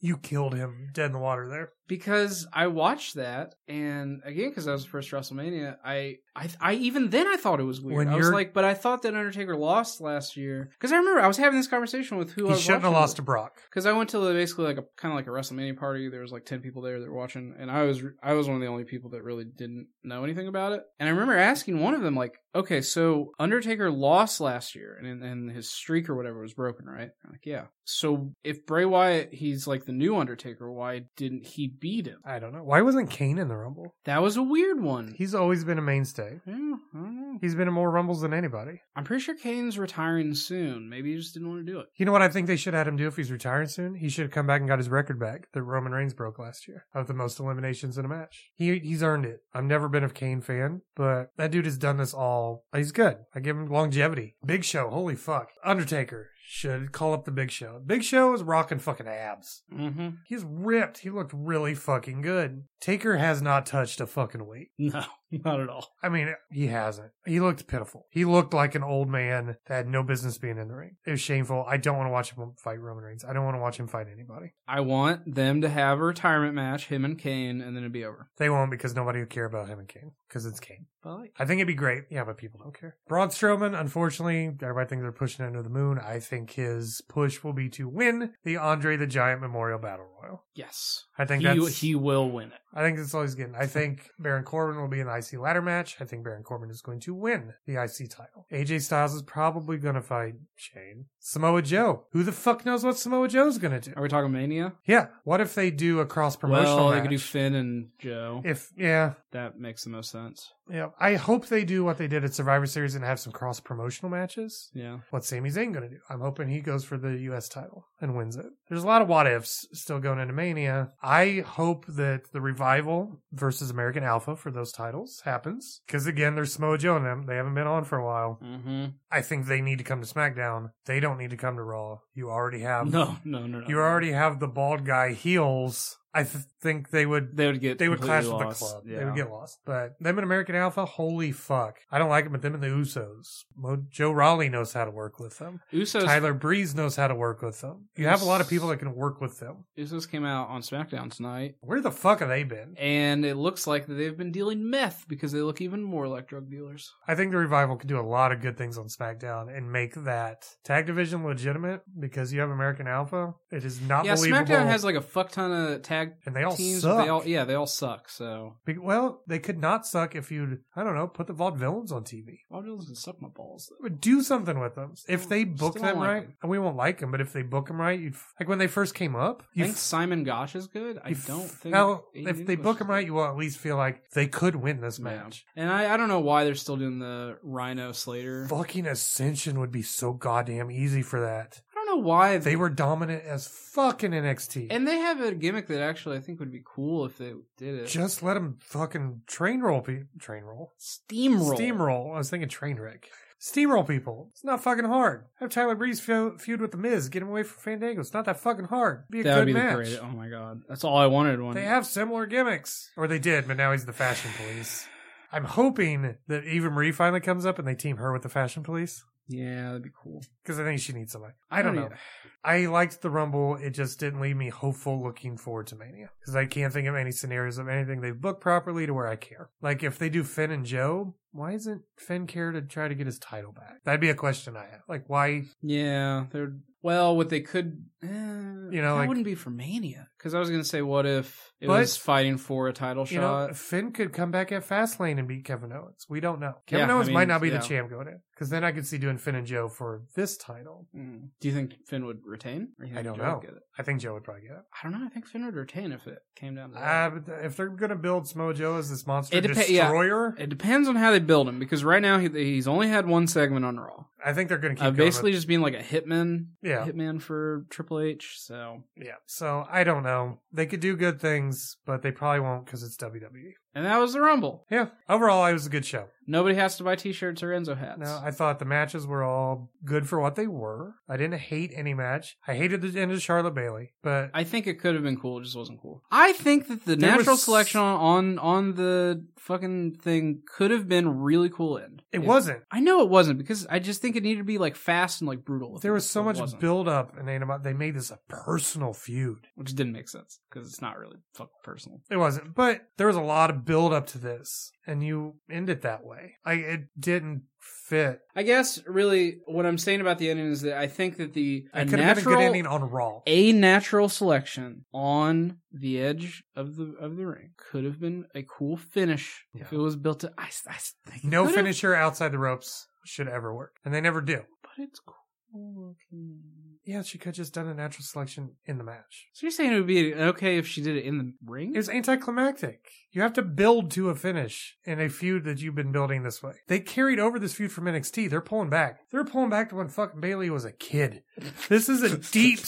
[SPEAKER 2] You killed him dead in the water there.
[SPEAKER 1] because I watched that, and again, because that was the first WrestleMania, I, I, I even then I thought it was weird.
[SPEAKER 2] When
[SPEAKER 1] I was
[SPEAKER 2] you're-
[SPEAKER 1] like, but I thought that Undertaker lost last year because I remember I was having this conversation with who I
[SPEAKER 2] he
[SPEAKER 1] was
[SPEAKER 2] shouldn't have
[SPEAKER 1] watching
[SPEAKER 2] lost
[SPEAKER 1] with.
[SPEAKER 2] to Brock.
[SPEAKER 1] because I went to the, basically like a kind of like a WrestleMania party. There was like ten people there that were watching, and I was I was one of the only people that really didn't know anything about it. And I remember asking one of them like, "Okay, so Undertaker lost last year, and and his streak or whatever was broken, right?" I'm like, "Yeah." So if Bray Wyatt, he's like the new Undertaker, why didn't he beat him?
[SPEAKER 2] I don't know. Why wasn't Kane in the Rumble?
[SPEAKER 1] That was a weird one.
[SPEAKER 2] He's always been a mainstay. say.
[SPEAKER 1] Yeah, I don't know.
[SPEAKER 2] He's been in more rumbles than anybody.
[SPEAKER 1] I'm pretty sure Kane's retiring soon. Maybe he just didn't want to do it.
[SPEAKER 2] You know what I think they should have had him do if he's retiring soon? He should have come back and got his record back that Roman Reigns broke last year of the most eliminations in a match. He he's earned it. I've never been a Kane fan, but that dude has done this all. He's good. I give him longevity. Big Show, holy fuck. Undertaker should call up the Big Show. Big Show is rocking fucking abs.
[SPEAKER 1] Mm-hmm.
[SPEAKER 2] He's ripped. He looked really fucking good. Taker has not touched a fucking weight.
[SPEAKER 1] No, not at all.
[SPEAKER 2] I mean, he hasn't. He looked pitiful. He looked like an old man that had no business being in the ring. It was shameful. I don't want to watch him fight Roman Reigns. I don't want to watch him fight anybody.
[SPEAKER 1] I want them to have a retirement match, him and Kane, and then it'd be over.
[SPEAKER 2] They won't because nobody will care about him and Kane because it's Kane.
[SPEAKER 1] But like,
[SPEAKER 2] I think it'd be great. Yeah, but people don't care. Braun Strowman, unfortunately, everybody thinks they're pushing it under the moon. I think his push will be to win the Andre the Giant Memorial Battle Royal.
[SPEAKER 1] yes,
[SPEAKER 2] I think
[SPEAKER 1] he,
[SPEAKER 2] that's
[SPEAKER 1] he will win it.
[SPEAKER 2] I think that's all he's getting. I think Baron Corbin will be in the IC ladder match. I think Baron Corbin is going to win the IC title. AJ Styles is probably going to fight Shane. Samoa Joe. Who the fuck knows what Samoa Joe's going to do?
[SPEAKER 1] Are we talking Mania?
[SPEAKER 2] Yeah. What if they do a cross promotional
[SPEAKER 1] well,
[SPEAKER 2] match?
[SPEAKER 1] they could do Finn and Joe.
[SPEAKER 2] if yeah,
[SPEAKER 1] that makes the most sense.
[SPEAKER 2] yeah. I hope they do what they did at Survivor Series and have some cross promotional matches.
[SPEAKER 1] Yeah.
[SPEAKER 2] What's Sami Zayn going to do? I'm hoping he goes for the U.S. title and wins it. There's a lot of what ifs still going into Mania. I hope that the revival versus American Alpha for those titles happens because again, there's Samoa Joe and them. They haven't been on for a while.
[SPEAKER 1] Mm-hmm.
[SPEAKER 2] I think they need to come to SmackDown. They don't need to come to Raw. You already have
[SPEAKER 1] No, no, no, no.
[SPEAKER 2] you Um, already have the bald guy heels. I th- think they would.
[SPEAKER 1] They would get
[SPEAKER 2] They would clash
[SPEAKER 1] completely lost.
[SPEAKER 2] with the club.
[SPEAKER 1] Yeah.
[SPEAKER 2] They would get lost. But them and American Alpha, holy fuck. I don't like them, but them and the Usos. Mo- Joe Raleigh knows how to work with them.
[SPEAKER 1] Usos.
[SPEAKER 2] Tyler Breeze knows how to work with them. You have a lot of people that can work with them.
[SPEAKER 1] Usos came out on SmackDown tonight,
[SPEAKER 2] Where the fuck have they been?
[SPEAKER 1] and it looks like they've been dealing meth because they look even more like drug dealers.
[SPEAKER 2] I think the revival could do a lot of good things on SmackDown and make that tag division legitimate because you have American Alpha. It is not
[SPEAKER 1] yeah,
[SPEAKER 2] believable.
[SPEAKER 1] SmackDown has like a fuck ton of tag
[SPEAKER 2] and they all
[SPEAKER 1] teams. but
[SPEAKER 2] suck.
[SPEAKER 1] They all, yeah, they all suck. So
[SPEAKER 2] Be- well, they could not suck if you'd, I don't know, put the Vaude villains on TV.
[SPEAKER 1] Bob Dylan's gonna suck my balls. though.
[SPEAKER 2] But do something with them. If they book
[SPEAKER 1] Still
[SPEAKER 2] them
[SPEAKER 1] don't like
[SPEAKER 2] right,
[SPEAKER 1] them.
[SPEAKER 2] and we won't like them, but if they book them right, you'd, f- like when they first came up,
[SPEAKER 1] I
[SPEAKER 2] you
[SPEAKER 1] think
[SPEAKER 2] f-
[SPEAKER 1] Simon Gosh is good. I
[SPEAKER 2] you
[SPEAKER 1] don't think.
[SPEAKER 2] felt-
[SPEAKER 1] Aiden
[SPEAKER 2] if they
[SPEAKER 1] English
[SPEAKER 2] book
[SPEAKER 1] is
[SPEAKER 2] them
[SPEAKER 1] good.
[SPEAKER 2] right, you will at least feel like they could win this
[SPEAKER 1] Yeah.
[SPEAKER 2] match.
[SPEAKER 1] And I, I don't know why they're still doing the Rhino Slater.
[SPEAKER 2] Fucking Ascension would be so goddamn easy for that.
[SPEAKER 1] I don't know why
[SPEAKER 2] They were dominant as fucking NXT.
[SPEAKER 1] And they have a gimmick that actually I think would be cool if they did it.
[SPEAKER 2] just let them fucking train roll people. Train roll?
[SPEAKER 1] steamroll.
[SPEAKER 2] Steamroll. I was thinking train wreck. Steamroll people. It's not fucking hard. Have Tyler Breeze fe- feud with The Miz. Get him away from Fandango. It's not that fucking hard. Be a
[SPEAKER 1] That
[SPEAKER 2] good
[SPEAKER 1] would be
[SPEAKER 2] match.
[SPEAKER 1] the greatest. Oh my god, that's all I wanted. One.
[SPEAKER 2] They have similar gimmicks. Or they did, but now he's the fashion police. I'm hoping that Eva Marie finally comes up and they team her with the fashion police.
[SPEAKER 1] yeah, that'd be cool.
[SPEAKER 2] Because I think she needs somebody. I don't know.
[SPEAKER 1] even-
[SPEAKER 2] I liked the Rumble. It just didn't leave me hopeful looking forward to Mania because I can't think of any scenarios of anything they've booked properly to where I care. Like if they do Finn and Joe, why isn't Finn care to try to get his title back? That'd be a question I have. Like why?
[SPEAKER 1] Yeah, they're well. What they could, eh, you
[SPEAKER 2] know,
[SPEAKER 1] that
[SPEAKER 2] like-
[SPEAKER 1] wouldn't be for Mania because I was gonna say, what if it
[SPEAKER 2] But-
[SPEAKER 1] was fighting for a title
[SPEAKER 2] You
[SPEAKER 1] shot?
[SPEAKER 2] know, Finn could come back at Fastlane and beat Kevin Owens. We don't know. Kevin
[SPEAKER 1] Yeah, I
[SPEAKER 2] Owens
[SPEAKER 1] mean,
[SPEAKER 2] might not be
[SPEAKER 1] yeah.
[SPEAKER 2] the champ going in because then I could see doing Finn and Joe for this title.
[SPEAKER 1] Mm. Do you think Finn would retain? Or you
[SPEAKER 2] I
[SPEAKER 1] think
[SPEAKER 2] don't
[SPEAKER 1] Joe would
[SPEAKER 2] know.
[SPEAKER 1] get it?
[SPEAKER 2] I think Joe would probably get it.
[SPEAKER 1] I don't know. I think Finn would retain if it came down to
[SPEAKER 2] Uh,
[SPEAKER 1] that.
[SPEAKER 2] but th- if they're gonna build Smojo as this monster
[SPEAKER 1] It depe- yeah.
[SPEAKER 2] destroyer,
[SPEAKER 1] it depends on how they build him because right now he, he's only had one segment on Raw,
[SPEAKER 2] I think they're gonna keep
[SPEAKER 1] uh,
[SPEAKER 2] going with-
[SPEAKER 1] basically just being like a hitman,
[SPEAKER 2] Yeah.
[SPEAKER 1] hitman for Triple H. So
[SPEAKER 2] Yeah. So I don't know. They could do good things, but they probably won't because it's WWE.
[SPEAKER 1] and that was the Rumble.
[SPEAKER 2] Yeah. Overall, it was a good show.
[SPEAKER 1] Nobody has to buy T-shirts or Enzo hats.
[SPEAKER 2] No, I thought the matches were all good for what they were. I didn't hate any match. I hated the end of Charlotte Bailey, but
[SPEAKER 1] I think it could have been cool. It just wasn't cool. I think that the
[SPEAKER 2] There
[SPEAKER 1] natural
[SPEAKER 2] was-
[SPEAKER 1] selection on on the fucking thing could have been really cool. End.
[SPEAKER 2] it wasn't.
[SPEAKER 1] I know it wasn't because I just think it needed to be like fast and like brutal.
[SPEAKER 2] There was so
[SPEAKER 1] It
[SPEAKER 2] much
[SPEAKER 1] wasn't,
[SPEAKER 2] build up and anima- they made this a personal feud.
[SPEAKER 1] which didn't make sense because it's not really fucking personal.
[SPEAKER 2] It wasn't, but there was a lot of build up to this, and you end it that way. I it didn't fit.
[SPEAKER 1] I guess really what I'm saying about the ending is that I think that the a
[SPEAKER 2] It could have been a
[SPEAKER 1] natural
[SPEAKER 2] good ending on Raw.
[SPEAKER 1] a natural selection on the edge of the of the ring could have been a cool finish if it
[SPEAKER 2] Yeah.
[SPEAKER 1] was built to. I, I think it
[SPEAKER 2] No
[SPEAKER 1] could have,
[SPEAKER 2] finisher outside the ropes should ever work, and they never do.
[SPEAKER 1] but it's cool. looking.
[SPEAKER 2] yeah, she could just done a natural selection in the match.
[SPEAKER 1] So you're saying it would be okay if she did it in the ring?
[SPEAKER 2] It's anticlimactic. You have to build to a finish in a feud that you've been building this way. They carried over this feud from NXT. They're pulling back. They're pulling back to when fucking Bailey was a kid. This is a deep
[SPEAKER 1] Oh,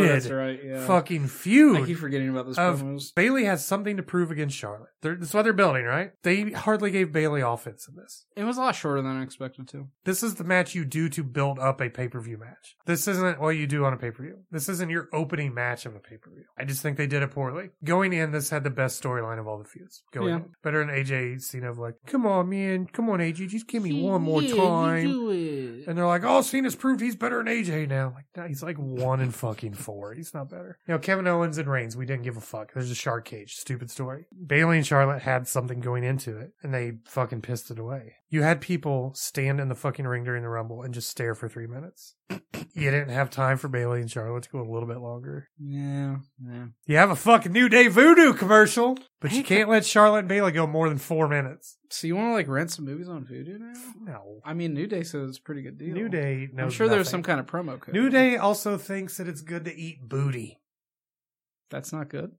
[SPEAKER 1] that's
[SPEAKER 2] seated
[SPEAKER 1] right. Yeah.
[SPEAKER 2] fucking
[SPEAKER 1] I
[SPEAKER 2] feud.
[SPEAKER 1] keep forgetting about those
[SPEAKER 2] of-
[SPEAKER 1] promos.
[SPEAKER 2] Bailey has something to prove against Charlotte. They're, that's what they're building, right? They hardly gave Bailey offense in this.
[SPEAKER 1] It was a lot shorter than I expected to.
[SPEAKER 2] This is the match you do to build up a pay per view match. This isn't what you do on a pay per view. This isn't your opening match of a pay per view. I just think they did it poorly. Going in, this had the best storyline of all the feuds. Going
[SPEAKER 1] Yeah.
[SPEAKER 2] in. Better than AJ Cena, of like, come on, man. Come on, AJ. Just give me one more time. And they're like, oh, Cena's proved he's better than AJ now. Like, no, he's like one and fucking four. He's not better. You know, Kevin Owens and Reigns, we didn't give a fuck. There's a shark cage. Stupid story. Bailey and Charlotte had something going into it, and they fucking pissed it away. You had people stand in the fucking ring during the Rumble and just stare for three minutes. You didn't have time for Bailey and Charlotte to go a little bit longer.
[SPEAKER 1] Yeah, yeah.
[SPEAKER 2] You have a fucking New Day voodoo commercial, but you
[SPEAKER 1] Hey,
[SPEAKER 2] can't let Charlotte and Bailey go more than four minutes.
[SPEAKER 1] So you want to like rent some movies on Vudu now?
[SPEAKER 2] No.
[SPEAKER 1] I mean, New Day says it's a pretty good deal.
[SPEAKER 2] New Day knows
[SPEAKER 1] I'm sure there's
[SPEAKER 2] nothing.
[SPEAKER 1] some kind of promo code.
[SPEAKER 2] New Day also thinks that it's good to eat booty.
[SPEAKER 1] That's not good.